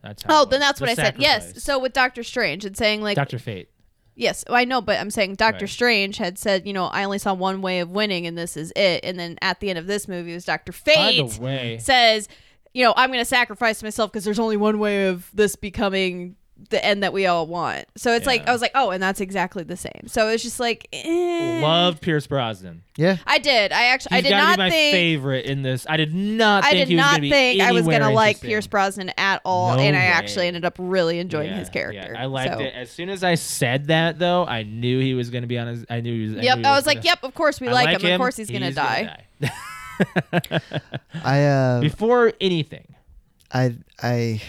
[SPEAKER 2] That's how
[SPEAKER 3] oh,
[SPEAKER 2] it
[SPEAKER 3] then
[SPEAKER 2] was.
[SPEAKER 3] that's what
[SPEAKER 2] The
[SPEAKER 3] I said.
[SPEAKER 2] sacrifice.
[SPEAKER 3] Yes. So with Doctor Strange and saying like,
[SPEAKER 2] Doctor Fate.
[SPEAKER 3] yes, I know, but I'm saying Doctor
[SPEAKER 2] Right.
[SPEAKER 3] Strange had said, you know, I only saw one way of winning, and this is it. And then at the end of this movie, it was Doctor
[SPEAKER 2] By
[SPEAKER 3] Fate
[SPEAKER 2] the way,
[SPEAKER 3] says, you know, I'm going to sacrifice myself because there's only one way of this becoming the end that we all want. So it's like
[SPEAKER 2] Yeah.
[SPEAKER 3] I was like, oh, and that's exactly the same. So it's just like, eh.
[SPEAKER 2] loved Pierce Brosnan.
[SPEAKER 1] Yeah.
[SPEAKER 3] I did. I actually.
[SPEAKER 2] He's
[SPEAKER 3] I did
[SPEAKER 2] gotta
[SPEAKER 3] not
[SPEAKER 2] be my
[SPEAKER 3] think.
[SPEAKER 2] favorite in this. I did not.
[SPEAKER 3] I
[SPEAKER 2] think
[SPEAKER 3] did
[SPEAKER 2] he was
[SPEAKER 3] not
[SPEAKER 2] gonna be
[SPEAKER 3] think I was
[SPEAKER 2] going to
[SPEAKER 3] like Pierce Brosnan at all,
[SPEAKER 2] No
[SPEAKER 3] and I
[SPEAKER 2] way.
[SPEAKER 3] actually ended up really enjoying his character.
[SPEAKER 2] I liked
[SPEAKER 3] So-
[SPEAKER 2] it. As soon as I said that, though, I knew he was going to be on his. I knew he was.
[SPEAKER 3] Yep,
[SPEAKER 2] knew he
[SPEAKER 3] I was like,
[SPEAKER 2] gonna-
[SPEAKER 3] yep, of course we
[SPEAKER 2] I
[SPEAKER 3] like, him. Of course he's gonna die.
[SPEAKER 2] die. [laughs]
[SPEAKER 1] I uh,
[SPEAKER 2] Before anything,
[SPEAKER 1] I I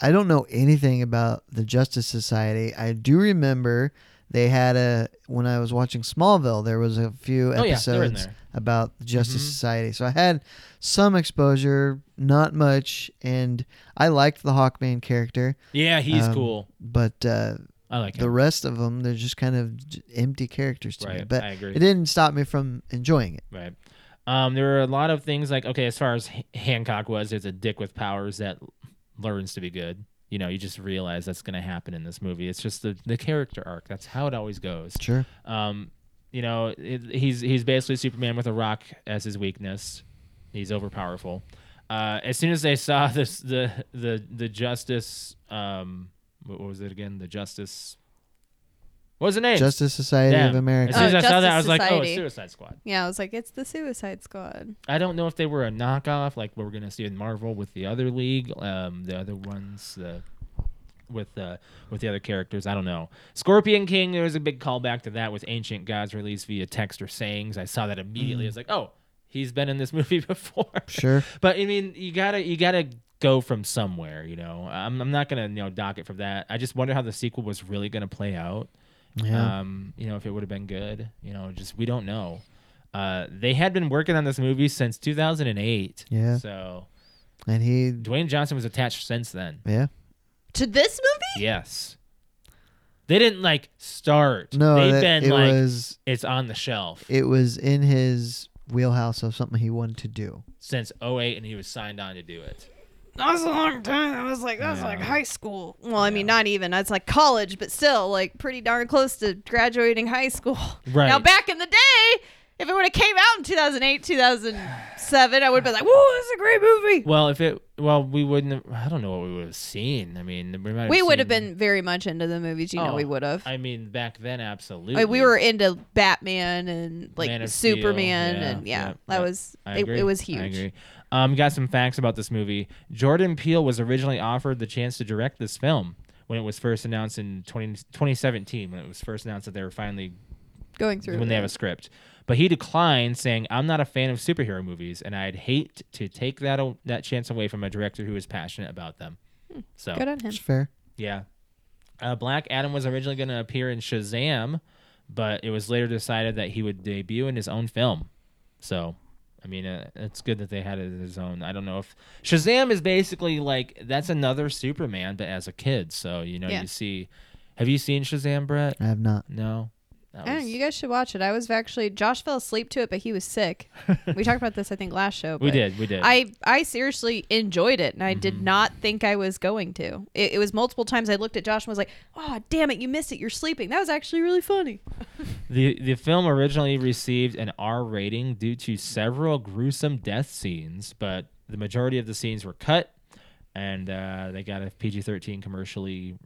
[SPEAKER 1] I don't know anything about the Justice Society. I do remember they had a when I was watching Smallville. There was a few
[SPEAKER 2] Oh, yeah,
[SPEAKER 1] episodes
[SPEAKER 2] they're in there.
[SPEAKER 1] about the Justice
[SPEAKER 2] Mhm.
[SPEAKER 1] Society, so I had some exposure, not much, and I liked the Hawkman character,
[SPEAKER 2] [laughs] yeah, he's
[SPEAKER 1] Um,
[SPEAKER 2] cool.
[SPEAKER 1] but. Uh,
[SPEAKER 2] I like him.
[SPEAKER 1] the rest of them they're just kind of j- empty characters to me
[SPEAKER 2] Right,
[SPEAKER 1] but
[SPEAKER 2] I agree.
[SPEAKER 1] it didn't stop me from enjoying it
[SPEAKER 2] Right. Um, there were a lot of things like okay, as far as H- Hancock was, there's a dick with powers that l- learns to be good. You know, you just realize that's going to happen in this movie. It's just the the character arc. That's how it always goes.
[SPEAKER 1] sure
[SPEAKER 2] Um, you know, it, he's he's basically Superman with a rock as his weakness. He's overpowerful. Uh, as soon as they saw this, the the the Justice, um, what was it again? The Justice. What was the name?
[SPEAKER 1] Justice Society
[SPEAKER 2] Damn.
[SPEAKER 1] of
[SPEAKER 2] As
[SPEAKER 1] America.
[SPEAKER 2] soon as
[SPEAKER 3] Oh,
[SPEAKER 2] I saw that,
[SPEAKER 3] Justice
[SPEAKER 2] I was like, oh,
[SPEAKER 3] Society.
[SPEAKER 2] it's Suicide Squad.
[SPEAKER 3] Yeah, I was like, it's the Suicide Squad.
[SPEAKER 2] I don't know if they were a knockoff, like what we're gonna see in Marvel with the other league, um, the other ones, uh, with uh, with the other characters. I don't know. Scorpion King, there was a big callback to that with Ancient Gods released via text or sayings. I saw that immediately. I was like, oh, he's been in this [laughs] movie before.
[SPEAKER 1] Sure.
[SPEAKER 2] But I mean, you gotta you gotta go from somewhere. You know, I'm I'm not gonna you know dock it for that. I just wonder how the sequel was really gonna play out.
[SPEAKER 1] Yeah.
[SPEAKER 2] Um, you know, if it would have been good, you know, just we don't know. Uh, they had been working on this movie since 2008.
[SPEAKER 1] Yeah.
[SPEAKER 2] So
[SPEAKER 1] and he.
[SPEAKER 2] Dwayne Johnson was attached since then.
[SPEAKER 1] Yeah.
[SPEAKER 3] To this movie?
[SPEAKER 2] Yes. They didn't like start.
[SPEAKER 1] No,
[SPEAKER 2] They've
[SPEAKER 1] that-
[SPEAKER 2] been
[SPEAKER 1] it
[SPEAKER 2] like
[SPEAKER 1] was
[SPEAKER 2] it's on the shelf
[SPEAKER 1] it was in his wheelhouse of something he wanted to do.
[SPEAKER 2] since 08 and he was signed on to do it.
[SPEAKER 3] That was a long time. I was like, that was like
[SPEAKER 2] Yeah.
[SPEAKER 3] high school. Well, I mean, not even. That's like college, but still, like pretty darn close to graduating high school.
[SPEAKER 2] Right.
[SPEAKER 3] Now, back in the day, if it would have came out in 2008, 2007, I would have been like, whoa, this is a great movie.
[SPEAKER 2] Well, if it well, we wouldn't have, I don't know what we would have seen. I mean, we might
[SPEAKER 3] we would have
[SPEAKER 2] seen-
[SPEAKER 3] been very much into the movies. You know,
[SPEAKER 2] Oh,
[SPEAKER 3] we would have.
[SPEAKER 2] I mean, back then absolutely.
[SPEAKER 3] Like, we were into Batman and like
[SPEAKER 2] Mm-hmm. Man of Steel,
[SPEAKER 3] Superman,
[SPEAKER 2] yeah,
[SPEAKER 3] and yeah,
[SPEAKER 2] yeah,
[SPEAKER 3] that
[SPEAKER 2] yeah.
[SPEAKER 3] was
[SPEAKER 2] I
[SPEAKER 3] it,
[SPEAKER 2] agree.
[SPEAKER 3] it. Was
[SPEAKER 2] I
[SPEAKER 3] huge.
[SPEAKER 2] agree. Um, got some facts about this movie. Jordan Peele was originally offered the chance to direct this film when it was first announced in 20, 2017, when it was first announced that they were finally
[SPEAKER 3] Going through
[SPEAKER 2] when they have a script. But he declined, saying, "I'm not a fan of superhero movies, and I'd hate to take that o- that chance away from a director who is passionate about them." So
[SPEAKER 3] Hmm. good on him.
[SPEAKER 1] It's fair.
[SPEAKER 2] yeah. Uh, Black Adam was originally going to appear in Shazam, but it was later decided that he would debut in his own film. So, I mean, uh, it's good that they had it as his own. I don't know if Shazam is basically like that's another Superman, but as a kid. So you know,
[SPEAKER 3] Yeah.
[SPEAKER 2] you see, have you seen Shazam, Brett?
[SPEAKER 1] I have not.
[SPEAKER 2] No. That
[SPEAKER 3] I don't know, Uh, you guys should watch it. I was actually Josh fell asleep to it, but he was
[SPEAKER 2] [laughs]
[SPEAKER 3] sick. we talked about this, I think, last show.
[SPEAKER 2] we
[SPEAKER 3] but
[SPEAKER 2] did, Mm-hmm. we did.
[SPEAKER 3] I I seriously enjoyed it, and I did not think I was going to. It, it was multiple times I looked at Josh and was like, "Oh, damn it, you missed it. You're sleeping." That was actually really funny.
[SPEAKER 2] The the film originally received an R rating due to several gruesome death scenes, but the majority of the scenes were cut, and uh, they got a PG thirteen commercially,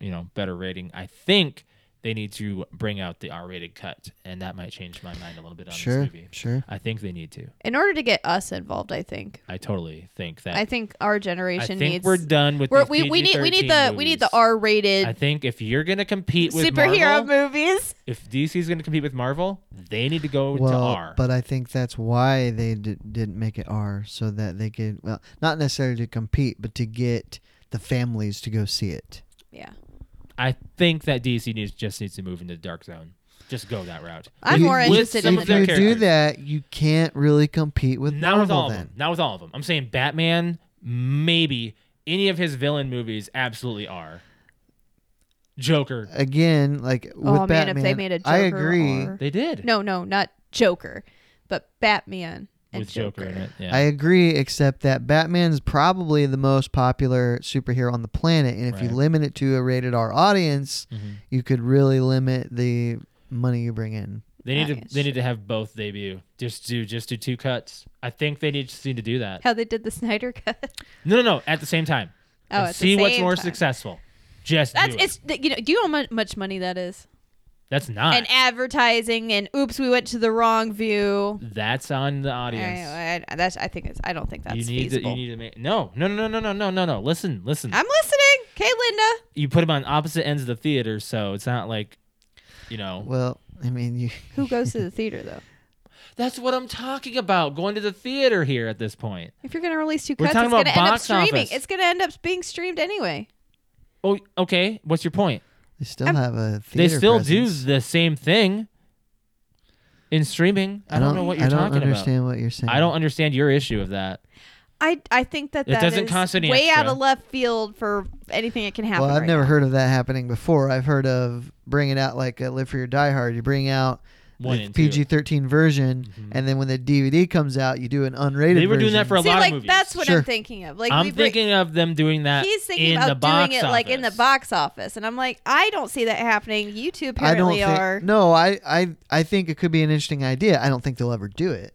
[SPEAKER 2] you know, better rating. I think they need to bring out the R rated cut, and that might change my mind a little bit on
[SPEAKER 1] Sure.
[SPEAKER 2] this movie.
[SPEAKER 1] Sure.
[SPEAKER 2] I think they need to.
[SPEAKER 3] In order to get us involved, I think
[SPEAKER 2] I totally think that.
[SPEAKER 3] I think our
[SPEAKER 2] I
[SPEAKER 3] generation
[SPEAKER 2] think
[SPEAKER 3] needs
[SPEAKER 2] we're done with.
[SPEAKER 3] we're-
[SPEAKER 2] these
[SPEAKER 3] we we need we need the
[SPEAKER 2] PG-13
[SPEAKER 3] we need the
[SPEAKER 2] movies. I
[SPEAKER 3] R-rated
[SPEAKER 2] think if you're gonna compete with
[SPEAKER 3] superhero
[SPEAKER 2] Marvel,
[SPEAKER 3] movies.
[SPEAKER 2] if DC's gonna compete with Marvel, they need to go to
[SPEAKER 1] Well,
[SPEAKER 2] R.
[SPEAKER 1] but I think that's why they d- didn't make it R, so that they could well, not necessarily to compete, but to get the families to go see it.
[SPEAKER 3] Yeah,
[SPEAKER 2] I think that DC needs just needs to move into the dark zone. Just go that route.
[SPEAKER 3] I'm
[SPEAKER 1] You-
[SPEAKER 3] more
[SPEAKER 1] with
[SPEAKER 3] interested in
[SPEAKER 2] some
[SPEAKER 3] the
[SPEAKER 2] of
[SPEAKER 1] If you
[SPEAKER 2] their
[SPEAKER 3] dark
[SPEAKER 1] do
[SPEAKER 2] characters.
[SPEAKER 1] that, you can't really compete with
[SPEAKER 2] Not with all
[SPEAKER 1] Marvel.
[SPEAKER 2] of
[SPEAKER 1] Then
[SPEAKER 2] them. Not with all of them. I'm saying Batman, maybe any of his villain movies absolutely are. Joker,
[SPEAKER 1] Uh, again, like with
[SPEAKER 3] Oh, man, if
[SPEAKER 1] Batman,
[SPEAKER 3] they made a
[SPEAKER 1] I
[SPEAKER 3] Joker
[SPEAKER 1] agree.
[SPEAKER 3] or-
[SPEAKER 2] they did
[SPEAKER 3] No, no, not Joker, but Batman and
[SPEAKER 2] with Joker. in it. Yeah.
[SPEAKER 1] I agree, except that Batman's probably the most popular superhero on the planet, and if you
[SPEAKER 2] Right.
[SPEAKER 1] limit it to a rated R audience,
[SPEAKER 2] Mhm.
[SPEAKER 1] you could really limit the money you bring in.
[SPEAKER 2] They need
[SPEAKER 3] Yeah,
[SPEAKER 2] to
[SPEAKER 3] it's
[SPEAKER 2] they need to have both debut. Just do just do two cuts. I think they need just need to do that.
[SPEAKER 3] How they did the Snyder [laughs] cut.
[SPEAKER 2] No, no, no. At the same time.
[SPEAKER 3] Oh,
[SPEAKER 2] And
[SPEAKER 3] at the
[SPEAKER 2] see what's
[SPEAKER 3] same
[SPEAKER 2] more
[SPEAKER 3] time.
[SPEAKER 2] successful. Just
[SPEAKER 3] That's
[SPEAKER 2] do it.
[SPEAKER 3] it's th- you know. Do you know how much money that is?
[SPEAKER 2] That's not.
[SPEAKER 3] And advertising and oops, we went to the wrong view.
[SPEAKER 2] that's on the
[SPEAKER 3] I,
[SPEAKER 2] audience.
[SPEAKER 3] I- that's I think it's, I don't think that's
[SPEAKER 2] you need to,
[SPEAKER 3] feasible.
[SPEAKER 2] you need to make no no no no no no no no. Listen listen.
[SPEAKER 3] I'm listening. Okay, Linda.
[SPEAKER 2] you put them on opposite ends of the theater, so it's not like, you know.
[SPEAKER 1] Well, I mean, you [laughs]
[SPEAKER 3] Who goes to the theater though?
[SPEAKER 2] That's what I'm talking about. Going to the theater here at this point.
[SPEAKER 3] If you're gonna release two
[SPEAKER 2] We're
[SPEAKER 3] cuts,
[SPEAKER 2] talking
[SPEAKER 3] it's gonna
[SPEAKER 2] about
[SPEAKER 3] end up
[SPEAKER 2] box
[SPEAKER 3] streaming.
[SPEAKER 2] office.
[SPEAKER 3] It's gonna end up being streamed anyway.
[SPEAKER 2] Oh, okay. What's your point?
[SPEAKER 1] they still
[SPEAKER 3] I'm-
[SPEAKER 1] have a
[SPEAKER 2] They
[SPEAKER 1] theater
[SPEAKER 2] still
[SPEAKER 1] presence.
[SPEAKER 2] do the same thing in streaming. I, don't, know what you're
[SPEAKER 1] I don't
[SPEAKER 2] talking
[SPEAKER 1] understand what you're saying.
[SPEAKER 2] about. I don't understand your issue of that.
[SPEAKER 3] I, I think that
[SPEAKER 2] It
[SPEAKER 3] that
[SPEAKER 2] doesn't
[SPEAKER 3] is
[SPEAKER 2] cost any
[SPEAKER 3] way out
[SPEAKER 2] extra.
[SPEAKER 3] of left field for anything that can happen.
[SPEAKER 1] Well, I've
[SPEAKER 3] right
[SPEAKER 1] never
[SPEAKER 3] now.
[SPEAKER 1] heard of that happening before. I've heard of bringing out like a Live for Your Die Hard. You bring out the
[SPEAKER 2] one and two. Mm-hmm.
[SPEAKER 1] PG thirteen version, and then when the DVD comes out, you do an unrated.
[SPEAKER 2] They were doing that
[SPEAKER 1] version.
[SPEAKER 2] for a
[SPEAKER 3] See,
[SPEAKER 2] lot
[SPEAKER 3] like
[SPEAKER 2] of movies.
[SPEAKER 3] that's what
[SPEAKER 1] Sure.
[SPEAKER 3] I'm thinking of. Like we
[SPEAKER 2] I'm
[SPEAKER 3] bring-
[SPEAKER 2] thinking of them doing that.
[SPEAKER 3] He's thinking
[SPEAKER 2] in the
[SPEAKER 3] about
[SPEAKER 2] box
[SPEAKER 3] doing it like in the
[SPEAKER 2] office.
[SPEAKER 3] box office, and I'm like, I don't see that happening. You two
[SPEAKER 1] I don't
[SPEAKER 3] apparently
[SPEAKER 1] think.
[SPEAKER 3] are.
[SPEAKER 1] No, I, I I think it could be an interesting idea. I don't think they'll ever do it.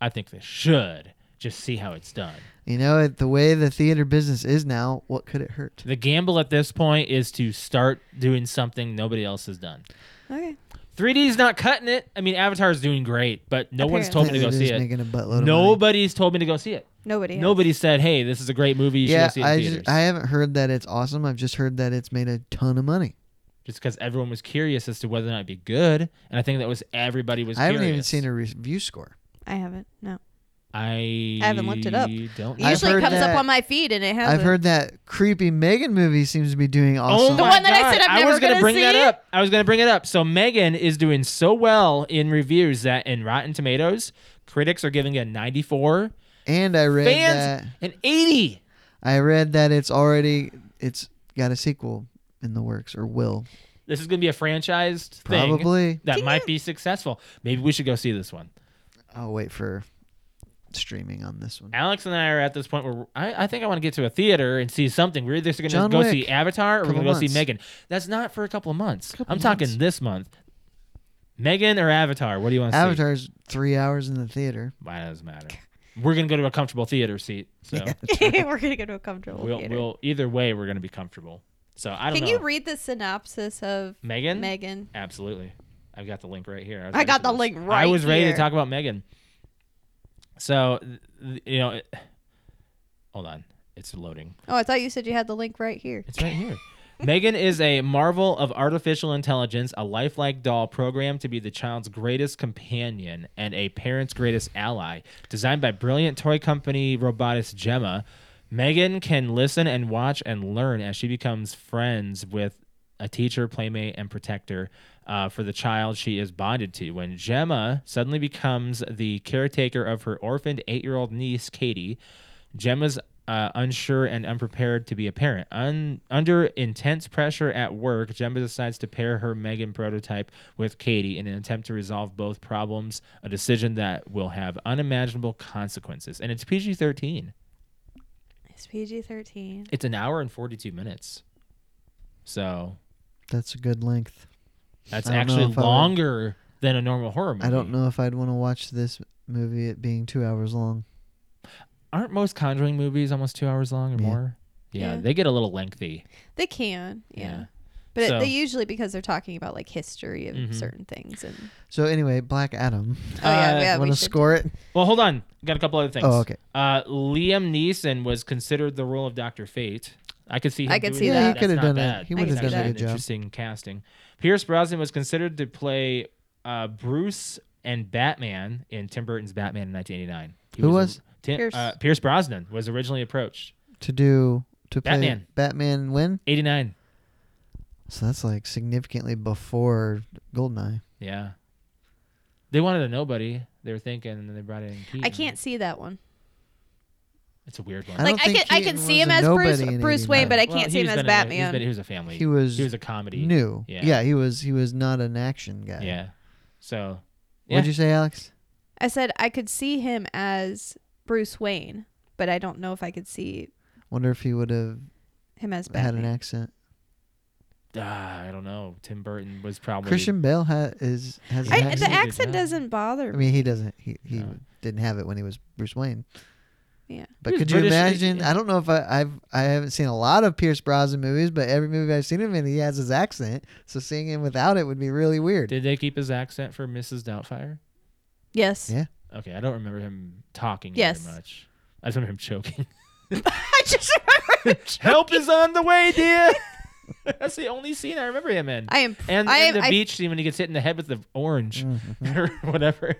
[SPEAKER 2] I think they should just see how it's done.
[SPEAKER 1] You know, it- the way the theater business is now, what could it hurt?
[SPEAKER 2] The gamble at this point is to start doing something nobody else has done.
[SPEAKER 3] Okay.
[SPEAKER 2] 3D's not cutting it. I mean, Avatar's doing great, but no one's told me to go
[SPEAKER 1] It is
[SPEAKER 2] see it.
[SPEAKER 1] making a buttload of money.
[SPEAKER 2] Nobody's told me to go see it.
[SPEAKER 3] Nobody. Has.
[SPEAKER 2] Nobody said, "Hey, this is a great movie. You should
[SPEAKER 1] yeah,
[SPEAKER 2] go see it in
[SPEAKER 1] I
[SPEAKER 2] theaters."
[SPEAKER 1] just, I haven't heard that it's awesome. I've just heard that it's made a ton of money.
[SPEAKER 2] just because everyone was curious as to whether or not it'd be good, and I think that was everybody was.
[SPEAKER 1] I haven't even
[SPEAKER 2] curious.
[SPEAKER 1] seen a review score.
[SPEAKER 3] I haven't. No.
[SPEAKER 2] I
[SPEAKER 3] I haven't looked it up.
[SPEAKER 2] Don't.
[SPEAKER 3] It
[SPEAKER 1] I've
[SPEAKER 3] usually
[SPEAKER 1] heard
[SPEAKER 3] comes
[SPEAKER 1] that-
[SPEAKER 3] up on my feed, and it has.
[SPEAKER 1] I've
[SPEAKER 3] a-
[SPEAKER 1] heard that creepy Megan movie seems to be doing awesome.
[SPEAKER 3] The
[SPEAKER 2] Oh my
[SPEAKER 3] one that I said I'm
[SPEAKER 2] I was
[SPEAKER 3] never
[SPEAKER 2] gonna
[SPEAKER 3] gonna
[SPEAKER 2] bring that
[SPEAKER 3] see?
[SPEAKER 2] up. I was going to bring it up. So Megan is doing so well in reviews that in Rotten Tomatoes, critics are giving it a 94,
[SPEAKER 1] and I read
[SPEAKER 2] fans
[SPEAKER 1] that
[SPEAKER 2] an 80.
[SPEAKER 1] I read that it's already it's got a sequel in the works or will
[SPEAKER 2] This is going to be a franchised thing
[SPEAKER 1] probably.
[SPEAKER 2] that might be successful. Maybe we should go see this one.
[SPEAKER 1] I'll wait for streaming on this one.
[SPEAKER 2] Alex and I are at this point where I, I think I want to get to a theater and see something. We're either going to
[SPEAKER 1] John
[SPEAKER 2] go
[SPEAKER 1] Wick.
[SPEAKER 2] see Avatar or we're
[SPEAKER 1] Couple
[SPEAKER 2] going to go see
[SPEAKER 1] months.
[SPEAKER 2] Megan. That's not for a couple of months.
[SPEAKER 1] Couple
[SPEAKER 2] I'm talking
[SPEAKER 1] months.
[SPEAKER 2] this month. Megan or Avatar? What do you want to see?
[SPEAKER 1] Avatar's three hours in the theater.
[SPEAKER 2] Why does it matter? We're gonna go to a comfortable theater seat,
[SPEAKER 1] [laughs]
[SPEAKER 2] so
[SPEAKER 3] [laughs] We're gonna go to a comfortable
[SPEAKER 2] we'll,
[SPEAKER 3] theater.
[SPEAKER 2] we'll either way we're gonna be comfortable. So I don't
[SPEAKER 3] Can
[SPEAKER 2] know.
[SPEAKER 3] you read the synopsis of
[SPEAKER 2] Megan?
[SPEAKER 3] Megan?
[SPEAKER 2] Absolutely, I've got the link right here. was
[SPEAKER 3] I
[SPEAKER 2] ready
[SPEAKER 3] got
[SPEAKER 2] for
[SPEAKER 3] the
[SPEAKER 2] this.
[SPEAKER 3] link right
[SPEAKER 2] I was ready to
[SPEAKER 3] here.
[SPEAKER 2] talk about Megan. So th- th- you know, it, hold on, it's loading.
[SPEAKER 3] Oh, I thought you said you had the link right here.
[SPEAKER 2] It's right
[SPEAKER 3] [laughs]
[SPEAKER 2] here. Megan is a marvel of artificial intelligence, a lifelike doll programmed to be the child's greatest companion and a parent's greatest ally. Designed by brilliant toy company robotist Gemma, Megan can listen and watch and learn as she becomes friends with a teacher, playmate, and protector uh, for the child she is bonded to. When Gemma suddenly becomes the caretaker of her orphaned eight year old niece, Katie, Gemma's uh, unsure and unprepared to be a parent. Un- under intense pressure at work, Gemma decides to pair her Megan prototype with Katie in an attempt to resolve both problems, a decision that will have unimaginable consequences. And it's PG 13,
[SPEAKER 3] It's PG thirteen.
[SPEAKER 2] it's an hour and 42 minutes. So
[SPEAKER 1] That's a good length.
[SPEAKER 2] that's
[SPEAKER 1] I don't know
[SPEAKER 2] actually
[SPEAKER 1] if I would-
[SPEAKER 2] longer than a normal horror movie.
[SPEAKER 1] I don't know if I'd want to watch this movie it being two hours long.
[SPEAKER 2] Aren't most Conjuring movies almost two hours long or
[SPEAKER 1] Yeah.
[SPEAKER 2] more? Yeah,
[SPEAKER 3] Yeah.
[SPEAKER 2] they get a little lengthy.
[SPEAKER 3] They can, yeah.
[SPEAKER 2] Yeah.
[SPEAKER 3] But
[SPEAKER 2] So-
[SPEAKER 3] they usually because they're talking about like history of
[SPEAKER 2] Mhm.
[SPEAKER 3] certain things and
[SPEAKER 1] So anyway, Black Adam.
[SPEAKER 3] oh yeah,
[SPEAKER 2] Uh,
[SPEAKER 1] [laughs]
[SPEAKER 3] yeah we
[SPEAKER 1] want to
[SPEAKER 3] should-
[SPEAKER 1] score it?
[SPEAKER 2] Well, hold on. Got a couple other things.
[SPEAKER 1] Oh, okay.
[SPEAKER 2] Uh, Liam Neeson was considered the role of Dr. Fate. I could see him
[SPEAKER 3] I could
[SPEAKER 2] doing
[SPEAKER 3] see
[SPEAKER 2] that.
[SPEAKER 3] Yeah, he
[SPEAKER 2] That's
[SPEAKER 1] could've
[SPEAKER 2] not
[SPEAKER 1] done it.
[SPEAKER 2] bad.
[SPEAKER 1] He
[SPEAKER 3] would've
[SPEAKER 2] That's
[SPEAKER 3] done a
[SPEAKER 2] actually
[SPEAKER 1] good
[SPEAKER 2] an
[SPEAKER 1] job.
[SPEAKER 2] Interesting casting. Pierce Brosnan was considered to play uh, Bruce and Batman in Tim Burton's Batman in 1989. He
[SPEAKER 1] Who was?
[SPEAKER 2] Tim, Pierce.
[SPEAKER 3] Pierce.
[SPEAKER 2] Uh, Pierce Brosnan was originally approached.
[SPEAKER 1] To do to play
[SPEAKER 2] Batman.
[SPEAKER 1] Batman win?
[SPEAKER 2] 89.
[SPEAKER 1] So that's like significantly before Goldeneye.
[SPEAKER 2] Yeah. They wanted a nobody. They were thinking, and then they brought in. Keaton.
[SPEAKER 3] I can't see that one.
[SPEAKER 2] It's a weird one.
[SPEAKER 1] I
[SPEAKER 3] Like
[SPEAKER 1] don't
[SPEAKER 3] I can
[SPEAKER 1] think
[SPEAKER 3] I
[SPEAKER 1] Keaton
[SPEAKER 3] can see
[SPEAKER 1] was
[SPEAKER 3] him
[SPEAKER 1] a
[SPEAKER 3] as Bruce
[SPEAKER 1] nobody in
[SPEAKER 3] Bruce Wayne,
[SPEAKER 1] 89.
[SPEAKER 3] but I
[SPEAKER 2] Well, he
[SPEAKER 3] can't see him
[SPEAKER 2] was
[SPEAKER 3] as
[SPEAKER 2] done in a- he's
[SPEAKER 3] Batman.
[SPEAKER 2] been- he was a family.
[SPEAKER 1] He was
[SPEAKER 2] He was a comedy.
[SPEAKER 1] new.
[SPEAKER 2] Yeah.
[SPEAKER 1] Yeah. he was he was not an action guy.
[SPEAKER 2] Yeah. So.
[SPEAKER 1] What'd you say, Alex?
[SPEAKER 3] I said I could see him as Bruce Wayne, but I don't know if I could see
[SPEAKER 1] Wonder if he would have
[SPEAKER 3] him as
[SPEAKER 1] had an
[SPEAKER 3] Batman.
[SPEAKER 1] accent.
[SPEAKER 2] Ah, I don't know. Tim Burton was probably
[SPEAKER 1] Christian Bale ha- is has an
[SPEAKER 3] I,
[SPEAKER 2] He's
[SPEAKER 3] the
[SPEAKER 2] a good
[SPEAKER 1] accent.
[SPEAKER 3] accent
[SPEAKER 2] guy.
[SPEAKER 3] doesn't bother
[SPEAKER 1] I
[SPEAKER 3] me.
[SPEAKER 1] mean, he doesn't. He he
[SPEAKER 2] No.
[SPEAKER 1] didn't have it when he was Bruce Wayne.
[SPEAKER 3] Yeah.
[SPEAKER 1] But
[SPEAKER 2] He was
[SPEAKER 1] could you
[SPEAKER 2] British, eh,
[SPEAKER 1] imagine?
[SPEAKER 2] yeah.
[SPEAKER 1] I don't know if I, I've I haven't seen a lot of Pierce Brosnan movies, but every movie I've seen him in, he has his accent. So seeing him without it would be really weird.
[SPEAKER 2] Did they keep his accent for Mrs. Doubtfire?
[SPEAKER 3] Yes. [laughs]
[SPEAKER 1] Yeah.
[SPEAKER 2] Okay, I don't remember him talking
[SPEAKER 3] Yes.
[SPEAKER 2] very much. I just remember him choking. [laughs]
[SPEAKER 3] I just remember him
[SPEAKER 2] Help is on the way, dear. [laughs] That's the only scene I remember him in.
[SPEAKER 3] I am
[SPEAKER 2] and
[SPEAKER 3] I
[SPEAKER 2] and
[SPEAKER 3] am
[SPEAKER 2] the
[SPEAKER 3] I,
[SPEAKER 2] beach scene when he gets hit in the head with the orange [laughs]
[SPEAKER 1] Mm-hmm.
[SPEAKER 2] or whatever.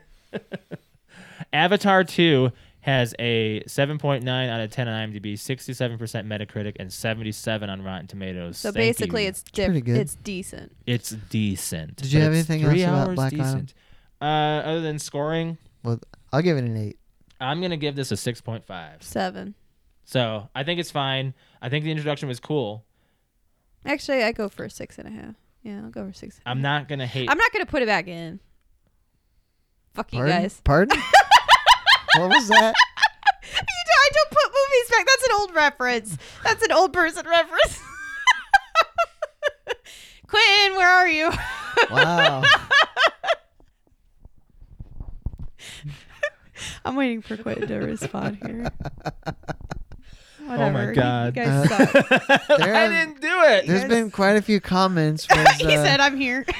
[SPEAKER 2] Avatar 2 has a 7.9 out of 10 on IMDb, 67% Metacritic, and 77 on Rotten Tomatoes.
[SPEAKER 3] so
[SPEAKER 2] Thank
[SPEAKER 3] basically
[SPEAKER 2] you.
[SPEAKER 3] it's diff-
[SPEAKER 1] pretty good.
[SPEAKER 3] it's decent.
[SPEAKER 2] it's decent.
[SPEAKER 1] Did you
[SPEAKER 2] but
[SPEAKER 1] have
[SPEAKER 2] it's
[SPEAKER 1] anything
[SPEAKER 2] three
[SPEAKER 1] else about
[SPEAKER 2] hours
[SPEAKER 1] Black Adam?
[SPEAKER 2] decent. Uh, other than scoring,
[SPEAKER 1] Well, I'll give it an eight.
[SPEAKER 2] I'm gonna give this a 6.5.
[SPEAKER 3] Seven.
[SPEAKER 2] So I think it's fine. I think the introduction was cool.
[SPEAKER 3] Actually I go for a six and a half. Yeah, I'll go over six.
[SPEAKER 2] I'm not gonna hate.
[SPEAKER 3] I'm not gonna put it back in. Fuck you
[SPEAKER 1] Pardon?
[SPEAKER 3] guys. [laughs]
[SPEAKER 1] Pardon? what was that?
[SPEAKER 3] You do, I don't put movies back. That's an old reference. That's an old person reference. [laughs] Quinn, where are you? [laughs]
[SPEAKER 1] Wow.
[SPEAKER 3] I'm waiting for Quinn to respond here.
[SPEAKER 2] [laughs] Oh my
[SPEAKER 3] Whatever. You-
[SPEAKER 2] God.
[SPEAKER 3] You
[SPEAKER 1] Uh,
[SPEAKER 2] [laughs]
[SPEAKER 3] guys
[SPEAKER 2] [laughs]
[SPEAKER 3] suck.
[SPEAKER 2] I
[SPEAKER 1] There-
[SPEAKER 2] didn't do it.
[SPEAKER 1] There's
[SPEAKER 3] guys-
[SPEAKER 1] been quite a few comments. Was, uh,
[SPEAKER 3] [laughs] he said, "I'm
[SPEAKER 2] [laughs]
[SPEAKER 3] here."
[SPEAKER 1] is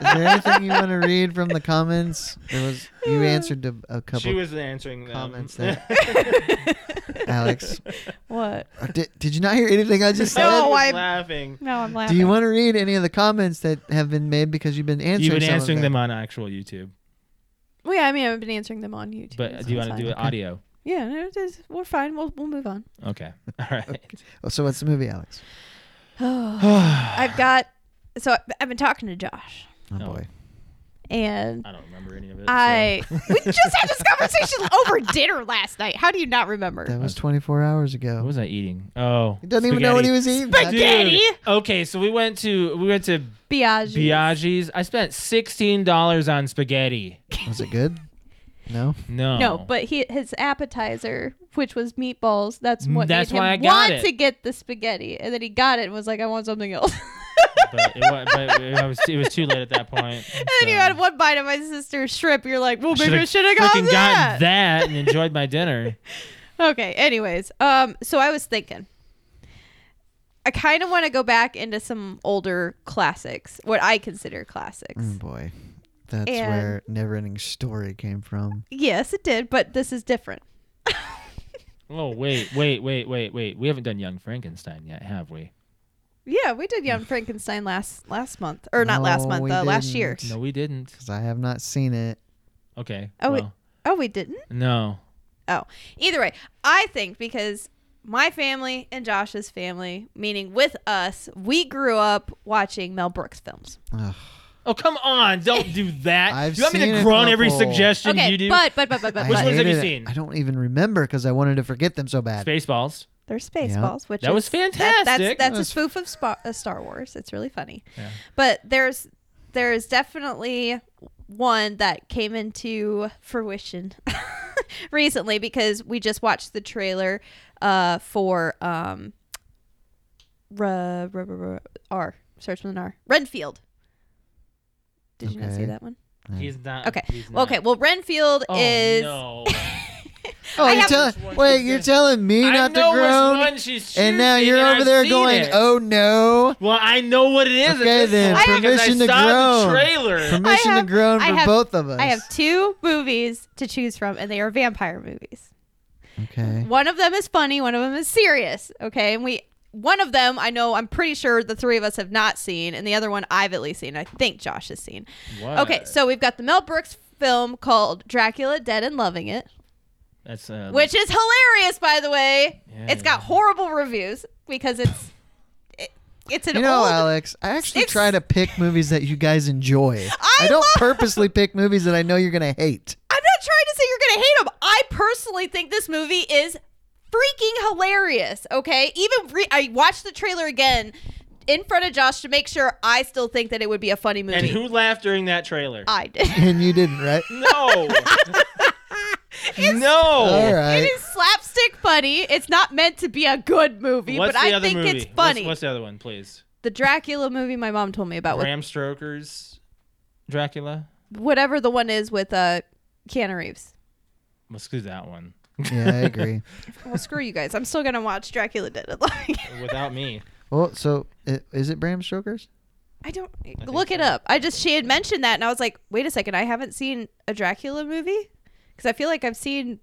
[SPEAKER 1] there anything you want to read from the comments? There was
[SPEAKER 3] [laughs]
[SPEAKER 1] you answered a, a couple.
[SPEAKER 2] She was [laughs] answering them. [laughs]
[SPEAKER 1] comments there. Alex,
[SPEAKER 3] what?
[SPEAKER 1] uh, did, did you not hear anything I just said?
[SPEAKER 2] I
[SPEAKER 3] No,
[SPEAKER 2] was
[SPEAKER 3] I'm-
[SPEAKER 2] laughing.
[SPEAKER 3] No, I'm
[SPEAKER 1] Do
[SPEAKER 3] laughing.
[SPEAKER 1] you want to read any of the comments that have been made because you've been answering?
[SPEAKER 2] You've been
[SPEAKER 1] some of
[SPEAKER 2] answering
[SPEAKER 1] it?
[SPEAKER 2] them on actual YouTube,
[SPEAKER 3] Well, yeah, I mean, I've been answering them on YouTube.
[SPEAKER 2] but
[SPEAKER 3] so
[SPEAKER 2] do you
[SPEAKER 3] it's
[SPEAKER 2] want to do
[SPEAKER 3] fine.
[SPEAKER 2] it audio?
[SPEAKER 3] Yeah, no, it is, we're fine. We'll we'll move on.
[SPEAKER 2] Okay. All right.
[SPEAKER 1] Oh, so what's the movie, Alex?
[SPEAKER 3] I've got. So I- I've been talking to Josh,
[SPEAKER 1] Oh,
[SPEAKER 2] Oh.
[SPEAKER 1] boy.
[SPEAKER 3] and
[SPEAKER 2] I don't remember any of it. Uh, so-
[SPEAKER 3] I we just had this
[SPEAKER 2] [laughs]
[SPEAKER 3] conversation over dinner last night. How do you not remember?
[SPEAKER 1] That was 24 hours ago.
[SPEAKER 2] What was I eating? Oh,
[SPEAKER 1] he doesn't even know what he was eating. That's-
[SPEAKER 3] Spaghetti.
[SPEAKER 2] Dude, okay, so we went to we went to
[SPEAKER 3] Biaggi.
[SPEAKER 2] Biaggi's. I spent sixteen dollars on spaghetti.
[SPEAKER 1] Was it good? No.
[SPEAKER 2] No,
[SPEAKER 3] No, but he his appetizer, which was meatballs, that's what
[SPEAKER 2] Mm, That's
[SPEAKER 3] made him
[SPEAKER 2] why I got
[SPEAKER 3] want
[SPEAKER 2] it.
[SPEAKER 3] to get the spaghetti, and then he got it and was like, "I want something else."
[SPEAKER 2] but it was, but it was, it was too late at that point.
[SPEAKER 3] [laughs] and then you had one bite of my sister's shrimp. You're like, "Well, maybe I should have
[SPEAKER 2] freaking
[SPEAKER 3] gotten
[SPEAKER 2] gotten
[SPEAKER 3] that.
[SPEAKER 2] that and enjoyed my dinner.
[SPEAKER 3] Okay. Anyways, um, so I was thinking, I kind of want to go back into some older classics, what I consider classics.
[SPEAKER 1] Oh, boy. That's
[SPEAKER 3] And-
[SPEAKER 1] where Neverending Story came from.
[SPEAKER 3] Yes, it did, but this is different.
[SPEAKER 2] Oh wait, wait, wait, wait, wait. We haven't done Young Frankenstein yet, have we?
[SPEAKER 3] Yeah, we did
[SPEAKER 1] [sighs]
[SPEAKER 3] Young Frankenstein last last month, or not last
[SPEAKER 1] No,
[SPEAKER 3] month,
[SPEAKER 1] we
[SPEAKER 3] uh, last year.
[SPEAKER 1] didn't.
[SPEAKER 2] No, we didn't.
[SPEAKER 1] Because I have not seen it.
[SPEAKER 2] Okay.
[SPEAKER 3] Oh, wait.
[SPEAKER 2] well,
[SPEAKER 3] Oh, we didn't.
[SPEAKER 2] no.
[SPEAKER 3] Oh, either way, I think because my family and Josh's family, meaning with us, we grew up watching Mel Brooks films.
[SPEAKER 1] Ugh.
[SPEAKER 2] Oh come on! Don't do that.
[SPEAKER 1] [laughs] I've
[SPEAKER 2] you want me
[SPEAKER 1] seen
[SPEAKER 2] to
[SPEAKER 1] a
[SPEAKER 2] groan every
[SPEAKER 1] couple.
[SPEAKER 2] suggestion
[SPEAKER 3] okay,
[SPEAKER 2] you do?
[SPEAKER 3] but but but but but,
[SPEAKER 1] I
[SPEAKER 2] Which
[SPEAKER 3] but
[SPEAKER 2] ones have you
[SPEAKER 1] hated it.
[SPEAKER 2] seen?
[SPEAKER 1] I don't even remember because I wanted to forget them so bad.
[SPEAKER 2] Spaceballs.
[SPEAKER 3] There's Spaceballs, which
[SPEAKER 2] That was
[SPEAKER 3] is- that-
[SPEAKER 2] fantastic.
[SPEAKER 3] that's that's a
[SPEAKER 1] That's-
[SPEAKER 3] spoof of Spa- uh, Star Wars. It's really funny.
[SPEAKER 2] Yeah.
[SPEAKER 3] But there's there's definitely one that came into fruition [laughs] recently because we just watched the trailer uh, for um, r- r- r- r- R starts with an R Renfield. Did you not see
[SPEAKER 1] Okay.
[SPEAKER 3] that one?
[SPEAKER 1] Mm.
[SPEAKER 2] He's not.
[SPEAKER 3] Okay.
[SPEAKER 2] Uh, he's
[SPEAKER 3] Well,
[SPEAKER 2] not.
[SPEAKER 3] okay. Well, Renfield
[SPEAKER 2] Oh,
[SPEAKER 3] is
[SPEAKER 1] [laughs]
[SPEAKER 2] no.
[SPEAKER 1] Oh,
[SPEAKER 3] I
[SPEAKER 1] you're
[SPEAKER 3] have-
[SPEAKER 1] telling,
[SPEAKER 2] Which one
[SPEAKER 1] wait,
[SPEAKER 2] is
[SPEAKER 1] you're
[SPEAKER 2] it?
[SPEAKER 1] telling me
[SPEAKER 2] I
[SPEAKER 1] not
[SPEAKER 2] know
[SPEAKER 1] to
[SPEAKER 2] which
[SPEAKER 1] groan?
[SPEAKER 2] one she's
[SPEAKER 1] And now
[SPEAKER 2] choosing,
[SPEAKER 1] you're
[SPEAKER 2] and
[SPEAKER 1] over
[SPEAKER 2] I've
[SPEAKER 1] there
[SPEAKER 2] seen
[SPEAKER 1] going,
[SPEAKER 2] it.
[SPEAKER 1] oh no.
[SPEAKER 2] Well, I know what it is. at
[SPEAKER 1] Okay,
[SPEAKER 2] this
[SPEAKER 1] then,
[SPEAKER 2] point, because
[SPEAKER 1] permission to
[SPEAKER 2] I saw
[SPEAKER 1] groan.
[SPEAKER 2] The trailer.
[SPEAKER 1] Permission
[SPEAKER 3] have-
[SPEAKER 1] to groan for
[SPEAKER 3] I have-
[SPEAKER 1] both of us.
[SPEAKER 3] I have two movies to choose from, and they are vampire movies.
[SPEAKER 1] okay.
[SPEAKER 3] One of them is funny, one of them is serious. Okay, and we one of them I know I'm pretty sure the three of us have not seen, and the other one I've at least seen. I think Josh has seen. Okay, so we've got the Mel Brooks film called Dracula Dead and Loving It,
[SPEAKER 2] that's uh,
[SPEAKER 3] which is hilarious, by the way.
[SPEAKER 2] Yeah,
[SPEAKER 3] it's got horrible reviews because it's it, it's an
[SPEAKER 1] You know,
[SPEAKER 3] old.
[SPEAKER 1] Alex, I actually
[SPEAKER 3] it's-
[SPEAKER 1] try to pick movies that you guys enjoy.
[SPEAKER 3] I
[SPEAKER 1] don't
[SPEAKER 3] love-
[SPEAKER 1] purposely pick movies that I know you're going to hate.
[SPEAKER 3] I'm not trying to say you're gonna hate him. I personally think this movie is freaking hilarious. Okay, even re- I watched the trailer again in front of Josh to make sure I still think that it would be a funny movie.
[SPEAKER 2] And who laughed during that trailer?
[SPEAKER 3] I did. [laughs]
[SPEAKER 1] And you didn't, right?
[SPEAKER 2] no.
[SPEAKER 1] All
[SPEAKER 2] [laughs] no.
[SPEAKER 1] right.
[SPEAKER 3] It is slapstick funny. It's not meant to be a good movie,
[SPEAKER 2] What's
[SPEAKER 3] but
[SPEAKER 2] the
[SPEAKER 3] I
[SPEAKER 2] other
[SPEAKER 3] think
[SPEAKER 2] movie?
[SPEAKER 3] it's funny.
[SPEAKER 2] What's,
[SPEAKER 3] Uh,
[SPEAKER 2] what's the other one, please?
[SPEAKER 3] the Dracula movie my mom told me about, with
[SPEAKER 2] Ram Stroker's Dracula.
[SPEAKER 3] whatever the one is with uh, Keanu Reeves.
[SPEAKER 2] Let's do that one
[SPEAKER 1] Yeah, I agree.
[SPEAKER 3] Well, screw you guys. I'm still gonna watch Dracula Dead and Alive.
[SPEAKER 2] [laughs]
[SPEAKER 3] [laughs]
[SPEAKER 2] without me.
[SPEAKER 1] Well, so i- is it Bram Stoker's?
[SPEAKER 3] I don't
[SPEAKER 2] think
[SPEAKER 3] look it
[SPEAKER 2] so.
[SPEAKER 3] up. I just she had mentioned that, and I was like, wait a second, I haven't seen a Dracula movie because I feel like I've seen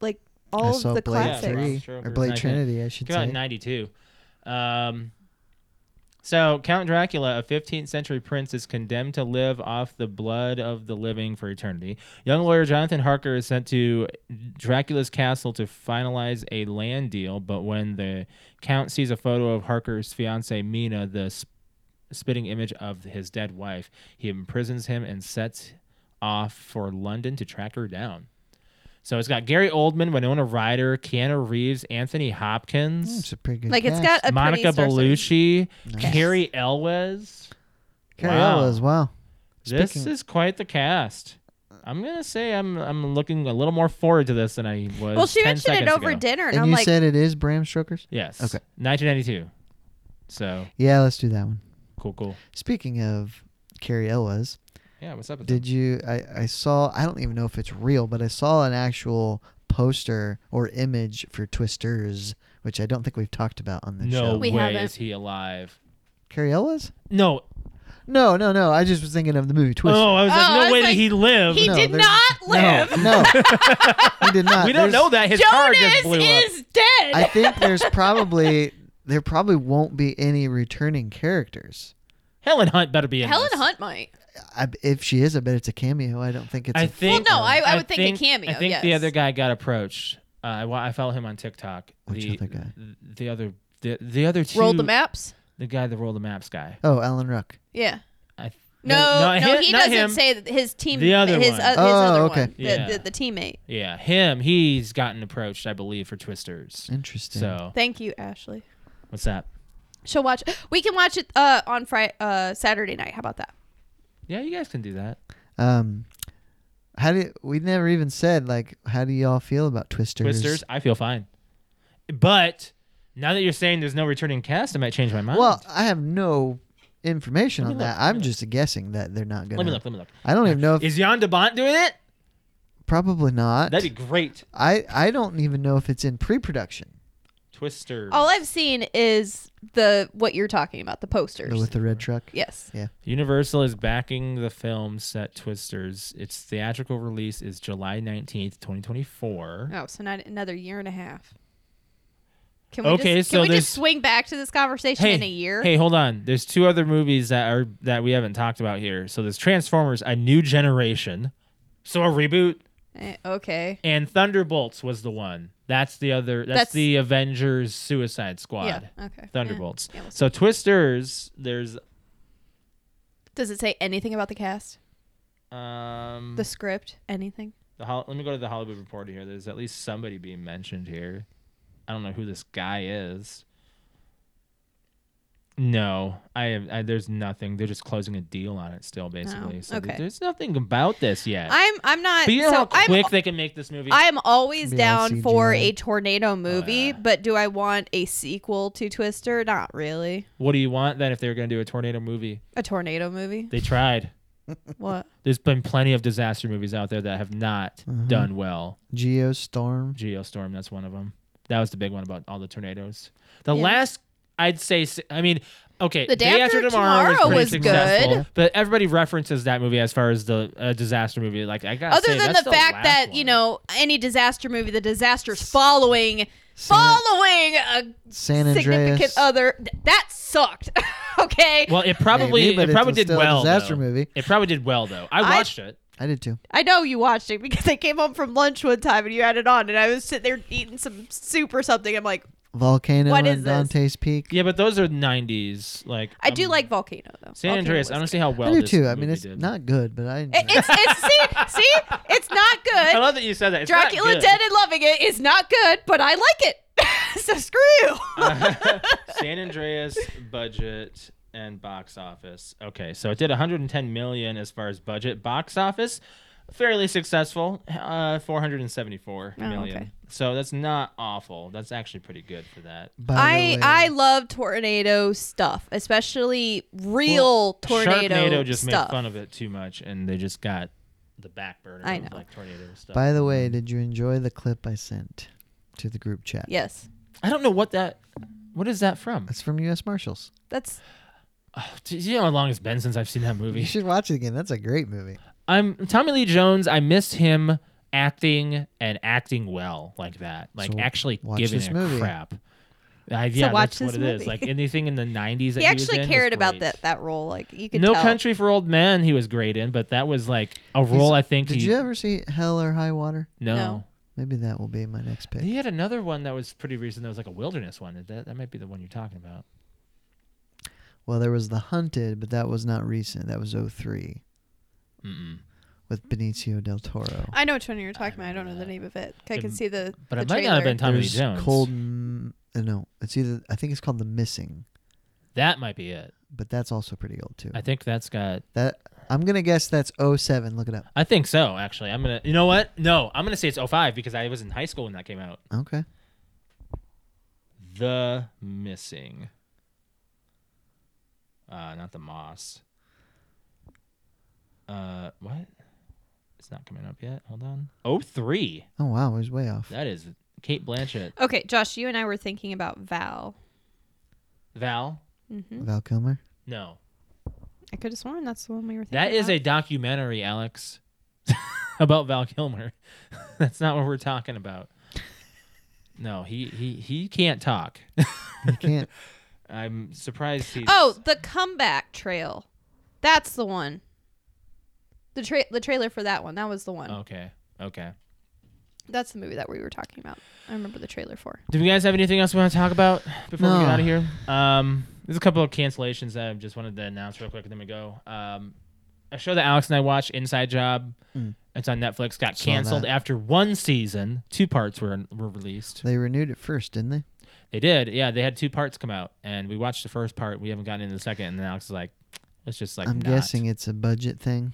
[SPEAKER 3] like all
[SPEAKER 1] I saw
[SPEAKER 3] of the
[SPEAKER 1] Blade
[SPEAKER 2] Yeah, Bram
[SPEAKER 3] classics.
[SPEAKER 1] 3
[SPEAKER 2] Stoker's
[SPEAKER 1] or Blade
[SPEAKER 2] not good.
[SPEAKER 1] Trinity, I [laughs] should
[SPEAKER 2] Came out
[SPEAKER 1] say.
[SPEAKER 2] in '92. Um, so Count Dracula, a 15th century prince, is condemned to live off the blood of the living for eternity. Young lawyer Jonathan Harker is sent to Dracula's castle to finalize a land deal, but when the count sees a photo of Harker's fiancee Mina, the sp- spitting image of his dead wife, he imprisons him and sets off for London to track her down. So it's got Gary Oldman, Winona Ryder, Keanu Reeves, Anthony Hopkins.
[SPEAKER 1] It's a pretty good
[SPEAKER 3] Like it's
[SPEAKER 1] cast.
[SPEAKER 3] got a pretty
[SPEAKER 2] Monica
[SPEAKER 3] star-
[SPEAKER 2] Bellucci,
[SPEAKER 1] Nice.
[SPEAKER 2] Carrie Elwes.
[SPEAKER 1] Cariola
[SPEAKER 2] Wow.
[SPEAKER 1] as well.
[SPEAKER 2] This
[SPEAKER 1] Speaking-
[SPEAKER 2] is quite the cast. I'm gonna say I'm I'm looking a little more forward to this than I was.
[SPEAKER 3] Well, she
[SPEAKER 2] 10
[SPEAKER 3] mentioned it
[SPEAKER 2] seconds
[SPEAKER 3] over
[SPEAKER 2] ago.
[SPEAKER 3] dinner, and,
[SPEAKER 1] And
[SPEAKER 3] I'm
[SPEAKER 1] you
[SPEAKER 3] like,
[SPEAKER 1] said it is Bram Stoker's?
[SPEAKER 2] Yes.
[SPEAKER 1] Okay.
[SPEAKER 2] 1992. So
[SPEAKER 1] Yeah, let's do that one.
[SPEAKER 2] cool, cool.
[SPEAKER 1] Speaking of Cariolas,
[SPEAKER 2] Yeah. What's up? with
[SPEAKER 1] did you? I, I saw, I don't even know if it's real, but I saw an actual poster or image for Twisters, which I don't think we've talked about on
[SPEAKER 2] that?
[SPEAKER 1] this
[SPEAKER 2] No
[SPEAKER 1] show.
[SPEAKER 5] We
[SPEAKER 2] way
[SPEAKER 5] haven't.
[SPEAKER 2] is he alive?
[SPEAKER 1] Cariolas?
[SPEAKER 2] No.
[SPEAKER 1] No, no, no. I just was thinking of the movie Twister.
[SPEAKER 2] Oh, I was like,
[SPEAKER 3] Oh,
[SPEAKER 2] no
[SPEAKER 3] I was
[SPEAKER 2] way
[SPEAKER 3] like,
[SPEAKER 2] did he live.
[SPEAKER 3] he
[SPEAKER 1] No,
[SPEAKER 3] did
[SPEAKER 1] there's-
[SPEAKER 3] not
[SPEAKER 1] No,
[SPEAKER 2] [laughs]
[SPEAKER 3] live.
[SPEAKER 1] no. he did not.
[SPEAKER 2] we don't
[SPEAKER 1] There's-
[SPEAKER 2] know that his car just blew
[SPEAKER 3] Jonas
[SPEAKER 2] up.
[SPEAKER 3] is dead.
[SPEAKER 1] I think there's probably there probably won't be any returning characters.
[SPEAKER 2] Helen Hunt better be in.
[SPEAKER 3] Helen
[SPEAKER 2] this.
[SPEAKER 3] Hunt might.
[SPEAKER 1] I, if she is, I bet it's a cameo. I don't think it's.
[SPEAKER 2] I
[SPEAKER 1] a-
[SPEAKER 2] think.
[SPEAKER 3] Well, no, I- I would think a cameo,
[SPEAKER 2] I think the
[SPEAKER 3] yes.
[SPEAKER 2] other guy got approached. Uh, I, wa- I follow him on TikTok.
[SPEAKER 1] Which
[SPEAKER 2] the,
[SPEAKER 1] other guy?
[SPEAKER 2] th- The other, the, the other two.
[SPEAKER 3] Rolled the maps.
[SPEAKER 2] The guy that rolled the maps guy.
[SPEAKER 1] oh, Alan Ruck.
[SPEAKER 3] Yeah.
[SPEAKER 2] I th-
[SPEAKER 3] No, no,
[SPEAKER 2] him-
[SPEAKER 3] he
[SPEAKER 2] not
[SPEAKER 3] doesn't
[SPEAKER 2] him.
[SPEAKER 3] say that his team.
[SPEAKER 2] The other
[SPEAKER 3] his,
[SPEAKER 2] one.
[SPEAKER 3] Uh, his
[SPEAKER 1] Oh,
[SPEAKER 3] other
[SPEAKER 1] okay.
[SPEAKER 3] one. The,
[SPEAKER 2] Yeah.
[SPEAKER 3] the, the teammate.
[SPEAKER 2] Yeah, him. He's gotten approached, I believe, for Twisters.
[SPEAKER 1] Interesting.
[SPEAKER 2] So
[SPEAKER 3] Thank you, Ashley.
[SPEAKER 2] what's that?
[SPEAKER 3] She'll watch. We can watch it uh, on Friday, uh, Saturday night. How about that?
[SPEAKER 2] Yeah, you guys can do that.
[SPEAKER 1] Um, how do we never even said like how do y'all feel about Twisters?
[SPEAKER 2] Twisters, I feel fine. But now that you're saying there's no returning cast, I might change my mind.
[SPEAKER 1] Well, I have no information
[SPEAKER 2] Let me
[SPEAKER 1] on
[SPEAKER 2] look,
[SPEAKER 1] that.
[SPEAKER 2] let me
[SPEAKER 1] I'm
[SPEAKER 2] look.
[SPEAKER 1] just guessing that they're not gonna.
[SPEAKER 2] let me look. Let me look.
[SPEAKER 1] I don't even know if
[SPEAKER 2] Is Jan de Bont doing it?
[SPEAKER 1] probably not.
[SPEAKER 2] That'd be great.
[SPEAKER 1] I I don't even know if it's in pre-production
[SPEAKER 2] Twisters.
[SPEAKER 3] All I've seen is the what you're talking about, the posters.
[SPEAKER 1] with the red truck.
[SPEAKER 3] yes.
[SPEAKER 2] Universal is backing the film set Twisters. Its theatrical release is July 19th, 2024.
[SPEAKER 3] Oh, so not another year and a half. Can we
[SPEAKER 2] Okay,
[SPEAKER 3] just,
[SPEAKER 2] so
[SPEAKER 3] can we
[SPEAKER 2] there's-
[SPEAKER 3] just swing back to this conversation in a year?
[SPEAKER 2] Hey, hold on. There's two other movies that are that we haven't talked about here. So there's Transformers: A New Generation, so a reboot,
[SPEAKER 3] Eh, okay.
[SPEAKER 2] and Thunderbolts was the one. That's the other. That's,
[SPEAKER 3] That's-
[SPEAKER 2] the Avengers Suicide Squad.
[SPEAKER 3] Yeah. Okay.
[SPEAKER 2] Thunderbolts.
[SPEAKER 3] Yeah, we'll
[SPEAKER 2] so Twisters, there's
[SPEAKER 3] Does it say anything about the cast,
[SPEAKER 2] um
[SPEAKER 3] the script, anything?
[SPEAKER 2] the Hol- let me go to the Hollywood Reporter here. There's at least somebody being mentioned here. I don't know who this guy is. No, I, have, I there's nothing. They're just closing a deal on it still, basically. So th-
[SPEAKER 3] Oh, okay.
[SPEAKER 2] there's nothing about this yet.
[SPEAKER 3] I'm I'm not.
[SPEAKER 2] but you know
[SPEAKER 3] so
[SPEAKER 2] how quick
[SPEAKER 3] I'm,
[SPEAKER 2] they can make this movie.
[SPEAKER 3] I am always
[SPEAKER 1] Be all
[SPEAKER 3] down for
[SPEAKER 1] CGI.
[SPEAKER 3] a tornado movie,
[SPEAKER 2] Oh, yeah.
[SPEAKER 3] but do I want a sequel to Twister? Not really.
[SPEAKER 2] what do you want then if they were gonna do a tornado movie?
[SPEAKER 3] A tornado movie?
[SPEAKER 2] [laughs] They tried.
[SPEAKER 3] what?
[SPEAKER 2] There's been plenty of disaster movies out there that have not done well.
[SPEAKER 1] Geostorm.
[SPEAKER 2] Geostorm, that's one of them. That was the big one about all the tornadoes. The
[SPEAKER 3] Yeah.
[SPEAKER 2] last, I'd say, s- I mean, okay,
[SPEAKER 3] The Day After Tomorrow
[SPEAKER 2] pretty
[SPEAKER 3] was
[SPEAKER 2] successful,
[SPEAKER 3] good.
[SPEAKER 2] but everybody references that movie as far as the uh, disaster movie. Like I got
[SPEAKER 3] Other than the, fact that you know any disaster movie, the disaster's following
[SPEAKER 1] San,
[SPEAKER 3] following a
[SPEAKER 1] San
[SPEAKER 3] significant
[SPEAKER 1] Andreas.
[SPEAKER 3] other that sucked. [laughs] okay,
[SPEAKER 2] well, it probably
[SPEAKER 1] Maybe, but
[SPEAKER 2] it
[SPEAKER 1] it's
[SPEAKER 2] probably
[SPEAKER 1] still
[SPEAKER 2] did
[SPEAKER 1] a
[SPEAKER 2] well.
[SPEAKER 1] disaster
[SPEAKER 2] though.
[SPEAKER 1] movie.
[SPEAKER 2] It probably did well though. I
[SPEAKER 3] I-
[SPEAKER 2] watched it.
[SPEAKER 1] I did too.
[SPEAKER 3] I know you watched it because I came home from lunch one time and you had it on, and I was sitting there eating some soup or something. I'm like,
[SPEAKER 1] Volcano
[SPEAKER 3] What
[SPEAKER 1] on
[SPEAKER 3] is this?
[SPEAKER 1] Dante's Peak.
[SPEAKER 2] Yeah, but those are '90s. Like
[SPEAKER 3] I do
[SPEAKER 2] um,
[SPEAKER 3] like Volcano though.
[SPEAKER 2] San
[SPEAKER 3] Volcano
[SPEAKER 2] Andreas.
[SPEAKER 3] was
[SPEAKER 2] I don't
[SPEAKER 3] good.
[SPEAKER 2] see how well
[SPEAKER 1] I do
[SPEAKER 2] this
[SPEAKER 1] too. I mean,
[SPEAKER 2] movie
[SPEAKER 1] it's
[SPEAKER 2] did.
[SPEAKER 1] not good, but
[SPEAKER 3] [laughs]
[SPEAKER 1] I.
[SPEAKER 3] It- it's it's see see it's not
[SPEAKER 2] [laughs] I
[SPEAKER 3] good.
[SPEAKER 2] love that you said that. It's not
[SPEAKER 3] Dracula
[SPEAKER 2] good.
[SPEAKER 3] Dead and Loving It is not good, but I like it. [laughs] so screw you.
[SPEAKER 2] [laughs] San Andreas budget and box office. Okay, so it did 110 million as far as budget. Box office, fairly successful. Uh, 474
[SPEAKER 3] Oh,
[SPEAKER 2] million.
[SPEAKER 3] okay.
[SPEAKER 2] So that's not awful. That's actually pretty good for that.
[SPEAKER 1] by the
[SPEAKER 3] I
[SPEAKER 1] way,
[SPEAKER 3] I love tornado stuff, especially real tornado
[SPEAKER 2] Sharknado just
[SPEAKER 3] stuff.
[SPEAKER 2] made fun of it too much, and they just got the back burner.
[SPEAKER 3] I
[SPEAKER 2] of,
[SPEAKER 3] know.
[SPEAKER 2] like tornado stuff. Mm.
[SPEAKER 1] By the way, did you enjoy the clip I sent to the group chat?
[SPEAKER 3] Yes,
[SPEAKER 2] I don't know what that. What is that from?
[SPEAKER 1] That's from
[SPEAKER 2] [laughs]
[SPEAKER 1] U.S. Marshals.
[SPEAKER 3] that's
[SPEAKER 2] Oh, do you know how long it's been since I've seen that movie?
[SPEAKER 1] You should watch it again. That's a great movie.
[SPEAKER 2] I'm Tommy Lee Jones. I missed him acting and acting well like that, like
[SPEAKER 1] So
[SPEAKER 2] actually
[SPEAKER 1] watch
[SPEAKER 2] giving
[SPEAKER 1] this
[SPEAKER 2] a
[SPEAKER 1] movie.
[SPEAKER 2] crap. I, yeah, that's
[SPEAKER 3] watch
[SPEAKER 2] what
[SPEAKER 3] this
[SPEAKER 2] it is.
[SPEAKER 3] movie.
[SPEAKER 2] Like anything in the '90s, that
[SPEAKER 3] he actually
[SPEAKER 2] was in
[SPEAKER 3] cared
[SPEAKER 2] was
[SPEAKER 3] about
[SPEAKER 2] great.
[SPEAKER 3] that that role. Like you could
[SPEAKER 2] No
[SPEAKER 3] tell.
[SPEAKER 2] Country for Old Men, he was great in, but that was like a role I think
[SPEAKER 1] Did
[SPEAKER 2] he
[SPEAKER 1] you ever see Hell or High Water?
[SPEAKER 2] no.
[SPEAKER 3] No.
[SPEAKER 1] Maybe that will be my next pick.
[SPEAKER 2] He had another one that was pretty recent. That was like a wilderness one. That that might be the one you're talking about.
[SPEAKER 1] Well, there was The Hunted, but that was not recent. That was 03
[SPEAKER 2] Mm-mm.
[SPEAKER 1] with Benicio del Toro.
[SPEAKER 3] I know which one you're talking about. I don't know the name of it. I
[SPEAKER 2] It-
[SPEAKER 3] can see the.
[SPEAKER 2] Uh, But
[SPEAKER 3] the
[SPEAKER 2] it might not have
[SPEAKER 3] trailer.
[SPEAKER 2] been Tommy Lee
[SPEAKER 1] There's
[SPEAKER 2] Jones.
[SPEAKER 1] Cold. M- uh, no, it's either I think it's called The Missing.
[SPEAKER 2] That might be it.
[SPEAKER 1] but that's also pretty old too.
[SPEAKER 2] I think that's got.
[SPEAKER 1] that I'm gonna guess that's 07. Look it up.
[SPEAKER 2] I think so. Actually, I'm gonna. You know what? No, I'm gonna say it's 05 because I was in high school when that came out.
[SPEAKER 1] Okay.
[SPEAKER 2] The missing. Uh, not the moss. Uh, what? It's not coming up yet. Hold on. Oh three.
[SPEAKER 1] Oh wow, I was way off.
[SPEAKER 2] That is Kate Blanchett.
[SPEAKER 3] Okay, Josh, you and I were thinking about Val. Mm-hmm.
[SPEAKER 2] Val.
[SPEAKER 1] Val Kilmer.
[SPEAKER 2] No,
[SPEAKER 3] I could have sworn that's the one we were thinking
[SPEAKER 2] that is
[SPEAKER 3] about.
[SPEAKER 2] a documentary, Alex, [laughs] about Val Kilmer. [laughs] That's not what we're talking about. No, he he he can't talk. [laughs]
[SPEAKER 1] You can't.
[SPEAKER 2] I'm surprised he.
[SPEAKER 3] Oh, the comeback trail. That's the one. The tra- the trailer for that one. That was the one.
[SPEAKER 2] Okay. Okay.
[SPEAKER 3] That's the movie that we were talking about. I remember the trailer for.
[SPEAKER 2] Do we guys have anything else we want to talk about before we
[SPEAKER 1] No.
[SPEAKER 2] get out of here? Um, there's a couple of cancellations that I just wanted to announce real quick, and then we go. Um, a show that Alex and I watched, Inside Job. It's on Netflix. Got
[SPEAKER 1] Mm. Saw
[SPEAKER 2] canceled
[SPEAKER 1] that.
[SPEAKER 2] after one season. Two parts were were released.
[SPEAKER 1] they renewed it first, didn't they?
[SPEAKER 2] They did. Yeah, they had two parts come out, and we watched the first part. We haven't gotten into the second, and then Alex is like, "Let's just like."
[SPEAKER 1] I'm
[SPEAKER 2] not.
[SPEAKER 1] guessing it's a budget thing.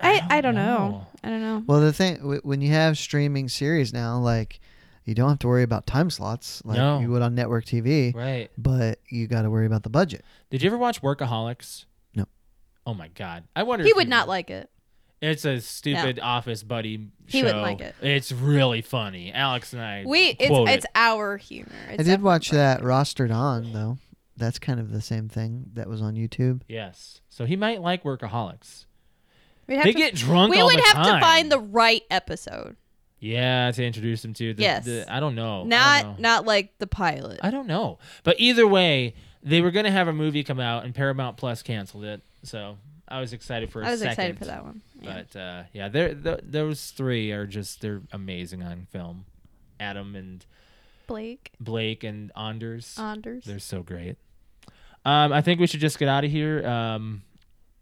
[SPEAKER 3] I
[SPEAKER 2] don't
[SPEAKER 3] I don't know.
[SPEAKER 2] know.
[SPEAKER 3] I don't know.
[SPEAKER 1] Well, the thing w- when you have streaming series now, like you don't have to worry about time slots like
[SPEAKER 2] No.
[SPEAKER 1] you would on network TV,
[SPEAKER 2] Right.
[SPEAKER 1] but you got to worry about the budget.
[SPEAKER 2] Did you ever watch Workaholics?
[SPEAKER 1] No.
[SPEAKER 2] Oh my god, I wonder.
[SPEAKER 3] He
[SPEAKER 2] if
[SPEAKER 3] would
[SPEAKER 2] you-
[SPEAKER 3] not like it.
[SPEAKER 2] It's a stupid office buddy show.
[SPEAKER 3] He wouldn't like it.
[SPEAKER 2] It's really funny. Alex and I.
[SPEAKER 3] We it's
[SPEAKER 2] quote
[SPEAKER 3] it's
[SPEAKER 2] it.
[SPEAKER 3] our humor. It's
[SPEAKER 1] I did
[SPEAKER 3] definitely
[SPEAKER 1] watch
[SPEAKER 3] our
[SPEAKER 1] that
[SPEAKER 3] humor.
[SPEAKER 1] rostered on though. That's kind of the same thing that was on YouTube.
[SPEAKER 2] Yes. So he might like Workaholics.
[SPEAKER 3] We'd have
[SPEAKER 2] they
[SPEAKER 3] to-
[SPEAKER 2] get drunk.
[SPEAKER 3] We
[SPEAKER 2] all
[SPEAKER 3] would
[SPEAKER 2] the
[SPEAKER 3] have
[SPEAKER 2] time.
[SPEAKER 3] to find the right episode.
[SPEAKER 2] Yeah, to introduce him to. The,
[SPEAKER 3] Yes.
[SPEAKER 2] the- I don't know. Oh, I don't know.
[SPEAKER 3] Not not like the pilot.
[SPEAKER 2] I don't know. But either way, they were going to have a movie come out, and Paramount Plus canceled it. So I was excited for. a
[SPEAKER 3] I was
[SPEAKER 2] second,
[SPEAKER 3] excited for that one. Yeah.
[SPEAKER 2] But uh, yeah, they're, th- those three are just they're amazing on film. Adam and
[SPEAKER 3] Blake
[SPEAKER 2] Blake and Anders.
[SPEAKER 3] Anders.
[SPEAKER 2] They're so great. Um, I think we should just get out of here. Um,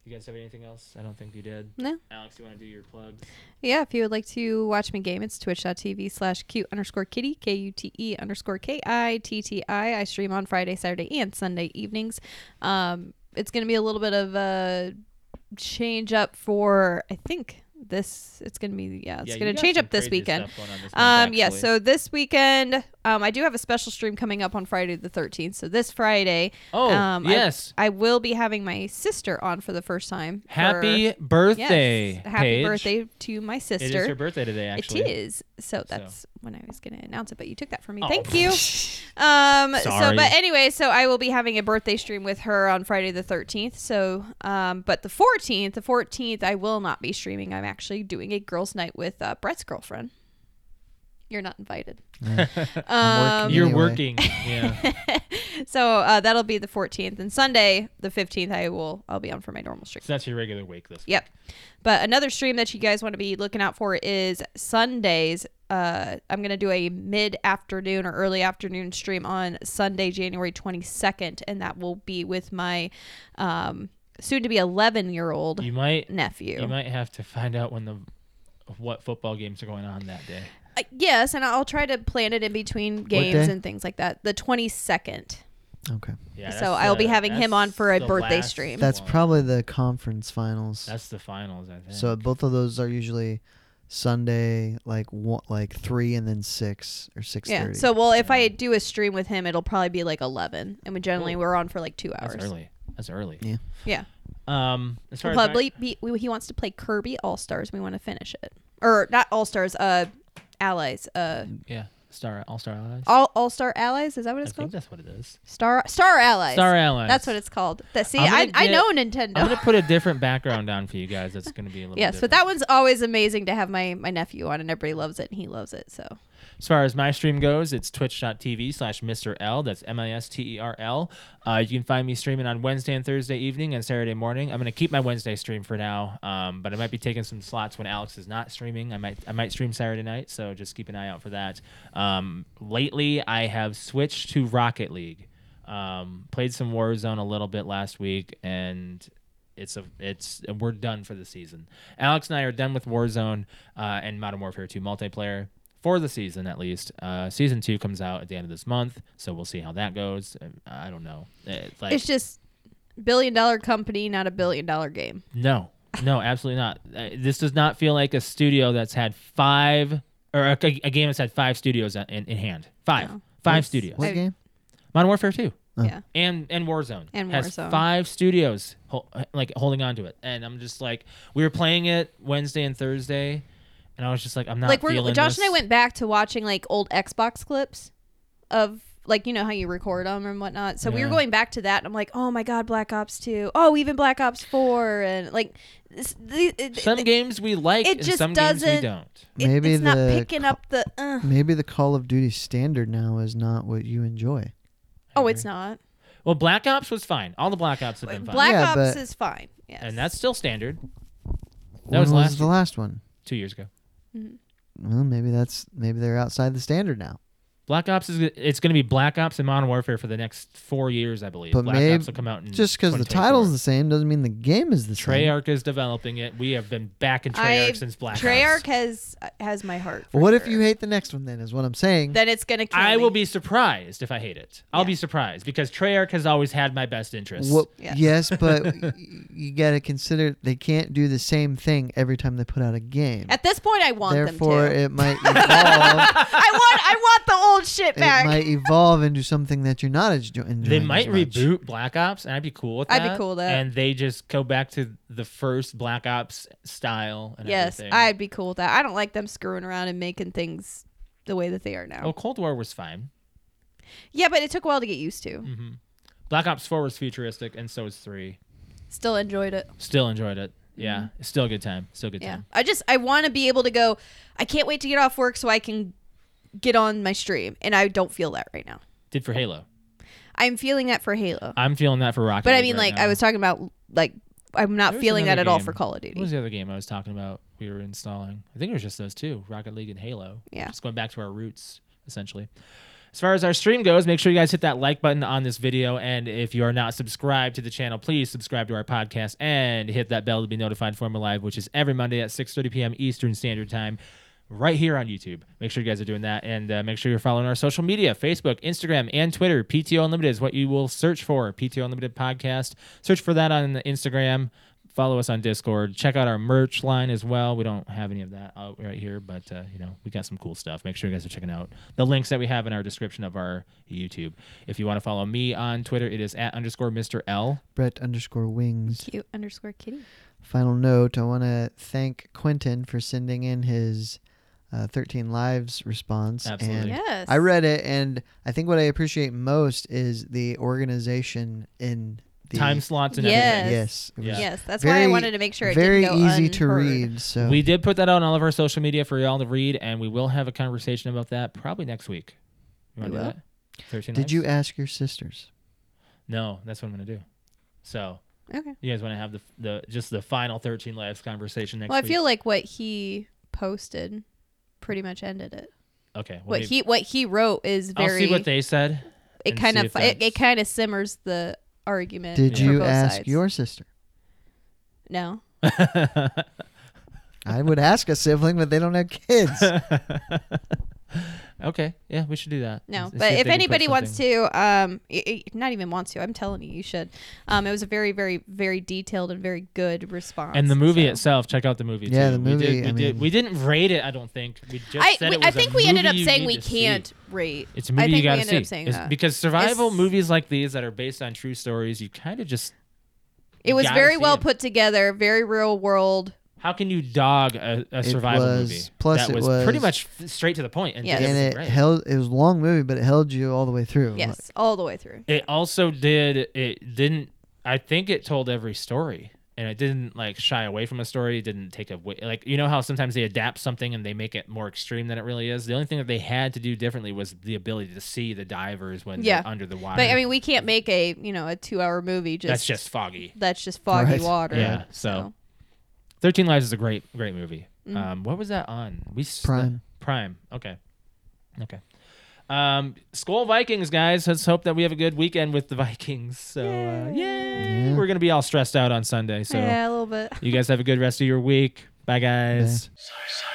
[SPEAKER 2] you guys have anything else? I don't think you did.
[SPEAKER 3] No.
[SPEAKER 2] Alex, you want to do your plugs?
[SPEAKER 3] Yeah, if you would like to watch me game, it's twitch.tv slash cute underscore kitty, K U T E underscore K I T T I. I stream on Friday, Saturday, and Sunday evenings. Um, it's going to be a little bit of a change up for, I think, this. It's going to be, yeah, it's
[SPEAKER 2] Yeah, you
[SPEAKER 3] going to
[SPEAKER 2] got
[SPEAKER 3] change
[SPEAKER 2] some
[SPEAKER 3] up this
[SPEAKER 2] crazy
[SPEAKER 3] weekend.
[SPEAKER 2] stuff going on this month,
[SPEAKER 3] Um, yeah,
[SPEAKER 2] actually.
[SPEAKER 3] so this weekend, um, I do have a special stream coming up on Friday the 13th. So this Friday,
[SPEAKER 2] Oh,
[SPEAKER 3] um, I-
[SPEAKER 2] yes.
[SPEAKER 3] I, will be having my sister on for the first time. for-
[SPEAKER 2] Happy birthday,
[SPEAKER 3] Yes, happy
[SPEAKER 2] Paige.
[SPEAKER 3] birthday to my sister.
[SPEAKER 2] It is her birthday today, actually.
[SPEAKER 3] It is. So that's when I was going to announce it, but you took that from me.
[SPEAKER 2] Oh.
[SPEAKER 3] Thank
[SPEAKER 2] [laughs]
[SPEAKER 3] you. Um,
[SPEAKER 2] Sorry.
[SPEAKER 3] So, but anyway, so I will be having a birthday stream with her on Friday the 13th. So, um, but the 14th, the 14th, I will not be streaming. I'm actually doing a girls' night with uh, Brett's girlfriend. You're not invited.
[SPEAKER 1] I'm
[SPEAKER 3] [laughs] Um,
[SPEAKER 1] working.
[SPEAKER 2] You're
[SPEAKER 1] Anyway.
[SPEAKER 2] working.
[SPEAKER 3] [laughs]
[SPEAKER 2] Yeah.
[SPEAKER 3] so uh, that'll be the 14th, and Sunday the 15th, I will I'll be on for my normal stream.
[SPEAKER 2] so that's your regular wake list.
[SPEAKER 3] Yep. But another stream that you guys want to be looking out for is Sundays. Uh, I'm going to do a mid afternoon or early afternoon stream on Sunday, January 22nd, and that will be with my um, soon to be 11 year old
[SPEAKER 2] You might
[SPEAKER 3] nephew.
[SPEAKER 2] you might have to find out when the what football games are going on that day.
[SPEAKER 3] Uh, yes, and I'll try to plan it in between games
[SPEAKER 1] day?
[SPEAKER 3] and things like that. The 22nd.
[SPEAKER 1] Okay,
[SPEAKER 2] Yeah.
[SPEAKER 3] So
[SPEAKER 2] that's
[SPEAKER 3] I'll be
[SPEAKER 2] the-
[SPEAKER 3] having him
[SPEAKER 2] that's
[SPEAKER 3] on for a
[SPEAKER 2] the
[SPEAKER 3] birthday
[SPEAKER 2] last
[SPEAKER 3] stream.
[SPEAKER 1] that's
[SPEAKER 2] one.
[SPEAKER 1] probably the conference finals.
[SPEAKER 2] that's the finals. I think.
[SPEAKER 1] so both of those are usually Sunday, like one, like three, and then six or six
[SPEAKER 3] Yeah.
[SPEAKER 1] thirty.
[SPEAKER 3] So, well, if I do a stream with him, it'll probably be like 11, and we generally we're on for like two hours.
[SPEAKER 2] that's early. That's early.
[SPEAKER 1] Yeah.
[SPEAKER 3] Yeah.
[SPEAKER 2] Um. As far
[SPEAKER 3] We'll
[SPEAKER 2] as my-
[SPEAKER 3] probably be, we, he wants to play Kirby All Stars. We want to finish it, or not All Stars, uh, Allies, uh,
[SPEAKER 2] yeah. Star All Star Allies.
[SPEAKER 3] All All Star Allies. Is that what
[SPEAKER 2] I
[SPEAKER 3] it's
[SPEAKER 2] think
[SPEAKER 3] called?
[SPEAKER 2] that's what it is.
[SPEAKER 3] Star Star Allies.
[SPEAKER 2] Star Allies.
[SPEAKER 3] That's what it's called. That see,
[SPEAKER 2] I'm
[SPEAKER 3] I,
[SPEAKER 2] gonna
[SPEAKER 3] I
[SPEAKER 2] get-
[SPEAKER 3] know Nintendo.
[SPEAKER 2] I'm gonna put a different background down for you guys. That's gonna be a little.
[SPEAKER 3] [laughs] yes,
[SPEAKER 2] different.
[SPEAKER 3] but that one's always amazing to have my my nephew on, and everybody loves it, and he loves it. So
[SPEAKER 2] As far as my stream goes, it's twitch.tv slash Mr. L. That's M I S T E R L. Uh, you can find me streaming on Wednesday and Thursday evening and Saturday morning. I'm going to keep my Wednesday stream for now, um, but I might be taking some slots when Alex is not streaming. I might I might stream Saturday night, so just keep an eye out for that. Um, lately, I have switched to Rocket League. Um, played some Warzone a little bit last week, and it's a it's we're done for the season. Alex and I are done with Warzone uh, and Modern Warfare 2 multiplayer. for the season at least. Uh, season two comes out at the end of this month, so we'll see how that goes. Um, I don't know. It's like
[SPEAKER 3] It's just billion dollar company, not a billion dollar game.
[SPEAKER 2] no, no, absolutely not. Uh, this does not feel like a studio that's had five or a, a game that's had five studios in, in hand. Five,
[SPEAKER 3] No.
[SPEAKER 2] five studios.
[SPEAKER 1] What
[SPEAKER 3] I-
[SPEAKER 1] game?
[SPEAKER 2] Modern Warfare Two.
[SPEAKER 3] Yeah.
[SPEAKER 2] and and Warzone
[SPEAKER 3] And
[SPEAKER 2] has
[SPEAKER 3] Warzone.
[SPEAKER 2] five studios ho- like holding on to it, and I'm just like we were playing it Wednesday and Thursday, and I was just like I'm not
[SPEAKER 3] like we're
[SPEAKER 2] feeling
[SPEAKER 3] Josh
[SPEAKER 2] this.
[SPEAKER 3] and I went back to watching like old Xbox clips of like you know how you record them and whatnot. So we were
[SPEAKER 2] Yeah.
[SPEAKER 3] going back to that, and I'm like, oh my god, Black Ops Two. Oh, even Black Ops Four, and like this, the, it,
[SPEAKER 2] Some games we like,
[SPEAKER 3] it
[SPEAKER 2] and
[SPEAKER 3] just
[SPEAKER 2] some games
[SPEAKER 3] doesn't-
[SPEAKER 2] we don't.
[SPEAKER 3] it-
[SPEAKER 1] Maybe
[SPEAKER 3] it's not
[SPEAKER 1] the
[SPEAKER 3] picking
[SPEAKER 1] co-
[SPEAKER 3] up the. Uh.
[SPEAKER 1] Maybe the Call of Duty standard now is not what you enjoy.
[SPEAKER 3] Oh, it's not.
[SPEAKER 2] Well, Black Ops was fine. All the Black Ops have been fine,
[SPEAKER 3] Black
[SPEAKER 1] Yeah,
[SPEAKER 3] Ops
[SPEAKER 1] but-
[SPEAKER 3] is fine. Yes.
[SPEAKER 2] and that's still standard.
[SPEAKER 1] When
[SPEAKER 2] was
[SPEAKER 1] was,
[SPEAKER 2] last
[SPEAKER 1] the
[SPEAKER 2] year.
[SPEAKER 1] last one?
[SPEAKER 2] Two years ago,
[SPEAKER 1] Well, maybe that's maybe they're outside the standard now.
[SPEAKER 2] Black Ops is it's going to be Black Ops and Modern Warfare for the next four years, I believe.
[SPEAKER 1] But
[SPEAKER 2] Black
[SPEAKER 1] maybe
[SPEAKER 2] Ops will come out in
[SPEAKER 1] just because the
[SPEAKER 2] 2024.
[SPEAKER 1] title's the same doesn't mean the game is the same.
[SPEAKER 2] Treyarch is developing it. We have been back in Treyarch
[SPEAKER 3] I-
[SPEAKER 2] since Black
[SPEAKER 3] Treyarch
[SPEAKER 2] Ops.
[SPEAKER 3] has has my heart. for
[SPEAKER 1] What if
[SPEAKER 3] sure.
[SPEAKER 1] you hate the next one then? Is what I'm saying.
[SPEAKER 3] Then it's gonna. Kill
[SPEAKER 2] I will
[SPEAKER 3] me.
[SPEAKER 2] be surprised if I hate it. I'll be surprised because Treyarch has always had my best interests.
[SPEAKER 1] What,
[SPEAKER 3] Yes.
[SPEAKER 1] yes,
[SPEAKER 2] [laughs]
[SPEAKER 1] but y- you got to consider they can't do the same thing every time they put out a game.
[SPEAKER 3] At this point, I want
[SPEAKER 1] Therefore,
[SPEAKER 3] them to.
[SPEAKER 1] it might
[SPEAKER 3] [laughs]
[SPEAKER 1] evolve.
[SPEAKER 3] I want I want the old shit
[SPEAKER 1] it
[SPEAKER 3] back.
[SPEAKER 1] might evolve into something that you're not enjo- enjoying.
[SPEAKER 2] They
[SPEAKER 1] as
[SPEAKER 2] might
[SPEAKER 1] much.
[SPEAKER 2] reboot Black Ops, and I'd be cool with that.
[SPEAKER 3] I'd be cool with that.
[SPEAKER 2] And they just go back to the first Black Ops style. And
[SPEAKER 3] Yes,
[SPEAKER 2] everything.
[SPEAKER 3] I'd be cool with that. I don't like them screwing around and making things the way that they are now.
[SPEAKER 2] Well, Cold War was fine.
[SPEAKER 3] Yeah, but it took a while to get used to.
[SPEAKER 2] Mm-hmm. Black Ops Four was futuristic, and so was Three.
[SPEAKER 3] Still enjoyed it.
[SPEAKER 2] Still enjoyed it. Yeah, still a good time. Still a good
[SPEAKER 3] Mm-hmm. Yeah.
[SPEAKER 2] time.
[SPEAKER 3] I just I want to be able to go I can't wait to get off work so I can get on my stream and I don't feel that right now.
[SPEAKER 2] Did for Halo.
[SPEAKER 3] I'm feeling that for Halo.
[SPEAKER 2] I'm feeling that for Rocket.
[SPEAKER 3] But I
[SPEAKER 2] League
[SPEAKER 3] mean
[SPEAKER 2] right
[SPEAKER 3] like
[SPEAKER 2] now.
[SPEAKER 3] I was talking about like I'm not
[SPEAKER 2] There was
[SPEAKER 3] feeling that
[SPEAKER 2] another
[SPEAKER 3] at all
[SPEAKER 2] game.
[SPEAKER 3] for Call of
[SPEAKER 2] What was
[SPEAKER 3] Duty.
[SPEAKER 2] the other game I was talking about? We were installing. I think it was just those two, Rocket League and Halo.
[SPEAKER 3] Yeah.
[SPEAKER 2] Just going back to our roots, essentially. As far as our stream goes, make sure you guys hit that like button on this video. And if you are not subscribed to the channel, please subscribe to our podcast and hit that bell to be notified when we're live, which is every Monday at 6.30 p.m. Eastern Standard Time right here on YouTube. Make sure you guys are doing that. And uh, make sure you're following our social media, Facebook, Instagram, and Twitter. PTO Unlimited is what you will search for. PTO Unlimited Podcast. Search for that on Instagram follow us on discord check out our merch line as well we don't have any of that out right here but uh, you know we got some cool stuff make sure you guys are checking out the links that we have in our description of our youtube if you want to follow me on twitter it is at underscore mr l
[SPEAKER 1] Brett underscore wings.
[SPEAKER 3] Cute underscore kitty.
[SPEAKER 1] Final note: I want to thank Quentin for sending in his uh, 13 lives response.
[SPEAKER 2] Absolutely.
[SPEAKER 1] And
[SPEAKER 3] Yes.
[SPEAKER 1] I read it, and I think what I appreciate most is the organization in the
[SPEAKER 2] time slots and
[SPEAKER 3] Yes.
[SPEAKER 2] everything
[SPEAKER 1] Yes, it was
[SPEAKER 2] Yeah.
[SPEAKER 3] Yes, that's why I
[SPEAKER 1] very-
[SPEAKER 3] wanted to make sure it
[SPEAKER 1] very
[SPEAKER 3] didn't go
[SPEAKER 1] easy to
[SPEAKER 3] unheard.
[SPEAKER 1] read. So
[SPEAKER 2] we did put that out on all of our social media for y'all to read and we will have a conversation about that probably next week you want
[SPEAKER 3] We
[SPEAKER 2] to do
[SPEAKER 3] will.
[SPEAKER 2] that 13
[SPEAKER 1] did
[SPEAKER 2] lives?
[SPEAKER 1] you ask your sisters?
[SPEAKER 2] no that's what i'm gonna do so
[SPEAKER 3] Okay.
[SPEAKER 2] you guys want to have the, the just the final 13 lives conversation next
[SPEAKER 3] Well, I
[SPEAKER 2] week
[SPEAKER 3] feel like what he posted pretty much ended it.
[SPEAKER 2] okay well,
[SPEAKER 3] what
[SPEAKER 2] maybe-
[SPEAKER 3] he what he wrote is
[SPEAKER 2] i'll
[SPEAKER 3] very
[SPEAKER 2] see what they said
[SPEAKER 3] it
[SPEAKER 2] and
[SPEAKER 3] kind
[SPEAKER 2] see
[SPEAKER 3] of
[SPEAKER 2] if
[SPEAKER 3] fi- it,
[SPEAKER 2] that's-
[SPEAKER 3] it kind of simmers the argument.
[SPEAKER 1] Did
[SPEAKER 3] Uh, for
[SPEAKER 1] you
[SPEAKER 3] both
[SPEAKER 1] ask
[SPEAKER 3] sides.
[SPEAKER 1] your sister?
[SPEAKER 3] no?
[SPEAKER 1] I would ask a sibling, but they don't
[SPEAKER 2] [laughs]
[SPEAKER 1] have kids.
[SPEAKER 2] Okay, yeah, we should do that.
[SPEAKER 3] No, but if anybody wants to, um, y- y- not even wants to, I'm telling you, you should. Um, it was a very, very, very detailed and very good response.
[SPEAKER 2] And the movie
[SPEAKER 3] so.
[SPEAKER 2] itself, check out the movie.
[SPEAKER 1] Yeah,
[SPEAKER 2] too.
[SPEAKER 1] the
[SPEAKER 2] We,
[SPEAKER 1] movie,
[SPEAKER 2] did, we,
[SPEAKER 1] I
[SPEAKER 2] did,
[SPEAKER 1] mean-
[SPEAKER 2] we didn't rate it. I don't think we just.
[SPEAKER 3] I
[SPEAKER 2] said
[SPEAKER 3] we,
[SPEAKER 2] it
[SPEAKER 3] I
[SPEAKER 2] was a
[SPEAKER 3] think we ended
[SPEAKER 2] movie
[SPEAKER 3] up
[SPEAKER 2] you
[SPEAKER 3] saying
[SPEAKER 2] need
[SPEAKER 3] we
[SPEAKER 2] to see.
[SPEAKER 3] can't rate.
[SPEAKER 2] It's a movie
[SPEAKER 3] I think
[SPEAKER 2] you gotta
[SPEAKER 3] we ended
[SPEAKER 2] see.
[SPEAKER 3] up saying
[SPEAKER 2] It's-
[SPEAKER 3] that.
[SPEAKER 2] Because survival
[SPEAKER 3] It's-
[SPEAKER 2] movies like these that are based on true stories, you kind of just.
[SPEAKER 3] it was
[SPEAKER 2] gotta
[SPEAKER 3] very
[SPEAKER 2] see
[SPEAKER 3] well
[SPEAKER 2] it.
[SPEAKER 3] put together, very real world.
[SPEAKER 2] How can you dog a, a survival
[SPEAKER 1] was-
[SPEAKER 2] movie?
[SPEAKER 1] plus
[SPEAKER 2] that
[SPEAKER 1] it
[SPEAKER 2] was,
[SPEAKER 1] was-
[SPEAKER 2] pretty much f- straight to the point and
[SPEAKER 3] Yes.
[SPEAKER 2] did
[SPEAKER 1] and it
[SPEAKER 2] everything right.
[SPEAKER 1] held. It was a long movie, but it held you all the way through.
[SPEAKER 3] Yes, all the way through.
[SPEAKER 2] It also did. It didn't. I think it told every story, and it didn't like shy away from a story. It didn't take away. Like you know how sometimes they adapt something and they make it more extreme than it really is. The only thing that they had to do differently was the ability to see the divers when
[SPEAKER 3] Yeah.
[SPEAKER 2] they're under the water.
[SPEAKER 3] But I mean, we can't make a you know a two hour movie just
[SPEAKER 2] that's just foggy.
[SPEAKER 3] that's just foggy
[SPEAKER 1] Right.
[SPEAKER 3] water.
[SPEAKER 2] Yeah, so. Thirteen Lives is a great, great movie.
[SPEAKER 3] Mm-hmm.
[SPEAKER 2] Um, what was that on? We s- uh,
[SPEAKER 1] Prime.
[SPEAKER 2] Prime. Okay. Okay. Um, Skull Vikings, guys. Let's hope that we have a good weekend with the Vikings. So, uh, yay!
[SPEAKER 1] Yeah.
[SPEAKER 2] We're gonna be all stressed out on Sunday. So,
[SPEAKER 3] yeah, a little bit.
[SPEAKER 2] you guys have a good rest of your week. Bye, guys.
[SPEAKER 1] Bye.